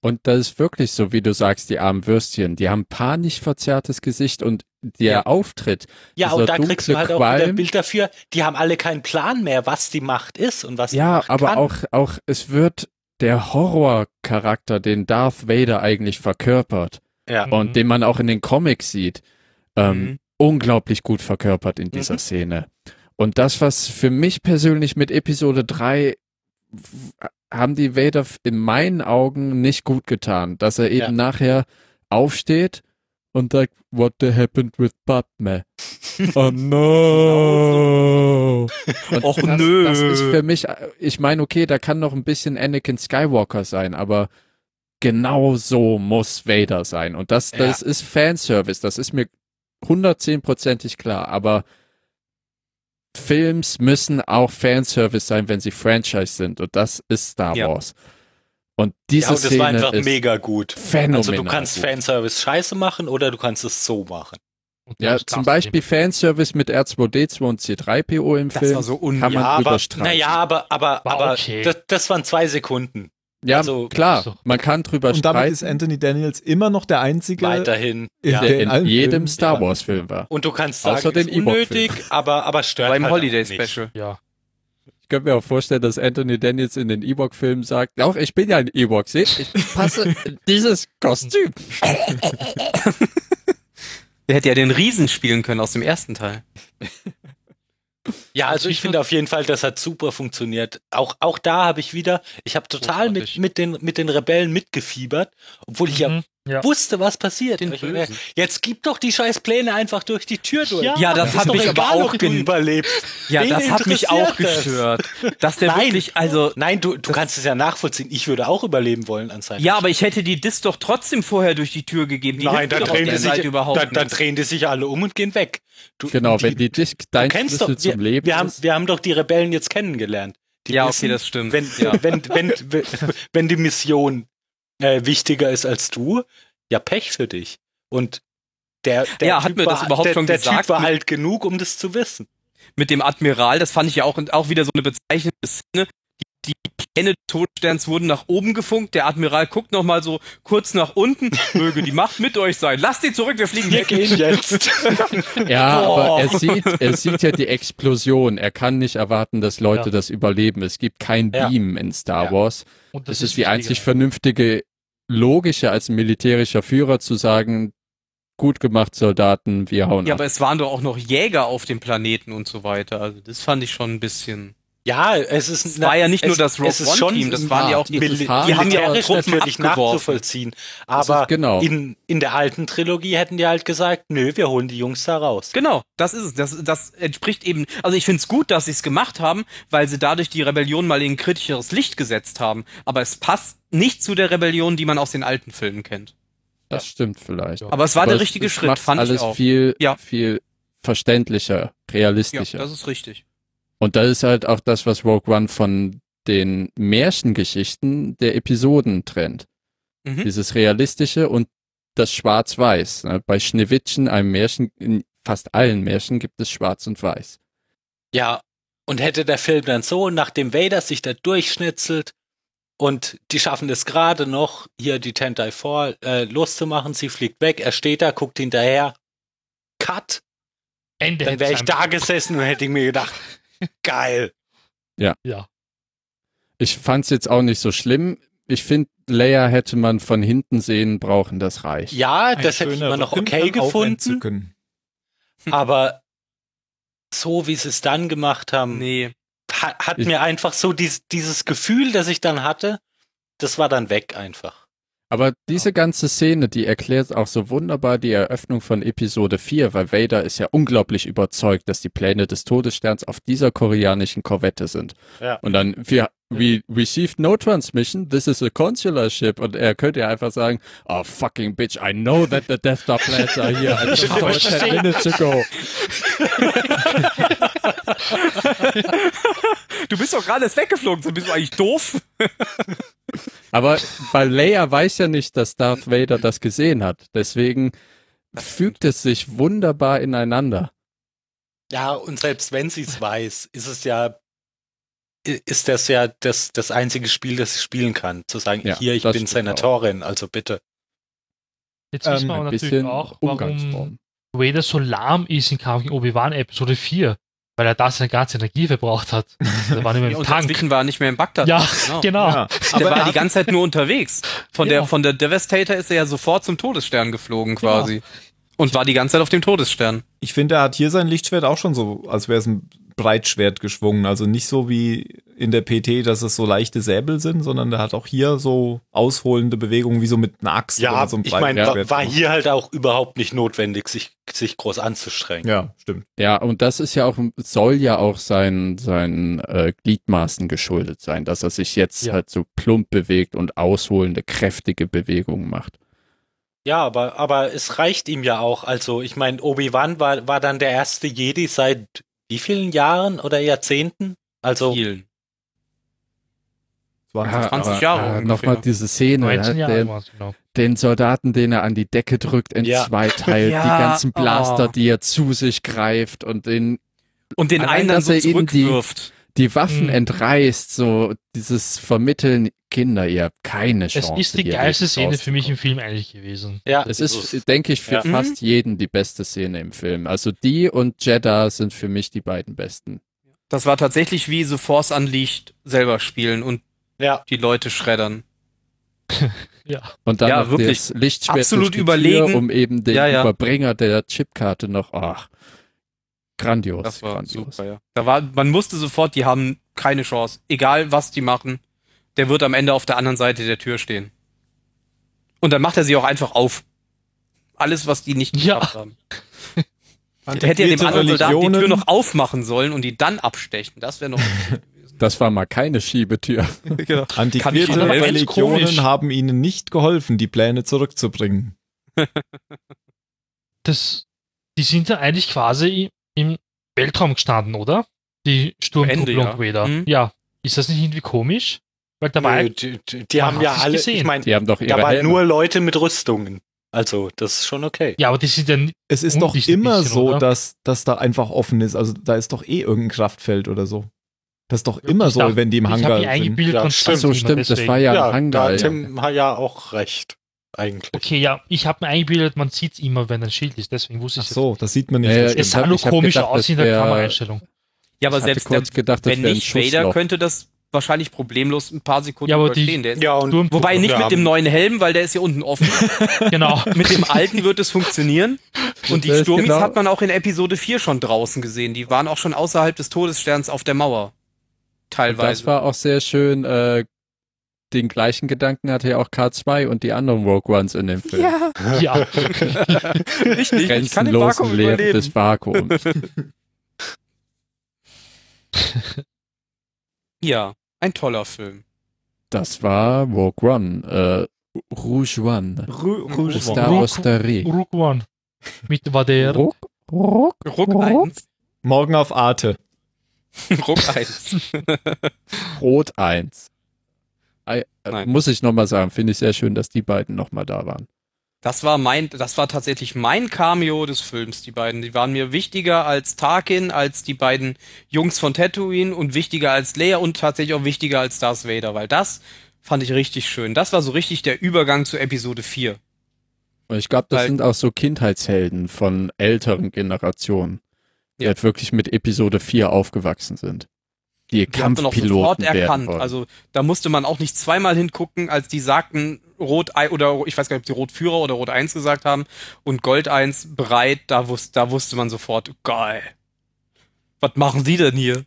Und das ist wirklich so, wie du sagst, die armen Würstchen, die haben panisch verzerrtes Gesicht und der
Ja.
Auftritt,
Ja,
Dieser
und da kriegst du
Also dunkle
halt auch wieder
Qualm.
ein Bild dafür, die haben alle keinen Plan mehr, was die Macht ist und was die
Ja,
Macht
aber
kann.
auch, auch, es wird der Horrorcharakter, den Darth Vader eigentlich verkörpert
Ja.
Mhm.
und den man auch in den Comics sieht, ähm,
Mhm.
unglaublich gut verkörpert in dieser
Mhm.
Szene. Und das, was für mich persönlich mit Episode 3 f- haben die Vader f- in meinen Augen nicht gut getan, dass er eben
Ja.
nachher aufsteht und sagt, what the happened with Padme? oh no! Und
Och,
das,
nö.
das ist für mich, äh, ich meine, okay, da kann noch ein bisschen Anakin Skywalker sein, aber genau so muss Vader sein. Und das,
Ja.
das ist Fanservice, das ist mir hundertzehnprozentig klar, aber Films müssen auch Fanservice sein, wenn sie Franchise sind. Und das ist Star
Ja.
Wars. Und diese
ja, und das
Szene
war einfach
ist
mega gut.
phänomenal.
Also du kannst
gut.
Fanservice scheiße machen oder du kannst es so machen.
Und
Ja,
das
zum
Glas
Beispiel
daneben.
Fanservice mit R2D2 und C3PO im
Das
Film.
war so un
kann man
ja,
drüber
aber,
streiten.
naja, aber, aber,
War
aber
okay.
das, das waren zwei Sekunden
ja,
also-
klar, man kann drüber
Und damit
streiten,
ist Anthony Daniels immer noch der einzige
weiterhin. ja.
der in
allen Filmen-
jedem Star
Ja.
Wars Film war.
Und du kannst sagen,
Außer den
ist
Ewok-Film.
unnötig, aber, aber stört
beim
halt
Holiday
auch nicht.
Special.
Ja.
Ich könnte mir auch vorstellen, dass Anthony Daniels in den Ewok-Filmen sagt, auch ich bin ja ein Ewok, seht, ich passe in dieses Kostüm.
Der hätte ja den Riesen spielen können aus dem ersten Teil.
Ja,
Also
also ich
ich
finde auf jeden Fall, das hat super funktioniert. Auch, auch da habe ich wieder, ich habe total mit,
Großartig.
mit, den, mit den Rebellen mitgefiebert, obwohl ich ja
Mhm. Ja.
wusste, was passiert.
Den
Aber ich hab mir
Bösen.
gedacht, Jetzt gib doch die scheiß Pläne einfach durch die Tür durch.
Ja,
Ja, das
Ist
hat
doch
mich aber
egal,
auch
ob du
gen
überlebst.
Ja,
Wen
das hat mich auch
interessiert das?
gestört. Dass der
Nein.
wirklich, also,
Nein, du, du kannst es ja nachvollziehen. Ich würde auch überleben wollen an seinem
ja, aber ich hätte die Dis doch trotzdem vorher durch die Tür gegeben. Die
Nein,
hilft
dann
mir doch
drehen,
auf
die
der
sich,
Seite überhaupt
dann, dann
nicht.
drehen die sich alle um und gehen weg. Du,
Genau,
die,
wenn die dich dein
du kennst doch,
Schlüssel
wir,
zum Leben
wir, haben,
ist.
wir haben doch die Rebellen jetzt kennengelernt. Die
Ja, okay,
wissen,
das stimmt.
wenn,
ja.
wenn, wenn, wenn, wenn die Mission äh, wichtiger ist als du, ja, Pech für dich. Und der, der
Ja, hat
typ
mir das
war,
überhaupt
der,
schon
der
gesagt?
Typ war alt genug, um das zu wissen.
mit dem Admiral, das fand ich ja auch, auch wieder so eine bezeichnende Szene. Die, die Pläne des Todsterns wurden nach oben gefunkt, der Admiral guckt nochmal so kurz nach unten, möge die Macht mit euch sein, lasst ihn zurück, wir fliegen
Wir
weg.
gehen jetzt.
Ja, aber
Boah.
er sieht, er sieht ja die Explosion. Er kann nicht erwarten, dass Leute
Ja.
das überleben. Es gibt kein
Ja.
Beam in Star
Ja.
Wars.
Und
Das, ist die
wichtiger.
einzig vernünftige, logische als militärischer Führer zu sagen, gut gemacht, Soldaten, wir hauen
Ja,
ab.
aber es waren doch auch noch Jäger auf dem Planeten und so weiter, also das fand ich schon ein bisschen...
ja, es ist
Es war ja nicht nur das Rogue
es ist schon
One-Team, das waren ja auch die...
Mil-
Mili
Hart.
die haben ja auch
Militärisch
Truppen
natürlich
natürlich
abgeworfen.
nachzuvollziehen.
Das ist
Aber
genau.
in, in der alten Trilogie hätten die halt gesagt, nö, wir holen die Jungs da raus.
Genau, das ist es. Das, das entspricht eben, also ich finde es gut, dass sie es gemacht haben, weil sie dadurch die Rebellion mal in ein kritischeres Licht gesetzt haben. Aber es passt nicht zu der Rebellion, die man aus den alten Filmen kennt.
Das stimmt vielleicht.
Ja.
Aber es war
Aber
der
es-
richtige
es
Schritt,
macht
fand
alles
ich auch.
viel,
Ja.
viel verständlicher,
ja,
realistischer.
das ist richtig.
Und das ist halt auch das, was Rogue One von den Märchengeschichten der Episoden trennt.
Mhm.
Dieses Realistische und das Schwarz-Weiß. Ne? Bei Schneewittchen, einem Märchen, in fast allen Märchen gibt es Schwarz und Weiß.
Ja, und hätte der Film dann so, nachdem Vader sich da durchschnitzelt und die schaffen es gerade noch, hier die Tentai 4 äh, loszumachen, sie fliegt weg, er steht da, guckt hinterher, cut,
Ende
dann wäre
hätt's
ich da
einfach-
gesessen und hätte ich mir gedacht, geil.
Ja.
Ich fand's jetzt auch nicht so schlimm. Ich finde, Leia hätte man von hinten sehen brauchen, das reicht.
Ja,
Ein
das hätte ich
schöner
immer noch
Rücken
okay
dann auch
gefunden,
entzücken.
aber so wie sie es dann gemacht haben,
Nee.
hat, hat
Ich-
mir einfach so dies, dieses Gefühl, das ich dann hatte, das war dann weg einfach.
Aber diese ganze Szene, die erklärt auch so wunderbar die Eröffnung von Episode 4, weil Vader ist ja unglaublich überzeugt, dass die Pläne des Todessterns auf dieser koreanischen Korvette sind.
Ja.
Und dann, wir, we received no transmission, this is a consular ship. Und er könnte ja einfach sagen, oh fucking bitch, I know that the Death Star plans are here. I just saw it 10 minutes ago.
Du bist doch gerade erst weggeflogen, so bist du eigentlich doof.
Aber weil Leia weiß ja nicht, dass Darth Vader das gesehen hat. Deswegen fügt es sich wunderbar ineinander.
Ja, und selbst wenn sie es weiß, ist es ja, i- ist das ja das, das einzige Spiel, das sie spielen kann. Zu sagen,
Ja,
hier, ich
das
bin
stimmt auch.
Senatorin, also bitte.
Jetzt
Ähm,
wissen wir
Ein
aber natürlich
bisschen
auch, warum
Umgangsform.
Vader so lahm ist in Kampf gegen Obi-Wan Episode 4, weil er da seine ganze Energie verbraucht hat. Da war
Äh,
nicht mehr
Ja,
im
und
Tank.
dazwischen war er nicht mehr in Bagdad.
Ja,
genau.
genau.
Ja,
Der
aber
war
er
die
hat,
ganze Zeit nur unterwegs. Von
Ja.
der von der Devastator ist er ja sofort zum Todesstern geflogen quasi. Und war die ganze Zeit auf dem Todesstern.
ich finde, er hat hier sein Lichtschwert auch schon so, als wäre es ein Breitschwert geschwungen. Also nicht so wie in der PT, dass es so leichte Säbel sind, sondern er hat auch hier so ausholende Bewegungen, wie so mit einer Axt oder so einem
ich meine,
Ja.
war, war hier halt auch überhaupt nicht notwendig, sich, sich groß anzustrengen.
Ja, stimmt.
Ja, und das ist ja auch, soll ja auch seinen, seinen äh, Gliedmaßen geschuldet sein, dass er sich jetzt
Ja.
halt so plump bewegt und ausholende, kräftige Bewegungen macht.
Ja, aber, aber es reicht ihm ja auch. Also, ich meine, Obi-Wan war, war dann der erste Jedi seit wie vielen Jahren oder Jahrzehnten? Also,
Vielen.
Das war
Ah,
20
aber,
Jahre
Ah,
ungefähr.
Nochmal diese Szene,
19
ne,
Jahre
den,
war es, genau.
den Soldaten, den er an die Decke drückt, in
Ja.
zwei teilt,
Ja,
die ganzen Blaster,
oh.
die er zu sich greift und den
Und den
Allein,
einen dann
dass
so
er ihnen die-
zurückwirft.
die Waffen
Mhm.
entreißt, so dieses Vermitteln, Kinder, ihr habt keine
Es
Chance.
ist die
hier
geilste
rauszukommen.
Szene für mich im Film eigentlich gewesen.
ja.
Es
Also
so-
ist, denke ich, für
Ja.
fast jeden die beste Szene im Film. Also die und Jeddah sind für mich die beiden besten.
Das war tatsächlich wie The Force Unleashed selber spielen und
Ja.
die Leute schreddern.
Ja.
Und dann
Ja,
noch
wirklich.
das Lichtschwert
Absolut
durch die
überlegen.
Tür, um eben den
Ja, ja.
Überbringer der Chipkarte noch, ach, grandios,
Das war
grandios.
super, ja. Da war, man wusste sofort, die haben keine Chance. Egal was die machen, der wird am Ende auf der anderen Seite der Tür stehen. Und dann macht er sie auch einfach auf. Alles, was die nicht
Ja.
geschafft haben. Der hätte ja dem anderen Soldaten die Tür noch aufmachen sollen und die dann abstechen. Das wäre noch.
Das war mal keine Schiebetür.
genau.
Antiquierte
Kann ich Ihnen
Religionen
helfen?
haben ihnen nicht geholfen, die Pläne zurückzubringen.
Das, die sind ja eigentlich quasi im Weltraum gestanden, oder? Die Sturmtruppelung
Am Ende, ja.
Vader.
Mhm.
Ja. Ist das nicht irgendwie komisch? Weil da war
Nö,
ein-
die, die, die
man
haben
hat
ja
sich
alle, ich
gesehen.
meine,
Die haben doch ihre
Da waren
Helme.
nur Leute mit Rüstungen. Also, das ist schon okay.
ja, aber die sind ja ni-
Es ist
Und
doch
nicht ein
immer
bisschen,
so,
oder?
dass, dass da einfach offen ist. Also da ist doch eh irgendein Kraftfeld oder so. Das ist doch
Ich
immer so,
dachte-
wenn die im
ich hab die
Hangar sind.
eingebildet
Ja,
und
stimmt.
Ach so, stimmt, das war ja, ein Hangar.
da
ja.
hat Tim hat ja auch recht. Eigentlich.
Okay, ja, ich habe mir eingebildet, man sieht es immer, wenn ein Schild ist, deswegen wusste
Ach
ich es.
so, das sieht man nicht.
Ja, ja,
das
Es
stimmt.
sah
hab-
nur
ich hab
komisch
gedacht,
aus in
das
der
wär-
Kameraeinstellung.
Ja, aber
Ich hatte
selbst der,
kurz gedacht, das
wenn
wäre ein
nicht Vader,
Schussloch.
könnte das wahrscheinlich problemlos ein paar Sekunden
Ja, aber die-
überstehen. Der ist,
Ja, und
Sturm-
Wobei nicht
Ja.
mit dem neuen Helm, weil der ist hier unten offen.
Genau.
mit dem alten wird es funktionieren. Und die
Das ist
Sturmis
genau-
hat man auch in Episode 4 schon draußen gesehen. Die waren auch schon außerhalb des Todessterns auf der Mauer.
Und Das
Teilweise.
war auch sehr schön. Äh, den gleichen Gedanken hatte ja auch K2 und die anderen Rogue Ones in dem Film.
ja,
ja.
ich nicht. Ich kann den
Grenzenlosen
Vakuum
Leere
überleben.
des Vakuums.
Ja, ein toller Film.
Das war Rogue One. Äh, Rouge One.
Rü-
Ru-
Rü-
Star
Rogue-
Osterie.
Rook One. Mit war der.
Rogue? Rogue?
Ruck
Ruck?
1.
Morgen auf Arte.
Ruck 1.
Rot äh, 1. I, äh,
Nein.
muss ich nochmal sagen, finde ich sehr schön, dass die beiden nochmal da waren.
Das war mein, das war tatsächlich mein Cameo des Films, die beiden. Die waren mir wichtiger als Tarkin, als die beiden Jungs von Tatooine und wichtiger als Leia und tatsächlich auch wichtiger als Darth Vader, weil das fand ich richtig schön. Das war so richtig der Übergang zu Episode 4.
Und ich glaube, das
Weil-
sind auch so Kindheitshelden von älteren Generationen, die
Ja.
halt wirklich mit Episode 4 aufgewachsen sind. Die
Die hat man auch
Kampfpiloten werden
erkannt.
wollen.
Also da musste man auch nicht zweimal hingucken, als die sagten Rot ei oder ich weiß gar nicht, ob die Rotführer oder Rot 1 gesagt haben und Gold 1 bereit, da, wus da wusste man sofort, geil. Was machen die denn hier?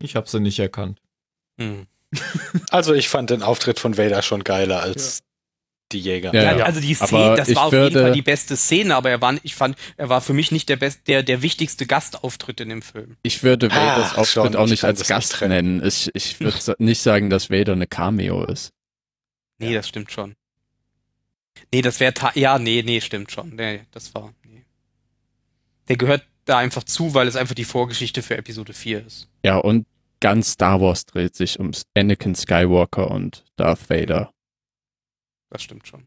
Ich habe sie nicht erkannt.
Hm.
Also ich fand den Auftritt von Vader schon geiler als die Jäger.
Ja,
Ja,
ja.
Also die
Aber
Szene, das
ich
war auf jeden
würde-
Fall die beste Szene, aber er war, ich fand, er war für mich nicht der best, der, der wichtigste Gastauftritt in dem Film.
Ich würde Vaders
Ach,
Auftritt
Ah, schon,
auch
ich
nicht
kann
als
das nicht
Gast
trennen.
nennen. Ich, ich würde sa- nicht sagen, dass Vader eine Cameo ist.
Nee, das stimmt schon. Nee, das wäre ja, nee, nee, stimmt schon. Nee, das war nee. Der gehört da einfach zu, weil es einfach die Vorgeschichte für Episode 4 ist.
Ja, und ganz Star Wars dreht sich um Anakin Skywalker und Darth Vader.
Das stimmt schon.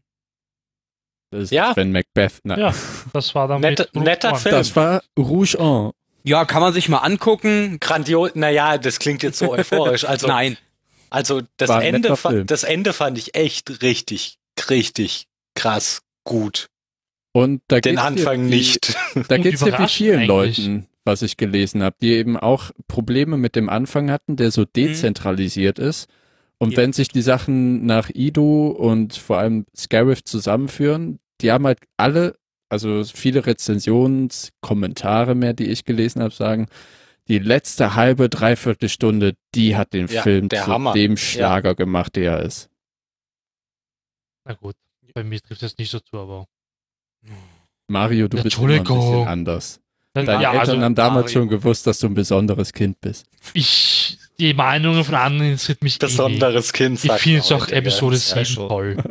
Das ist
Ja.
ja. wenn Macbeth. Nein.
Ja, das war dann
Netter-
mit Rogue
netter
One.
Film.
Das war Rouge En.
Ja, kann man sich mal angucken.
Grandios, naja, das klingt jetzt so euphorisch. Also,
Nein,
also das,
War ein
Ende
netter
fa-
Film.
das Ende fand ich echt richtig, richtig krass gut.
Und da
Den
geht's dir
Anfang
wie-
nicht.
Da
Und
geht's ja wie
überraschend
vielen
eigentlich.
Leuten, was ich gelesen habe, die eben auch Probleme mit dem Anfang hatten, der so dezentralisiert ist. Und
Ja.
wenn sich die Sachen nach Ido und vor allem Scarif zusammenführen, die haben halt alle, also viele Rezensionskommentare mehr, die ich gelesen habe, sagen, die letzte halbe, dreiviertel Stunde, die hat den
Ja,
Film
der
zu
Hammer.
dem Schlager gemacht, der er ist.
Na gut, bei mir trifft das nicht so zu, aber.
Mario, du bist immer ein bisschen
Entschuldigung.
anders.
Dann-
Deine
ja,
Eltern
also
haben damals
Mario.
schon gewusst, dass du ein besonderes Kind bist.
ich, die Meinungen von anderen interessiert mich eh nicht.
Besonderes Kind.
Ich
sagt
finde es
man
auch
heute,
Episode
gell?
7
schon.
toll.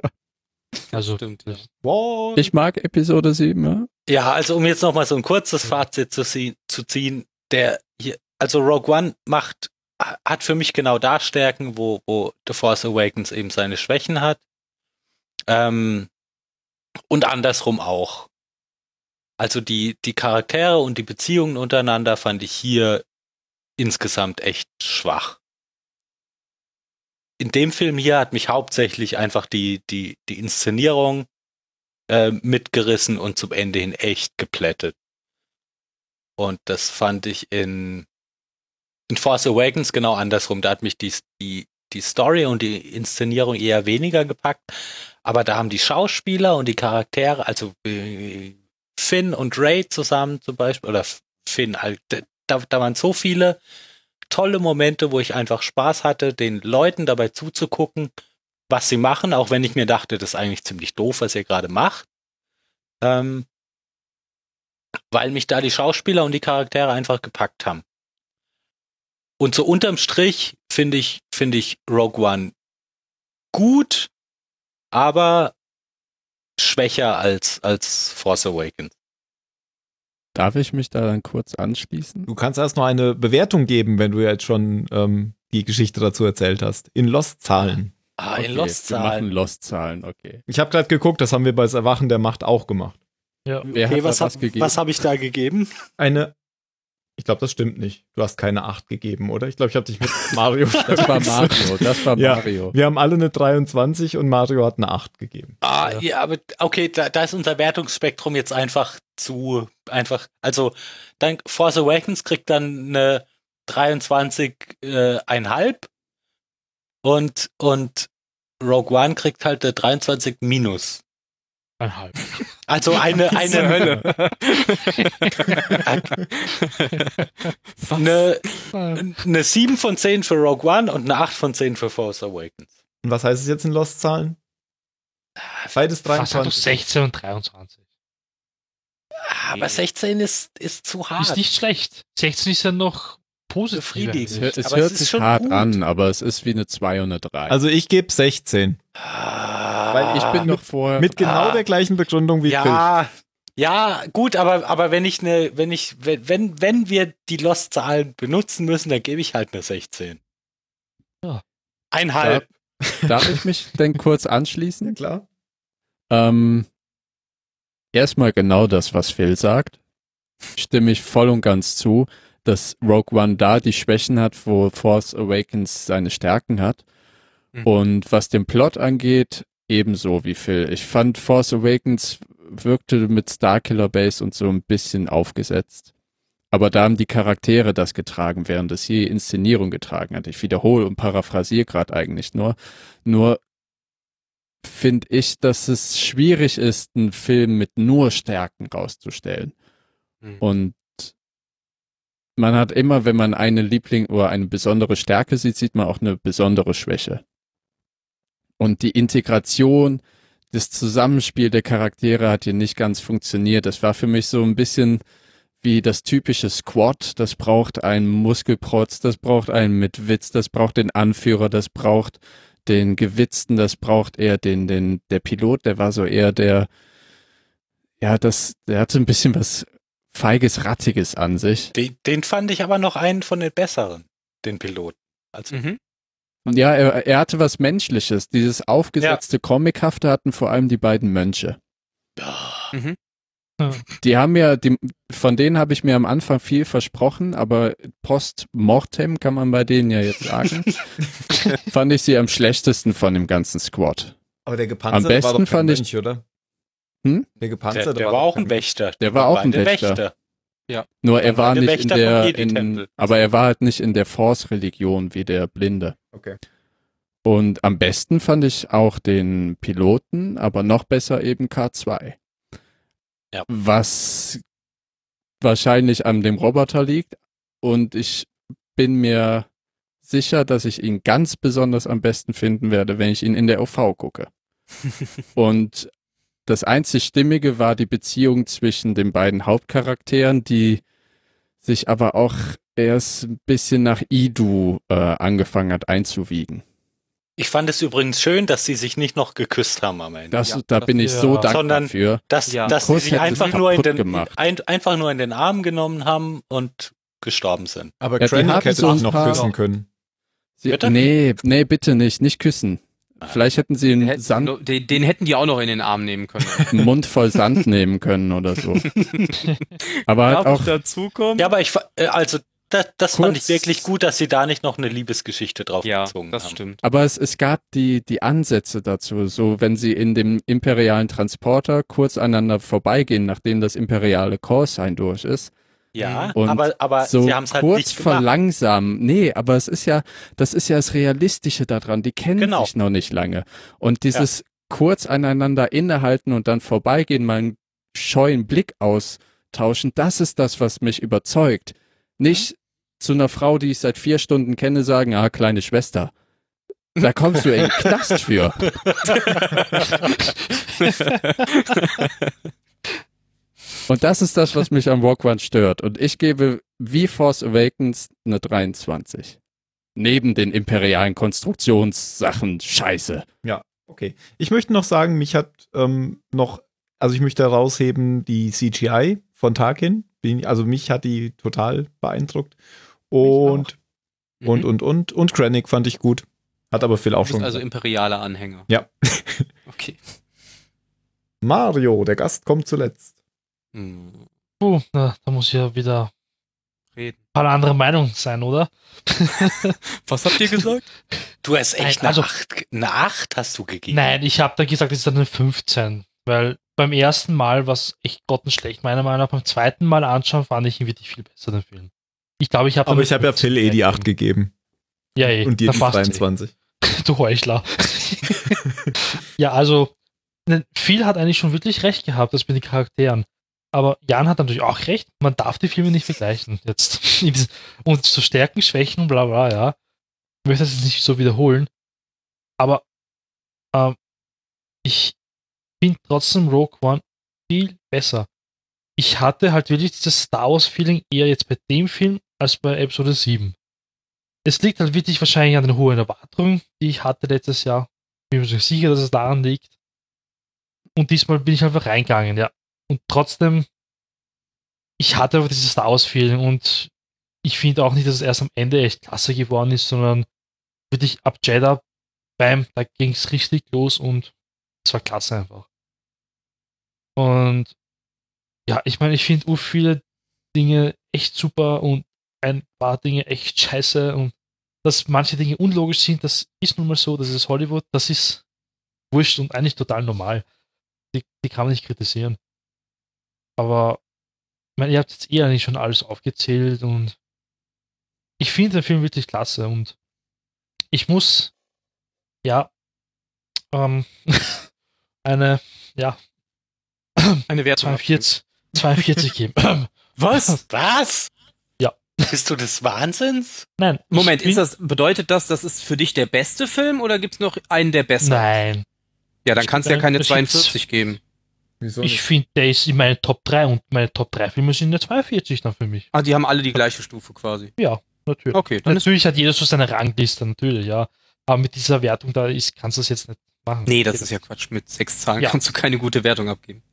Also,
stimmt, ja.
What?
Ich mag Episode 7, ja?
Ja, also um jetzt nochmal so ein kurzes Fazit zu, sie- zu ziehen, der hier, also Rogue One macht, hat für mich genau da Stärken, wo, wo The Force Awakens eben seine Schwächen hat. Ähm, und andersrum auch. Also die, die Charaktere und die Beziehungen untereinander fand ich hier insgesamt echt schwach. In dem Film hier hat mich hauptsächlich einfach die, die, die Inszenierung äh, mitgerissen und zum Ende hin echt geplättet. Und das fand ich in, in Force Awakens genau andersrum. Da hat mich die, die, die Story und die Inszenierung eher weniger gepackt. Aber da haben die Schauspieler und die Charaktere, also äh, Finn und Ray zusammen zum Beispiel, oder Finn, halt, da, da waren so viele tolle Momente, wo ich einfach Spaß hatte, den Leuten dabei zuzugucken, was sie machen, auch wenn ich mir dachte, das ist eigentlich ziemlich doof, was ihr gerade macht. Ähm, weil mich da die Schauspieler und die Charaktere einfach gepackt haben. Und so unterm Strich finde ich, finde ich Rogue One gut, aber schwächer als, als Force Awakens.
Darf ich mich da dann kurz anschließen?
Du kannst erst noch eine Bewertung geben, wenn du jetzt schon ähm, die Geschichte dazu erzählt hast. In Lost-Zahlen.
Ah,
okay,
in
Wir machen
Lost-Zahlen.
Lost-Zahlen, okay.
Ich habe gerade geguckt, das haben wir bei das Erwachen der Macht auch gemacht.
ja.
Wer hat da was gegeben?
habe ich da gegeben?
Eine. Ich glaube, das stimmt nicht. Du hast keine 8 gegeben, oder? Ich glaube, ich habe dich mit Mario.
Das war Mario, das war
Ja.
Mario.
wir haben alle eine 23 und Mario hat eine 8 gegeben.
Ah, ja, aber okay, da, da ist unser Wertungsspektrum jetzt einfach zu einfach. Also dann Force Awakens kriegt dann eine 23 äh, einhalb und und Rogue One kriegt halt eine 23 minus.
ein halb.
Also eine
Diese
eine
Was?
eine,
Äh,
eine 7 von 10 für Rogue One und eine 8 von 10 für Force Awakens.
Und was heißt es jetzt in Lost-Zahlen? Beides
Was hat doch
23.
16 und 23?
Ah, Aber 16 ist ist zu hart.
Ist nicht schlecht. 16 ist ja noch positiv.
Befriedigend.
Es,
eigentlich.
hört- es
Aber es
hört
ist
sich
schon
hart
gut.
an, aber es ist wie eine 2 und eine 3.
Also ich gebe 16.
Ah.
Weil
ich bin
mit-
noch vorher...
Mit genau
Ah.
der gleichen Begründung wie Phil.
Ja, ja, gut, aber, aber wenn ich eine, wenn ich, wenn, wenn, wenn wir die Lost-Zahlen benutzen müssen, dann gebe ich halt eine 16.
Ja.
Einhalb.
darf ich mich denn kurz anschließen?
klar.
Ähm, erstmal genau das, was Phil sagt. Stimme ich voll und ganz zu, dass Rogue One da die Schwächen hat, wo Force Awakens seine Stärken hat.
Mhm.
Und was den Plot angeht, ebenso wie Phil. Ich fand Force Awakens wirkte mit Starkiller Base und so ein bisschen aufgesetzt. Aber da haben die Charaktere das getragen, während es hier die Inszenierung getragen hat. Ich wiederhole und paraphrasiere gerade eigentlich nur. Nur finde ich, dass es schwierig ist, einen Film mit nur Stärken rauszustellen.
Mhm.
Und man hat immer, wenn man eine Liebling oder eine besondere Stärke sieht, sieht man auch eine besondere Schwäche. Und die Integration, das Zusammenspiel der Charaktere hat hier nicht ganz funktioniert. Das war für mich so ein bisschen wie das typische Squad. Das braucht einen Muskelprotz, das braucht einen mit Witz, das braucht den Anführer, das braucht den Gewitzten, das braucht eher den, den, der Pilot, der war so eher der, ja, das, der hatte ein bisschen was feiges, rattiges an sich.
Den, den fand ich aber noch einen von den besseren, den Piloten. Also,
Mhm.
Ja, er, er hatte was Menschliches. Dieses aufgesetzte Comichafte hatten vor allem die beiden Mönche.
ja,
Die haben ja, die, von denen habe ich mir am Anfang viel versprochen, aber post mortem kann man bei denen ja jetzt sagen, fand ich sie am schlechtesten von dem ganzen Squad.
Aber der gepanzerte
Am besten
war doch kein
fand ich-
Mönch, oder?
Hm?
Der
der,
gepanzerte
der war auch ein
Wächter.
Wächter.
Der war auch ein Wächter. Nur er
Dann war
war
der
nicht in
Wächter vom
der, in,
Jedi-Tempel.
aber er war halt nicht in der Force-Religion wie der Blinde.
Okay.
Und am besten fand ich auch den Piloten, aber noch besser eben K2.
Ja.
Was wahrscheinlich an dem Roboter liegt. Und ich bin mir sicher, dass ich ihn ganz besonders am besten finden werde, wenn ich ihn in der OV gucke. Und das einzig Stimmige war die Beziehung zwischen den beiden Hauptcharakteren, die sich aber auch erst ein bisschen nach Idu äh, angefangen hat einzuwiegen.
Ich fand es übrigens schön, dass sie sich nicht noch geküsst haben am Ende.
Das,
Ja,
da
das-
bin ich
ja.
so dankbar
Sondern-
für.
Dass,
Ja.
dass sie
Kuss
sich
hätte
einfach
es
nur, in
kaputt
den,
gemacht.
ein, einfach nur in den Arm genommen haben und gestorben sind.
Aber
Ja,
ja,
die haben
Krennic hätte
so
doch
ein
noch
paar-
küssen können.
Sie,
Bitte?
nee, nee, bitte nicht, nicht küssen. Vielleicht hätten sie
Den,
einen,
hätten-
Sand,
den, den hätten die auch noch in den Arm nehmen können.
einen Mund voll Sand nehmen können oder so. Aber halt auch
dazukommen?
Ja, aber ich, fa- äh, also, das, das fand ich
Kurz-
wirklich gut, dass sie da nicht noch eine Liebesgeschichte
Ja,
draufgezogen
das
haben.
stimmt.
Aber es, es gab die, die Ansätze dazu, so wenn sie in dem imperialen Transporter kurz aneinander vorbeigehen, nachdem das imperiale Call-Sign durch ist.
Mhm.
Ja,
Mhm.
Und
aber, aber
so
sie haben es halt
kurz
nicht gemacht.
verlangsamen. Nee, aber es ist ja, das ist ja das Realistische daran. Die kennen
Genau.
sich noch nicht lange. Und dieses kurz aneinander innehalten und dann vorbeigehen, mal einen scheuen Blick austauschen, das ist das, was mich überzeugt. Nicht zu einer Frau, die ich seit vier Stunden kenne, sagen, ah, kleine Schwester. Da kommst du in den Knast für. Und das ist das, was mich am Rock One stört. Und ich gebe wie Force Awakens eine 23. Neben den imperialen Konstruktionssachen Scheiße.
Okay. Ich möchte noch sagen, mich hat ähm, noch, also ich möchte herausheben die CGI von Tarkin. Die- Also mich hat die total beeindruckt. Und, und,
Mhm.
und, und, und Krennic fand ich gut. Hat aber Phil auch
Mhm. Du bist
schon.
also
gesagt.
imperiale Anhänger.
Ja.
Okay.
Mario, der Gast kommt zuletzt.
Hm.
Puh, na, da muss ja wieder
Reden.
ein paar andere Meinung sein, oder?
Was habt ihr gesagt?
Du hast echt
Nein, also-
eine, Acht, ge- eine Acht hast du gegeben.
Nein, ich habe da gesagt, es ist dann eine 15, weil beim ersten Mal war es echt grottenschlecht, meiner Meinung nach. Beim zweiten Mal anschauen fand ich ihn wirklich viel besser, den Film. Ich glaube, ich habe
Aber
dann
ich habe ja
15
Phil eh die 8
gegeben.
gegeben.
Ja, eh,
Und dir
da
die
passt's eh.
23.
Du Heuchler. ja, also, ne, viel hat eigentlich schon wirklich recht gehabt, das mit den Charakteren. Aber Jan hat natürlich auch recht, man darf die Filme nicht vergleichen jetzt. und zu Stärken, Schwächen, bla bla, ja. Ich möchte das jetzt nicht so wiederholen. Aber ähm, ich finde trotzdem Rogue One viel besser. Ich hatte halt wirklich dieses Star Wars-Feeling eher jetzt bei dem Film als bei Episode 7 es liegt halt wirklich wahrscheinlich an den hohen Erwartungen, die ich hatte letztes Jahr. Bin mir schon sicher, dass es daran liegt. Und diesmal bin ich einfach reingegangen, ja. Und trotzdem, ich hatte aber dieses Star Wars-Feeling und ich finde auch nicht, dass es erst am Ende echt klasse geworden ist, sondern wirklich ab Jeddah, bam, da ging es richtig los und es war klasse einfach. Und ja, ich meine, ich finde uh, viele Dinge echt super und ein paar Dinge echt scheiße und dass manche Dinge unlogisch sind, das ist nun mal so, das ist Hollywood, das ist wurscht und eigentlich total normal. Die, die kann man nicht kritisieren. Aber ich meine, ihr habt jetzt eh eigentlich schon alles aufgezählt und ich finde den Film wirklich klasse und ich muss ja ähm, eine ja
Eine Wertung.
42, 42 geben.
Was? Was?
Ja.
Bist du des Wahnsinns?
Nein. ich
Moment,
bin,
ist das, bedeutet das, das ist für dich der beste Film oder gibt's noch einen, der besser?
Nein,
Ja, dann kannst du ja keine
Das ist-
42 geben.
Wieso
ich finde, der ist in meinen Top 3 und meine Top 3 Filme sind ja 42 dann für mich.
Ah, die haben alle die gleiche Stufe quasi.
Natürlich.
Okay, dann ist.
natürlich hat jeder so seine Rangliste, natürlich, ja. Aber mit dieser Wertung da ist, kannst du das jetzt nicht machen.
Nee, das ist ja Quatsch. Mit sechs Zahlen
Ja.
kannst du keine gute Wertung abgeben.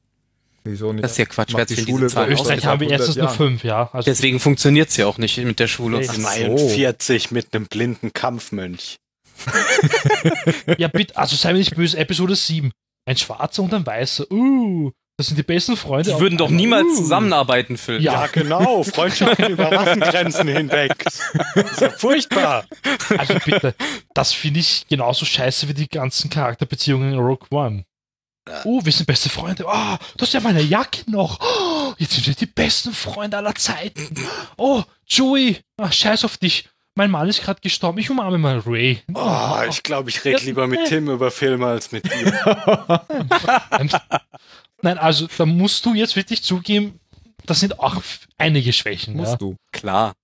Wieso nicht?
Das ist ja Quatsch.
Macht
Wer hat
die
denn
Schule
diese Zahlen
bei
In
Österreich
ausgedacht?
Österreich haben wir
100
erstens nur
Jahren.
fünf, ja. Also
Deswegen funktioniert's ja auch nicht mit der Schule.
Nee,
und so.
so.
42 mit einem blinden Kampfmönch.
Ja, bitte, also sei mir nicht böse, Episode 7. Ein schwarzer und ein weißer. Uh, das sind die besten Freunde.
Die würden doch
auf einmal.
niemals
Uh.
zusammenarbeiten, Phil.
Ja.
genau. Freundschaften über Rassengrenzen hinweg. Das ist ja furchtbar.
Also bitte, das finde ich genauso scheiße wie die ganzen Charakterbeziehungen in Rogue One. Oh, wir sind beste Freunde. Oh, du hast ja meine Jacke noch. Oh, jetzt sind wir die besten Freunde aller Zeiten. Oh, Joey, ach, scheiß auf dich. Mein Mann ist gerade gestorben. Ich umarme mal Ray.
Oh, ich glaube, ich rede
Ja.
lieber mit Tim über Filme als mit dir.
Nein, also da musst du jetzt wirklich zugeben, das sind auch einige Schwächen.
Musst
Ja,
du.
Klar.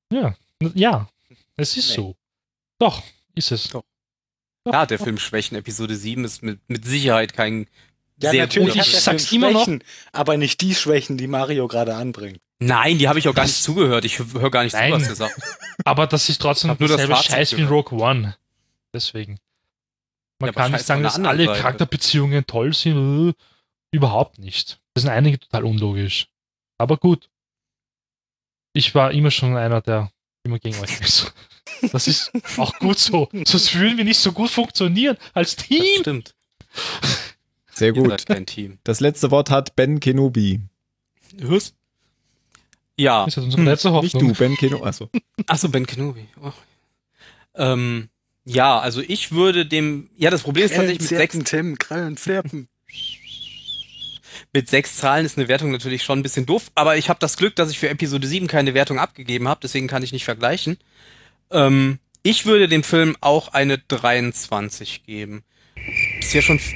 ja es ist
Nee.
so. Doch, ist es.
Doch. Klar, hat der Film Schwächen Episode 7 ist mit, mit Sicherheit kein sehr guter
natürlich hat
hat der
ich
Film.
sag- sag's
Film
immer noch.
Schwächen, aber nicht die Schwächen, die Mario gerade anbringt.
Nein, die habe ich auch gar nicht zugehört. Ich höre gar nicht
Nein.
zu, was du sagst.
Aber das ist trotzdem
Hab nur das
dasselbe
Fazit
Scheiß wie in
gehört.
Rogue One. Deswegen. Man
Ja, aber
kann nicht
scheiß
sagen,
von der
dass
anderen
alle
Seite.
Charakterbeziehungen toll sind. äh, Überhaupt nicht. Das sind einige total unlogisch. Aber gut. Ich war immer schon einer, der immer gegen euch ist. Das ist auch gut so. Sonst würden wir nicht so gut funktionieren als
Das
Team.
stimmt.
Sehr
Ihr
gut.
seid kein Team.
Das letzte Wort hat Ben Kenobi.
Was? Ja.
Das ist unsere letzte
Nicht
Hoffnung.
du, Ben also. Kenobi. Achso.
Achso, Ben Kenobi. Oh. Ähm, ja, also ich würde dem. Ja, das Problem
Äh,
ist tatsächlich, mit sechs,
Tim, Krallen, Zirpen.
mit sechs Zahlen ist eine Wertung natürlich schon ein bisschen doof, aber ich habe das Glück, dass ich für Episode 7 keine Wertung abgegeben habe, deswegen kann ich nicht vergleichen. Ähm, ich würde dem Film auch eine 23 geben. Ist ja schon. f-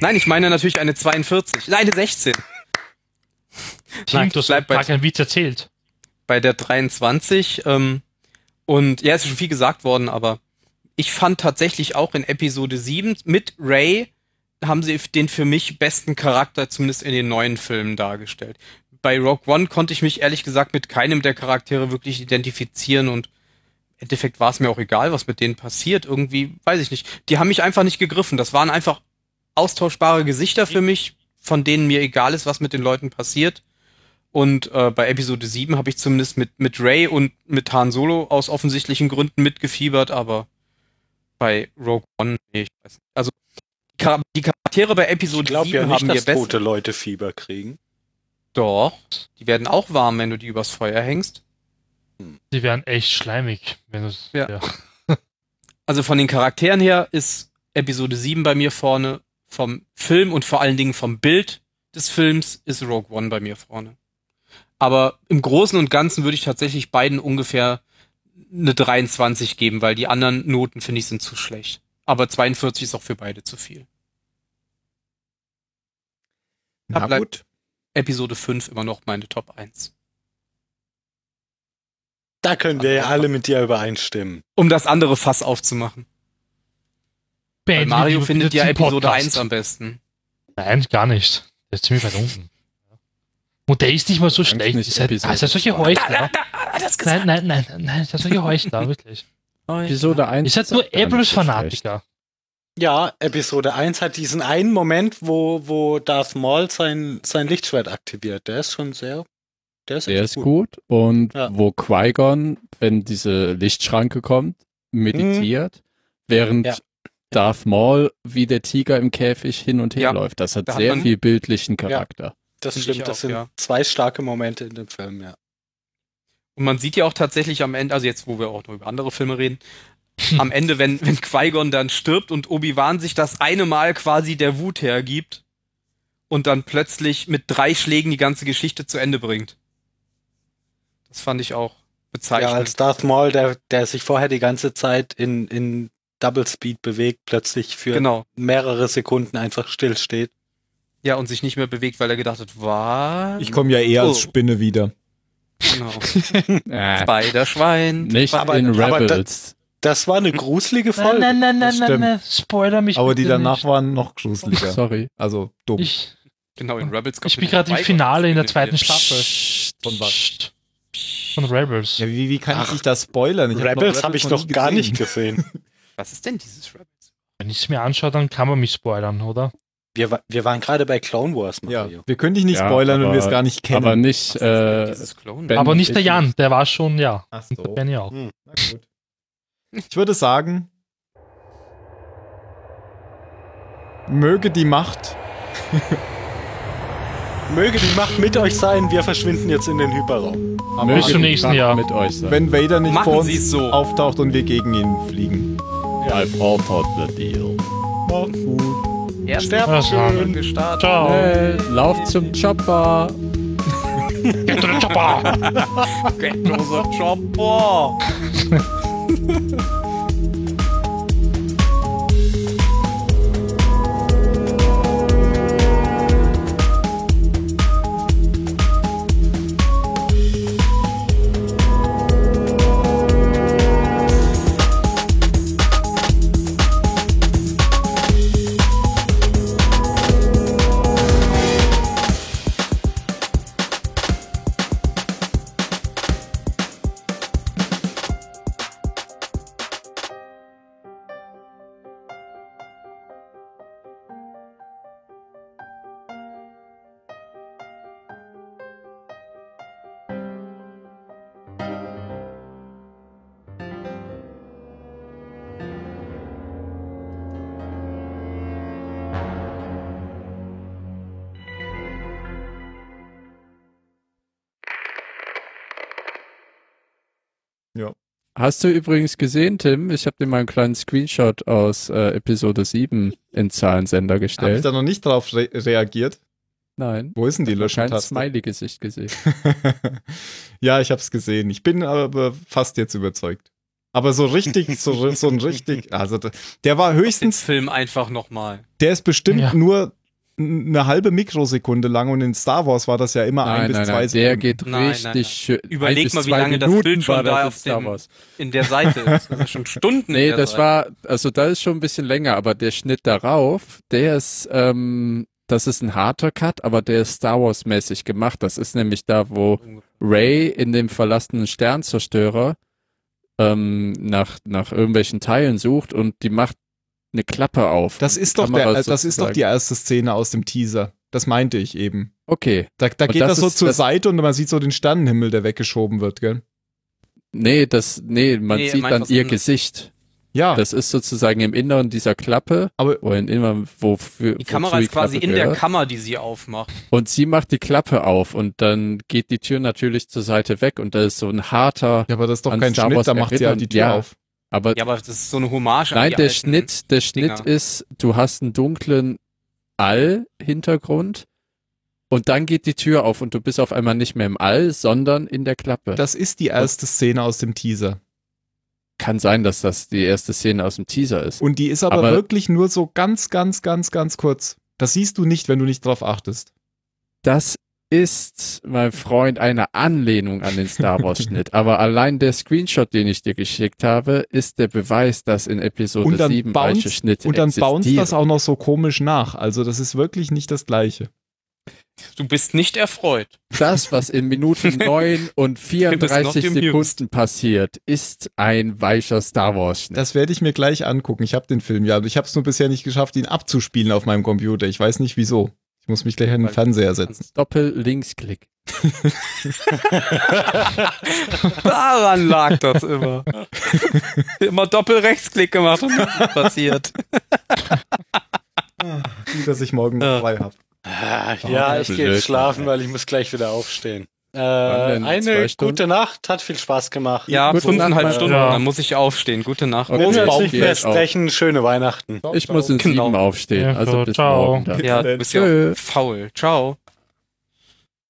Nein, ich meine natürlich eine 42. Nein, eine 16.
Team,
Nein,
du hast
bleib bei-
gar keinen Witz erzählt.
bei der 23. Ähm, und ja, es ist schon viel gesagt worden, aber ich fand tatsächlich auch in Episode 7 mit Ray haben sie den für mich besten Charakter zumindest in den neuen Filmen dargestellt. Bei Rogue One konnte ich mich ehrlich gesagt mit keinem der Charaktere wirklich identifizieren und im Endeffekt war es mir auch egal, was mit denen passiert. Irgendwie, weiß ich nicht. Die haben mich einfach nicht gegriffen. Das waren einfach austauschbare Gesichter für mich, von denen mir egal ist, was mit den Leuten passiert. Und äh, bei Episode 7 habe ich zumindest mit, mit Ray und mit Han Solo aus offensichtlichen Gründen mitgefiebert, aber bei Rogue One, nee, ich weiß nicht. Also die Char- die Charaktere bei
Ich
Episode
glaube
7
ja nicht,
haben mir
dass
besser.
tote Leute Fieber kriegen.
Doch, die werden auch warm, wenn du die übers Feuer hängst.
Die wären echt schleimig, wenn du
Ja. Also von den Charakteren her ist Episode 7 bei mir vorne, vom Film und vor allen Dingen vom Bild des Films ist Rogue One bei mir vorne. Aber im Großen und Ganzen würde ich tatsächlich beiden ungefähr eine 23 geben, weil die anderen Noten, finde ich, sind zu schlecht. Aber 42 ist auch für beide zu viel.
Na
Bleib-
gut.
Episode 5 immer noch meine Top 1.
Da können wir ja alle mit dir übereinstimmen.
Um das andere Fass aufzumachen. Weil Mario findet ja Episode 1 am besten.
Nein, gar nicht. Der ist ziemlich weit unten. Und der ist nicht mal so
Solange
schlecht.
es nicht
Ihr seid,
Episode
ah, seid solche Heuchler.
Hat das
Nein, nein, nein, nein, nein, seid solche Heuchler, wirklich.
Episode 1.
Ihr seid nur Apples-Fanatiker.
Ja, Episode 1 hat diesen einen Moment, wo, wo Darth Maul sein, sein Lichtschwert aktiviert. Der ist schon sehr. Der ist,
Der
echt
ist gut. Und
Ja.
wo Qui-Gon, wenn diese Lichtschranke kommt, meditiert, während
Ja.
Darth Maul, wie der Tiger im Käfig hin und her
Ja.
läuft. Das hat
Da hat
sehr
man-
viel bildlichen Charakter.
Das
Find ich
stimmt, das
auch,
sind
ja.
zwei starke Momente in dem Film, ja.
Und man sieht ja auch tatsächlich am Ende, also jetzt, wo wir auch noch über andere Filme reden, am Ende, wenn, wenn Qui-Gon dann stirbt und Obi-Wan sich das eine Mal quasi der Wut hergibt und dann plötzlich mit drei Schlägen die ganze Geschichte zu Ende bringt. Das fand ich auch
Ja,
bezeichnend.
als Darth Maul, der, der sich vorher die ganze Zeit in, in Double Speed bewegt, plötzlich für
genau.
mehrere Sekunden einfach stillsteht.
Ja, und sich nicht mehr bewegt, weil er gedacht hat, was?
Ich komme ja eher als
Oh.
Spinne wieder.
Genau.
Äh,
Spider-Schwein.
nicht
aber-
in
aber da-
Rebels.
Das war eine gruselige
Nein,
Folge.
nein, nein, nein,
Das
nein,
stimmt.
nein, spoiler mich
Aber die
bitte
danach
nicht.
waren noch gruseliger.
Sorry.
Also dumm.
Ich,
Genau, in Rebels. kommt
ich bin
ja
gerade im
Qui-Gon
Finale in der
ins
zweiten
Spiel.
Staffel.
Von was?
Psst. Von Rebels.
Ja, wie, wie kann
Ach,
ich dich da spoilern? Ich hab
Rebels habe ich
noch
noch
nie
gar
gesehen.
nicht gesehen.
Was ist denn dieses Rebels?
Wenn ich es mir anschaue, dann kann man mich spoilern, oder?
Wir, wa- wir waren gerade bei Clone Wars,
Ja,
Mario.
wir können dich nicht
Ja,
spoilern, wenn
aber-
wir es gar nicht kennen.
Aber
Was
nicht,
ist denn
äh,
dieses Clone?
Ben-
Aber nicht der
ich-
Jan, der war schon, ja.
Ach
Und der Benny auch.
Hm, na gut. Ich würde sagen, möge die Macht.
Möge die Macht mit euch sein, wir verschwinden jetzt in den Hyperraum.
am
möge
Bis zum
die
nächsten
Macht
Jahr.
Mit euch sein.
Wenn Vader nicht
Machen
vor uns
Sie's so.
auftaucht und wir gegen ihn fliegen.
I've altered the deal.
Macht's gut.
Erst
Sterben
Das war-
schön.
gestartet.
Ciao.
Hey, Äh, lauf zum Chopper.
Get to the chopper.
Gottloser Chopper.
Hast du übrigens gesehen, Tim? Ich habe dir mal einen kleinen Screenshot aus äh, Episode 7 in Zahlensender
Habe ich
gestellt.
da noch nicht drauf re reagiert?
Nein.
Wo ist denn die
Kein
Löschentaste?
Smiley-Gesicht gesehen.
ja, ich hab's gesehen. Ich bin aber fast jetzt überzeugt. Aber so richtig, so, so ein richtig, also d- der war
Den
höchstens
Film einfach nochmal.
Der ist bestimmt
Ja.
nur n- eine halbe Mikrosekunde lang und in Star Wars war das ja immer ein
Nein,
bis
nein,
zwei
nein, der
Sekunden.
geht
Nein, nein,
richtig
nein.
schön.
Überleg
ein bis
mal, wie
zwei
lange das
Minuten
Bild schon
war das
da
in
auf
Star
dem-
Wars.
In der Seite ist. Das ist schon Stunden. in
Nee,
der
das
Seite.
war, also da ist schon ein bisschen länger, aber der Schnitt darauf, der ist, ähm, das ist ein harter Cut, aber der ist Star Wars-mäßig gemacht. Das ist nämlich da, wo Ray in dem verlassenen Sternzerstörer ähm, nach, nach irgendwelchen Teilen sucht und die macht eine Klappe auf. also
Das
Und
ist
die
doch der,
Kamera
äh, das ist doch
sozusagen-
die erste Szene aus dem Teaser. Das meinte ich eben.
Okay.
Da, da
Und
geht
das
das, so
ist-
zur
das-
Seite und man sieht so den Sternenhimmel, der weggeschoben wird, gell?
Nee, das, nee, man
Nee, er
sieht
meint
dann
was
ihr
anderes.
Gesicht.
Ja,
Das ist sozusagen im Inneren dieser Klappe,
Ah. aber
wo in immer, wofür.
Die
wozu
Kamera ist quasi
Klappe
in der
gehört.
Kammer, die sie aufmacht.
Und sie macht die Klappe auf und dann geht die Tür natürlich zur Seite weg und da ist so ein harter,
ja, aber das ist doch
An
kein
Star
Schnitt,
Wars
da macht sie ja
erinnern,
die Tür
ja.
auf.
aber
Ja, aber das ist so eine Hommage an
Nein,
die
der
alten.
Schnitt, der Schnitt
Dinger.
ist, du hast einen dunklen All-Hintergrund und dann geht die Tür auf und du bist auf einmal nicht mehr im All, sondern in der Klappe. Das
Das ist die erste Szene aus dem Teaser.
kann sein, dass das die erste Szene aus dem Teaser ist.
Und die ist aber,
Aber-
wirklich nur so ganz, ganz, ganz, ganz kurz. Das siehst du nicht, wenn du nicht drauf achtest.
Das ist, mein Freund, eine Anlehnung an den Star Wars-Schnitt. aber allein der Screenshot, den ich dir geschickt habe, ist der Beweis, dass in
Und
Episode
dann
7
bounce-
falsche Schnitte
Und dann
existieren.
bounced das auch noch so komisch nach. Also das ist wirklich nicht das Gleiche.
Du bist nicht erfreut.
Das, was in Minuten 9 und
bin bis noch
34
amused.
Sekunden passiert, ist ein weicher Star Wars-Schnitt.
Das werde ich mir gleich angucken. Ich habe den Film ja, aber ich habe es nur bisher nicht geschafft, ihn abzuspielen auf meinem Computer. Ich weiß nicht wieso. Ich muss mich gleich an den Fernseher setzen.
Doppel-Linksklick.
Daran lag das immer. immer Doppelrechtsklick gemacht und nichts ist passiert.
Gut, dass ich morgen
Ja.
frei habe.
Ah, ja,
Oh,
ich gehe
blöd,
jetzt schlafen,
ey.
weil ich muss gleich wieder aufstehen. Äh,
denn? Zwei
eine
Stunden?
gute Nacht, hat viel Spaß gemacht.
Ja,
Gute Nacht,
fünfeinhalb
meine
Stunden,
Damen.
dann muss ich aufstehen. Gute Nacht.
Wenn wir
Okay,
uns
ich
nicht
gehe
mehr
jetzt auch.
sprechen, schöne Weihnachten.
Ich muss in
Genau.
sieben aufstehen.
Ja,
also
so,
bis
ciao.
morgen. Dann.
Ja, du bist ja
Tschö.
faul. Ciao.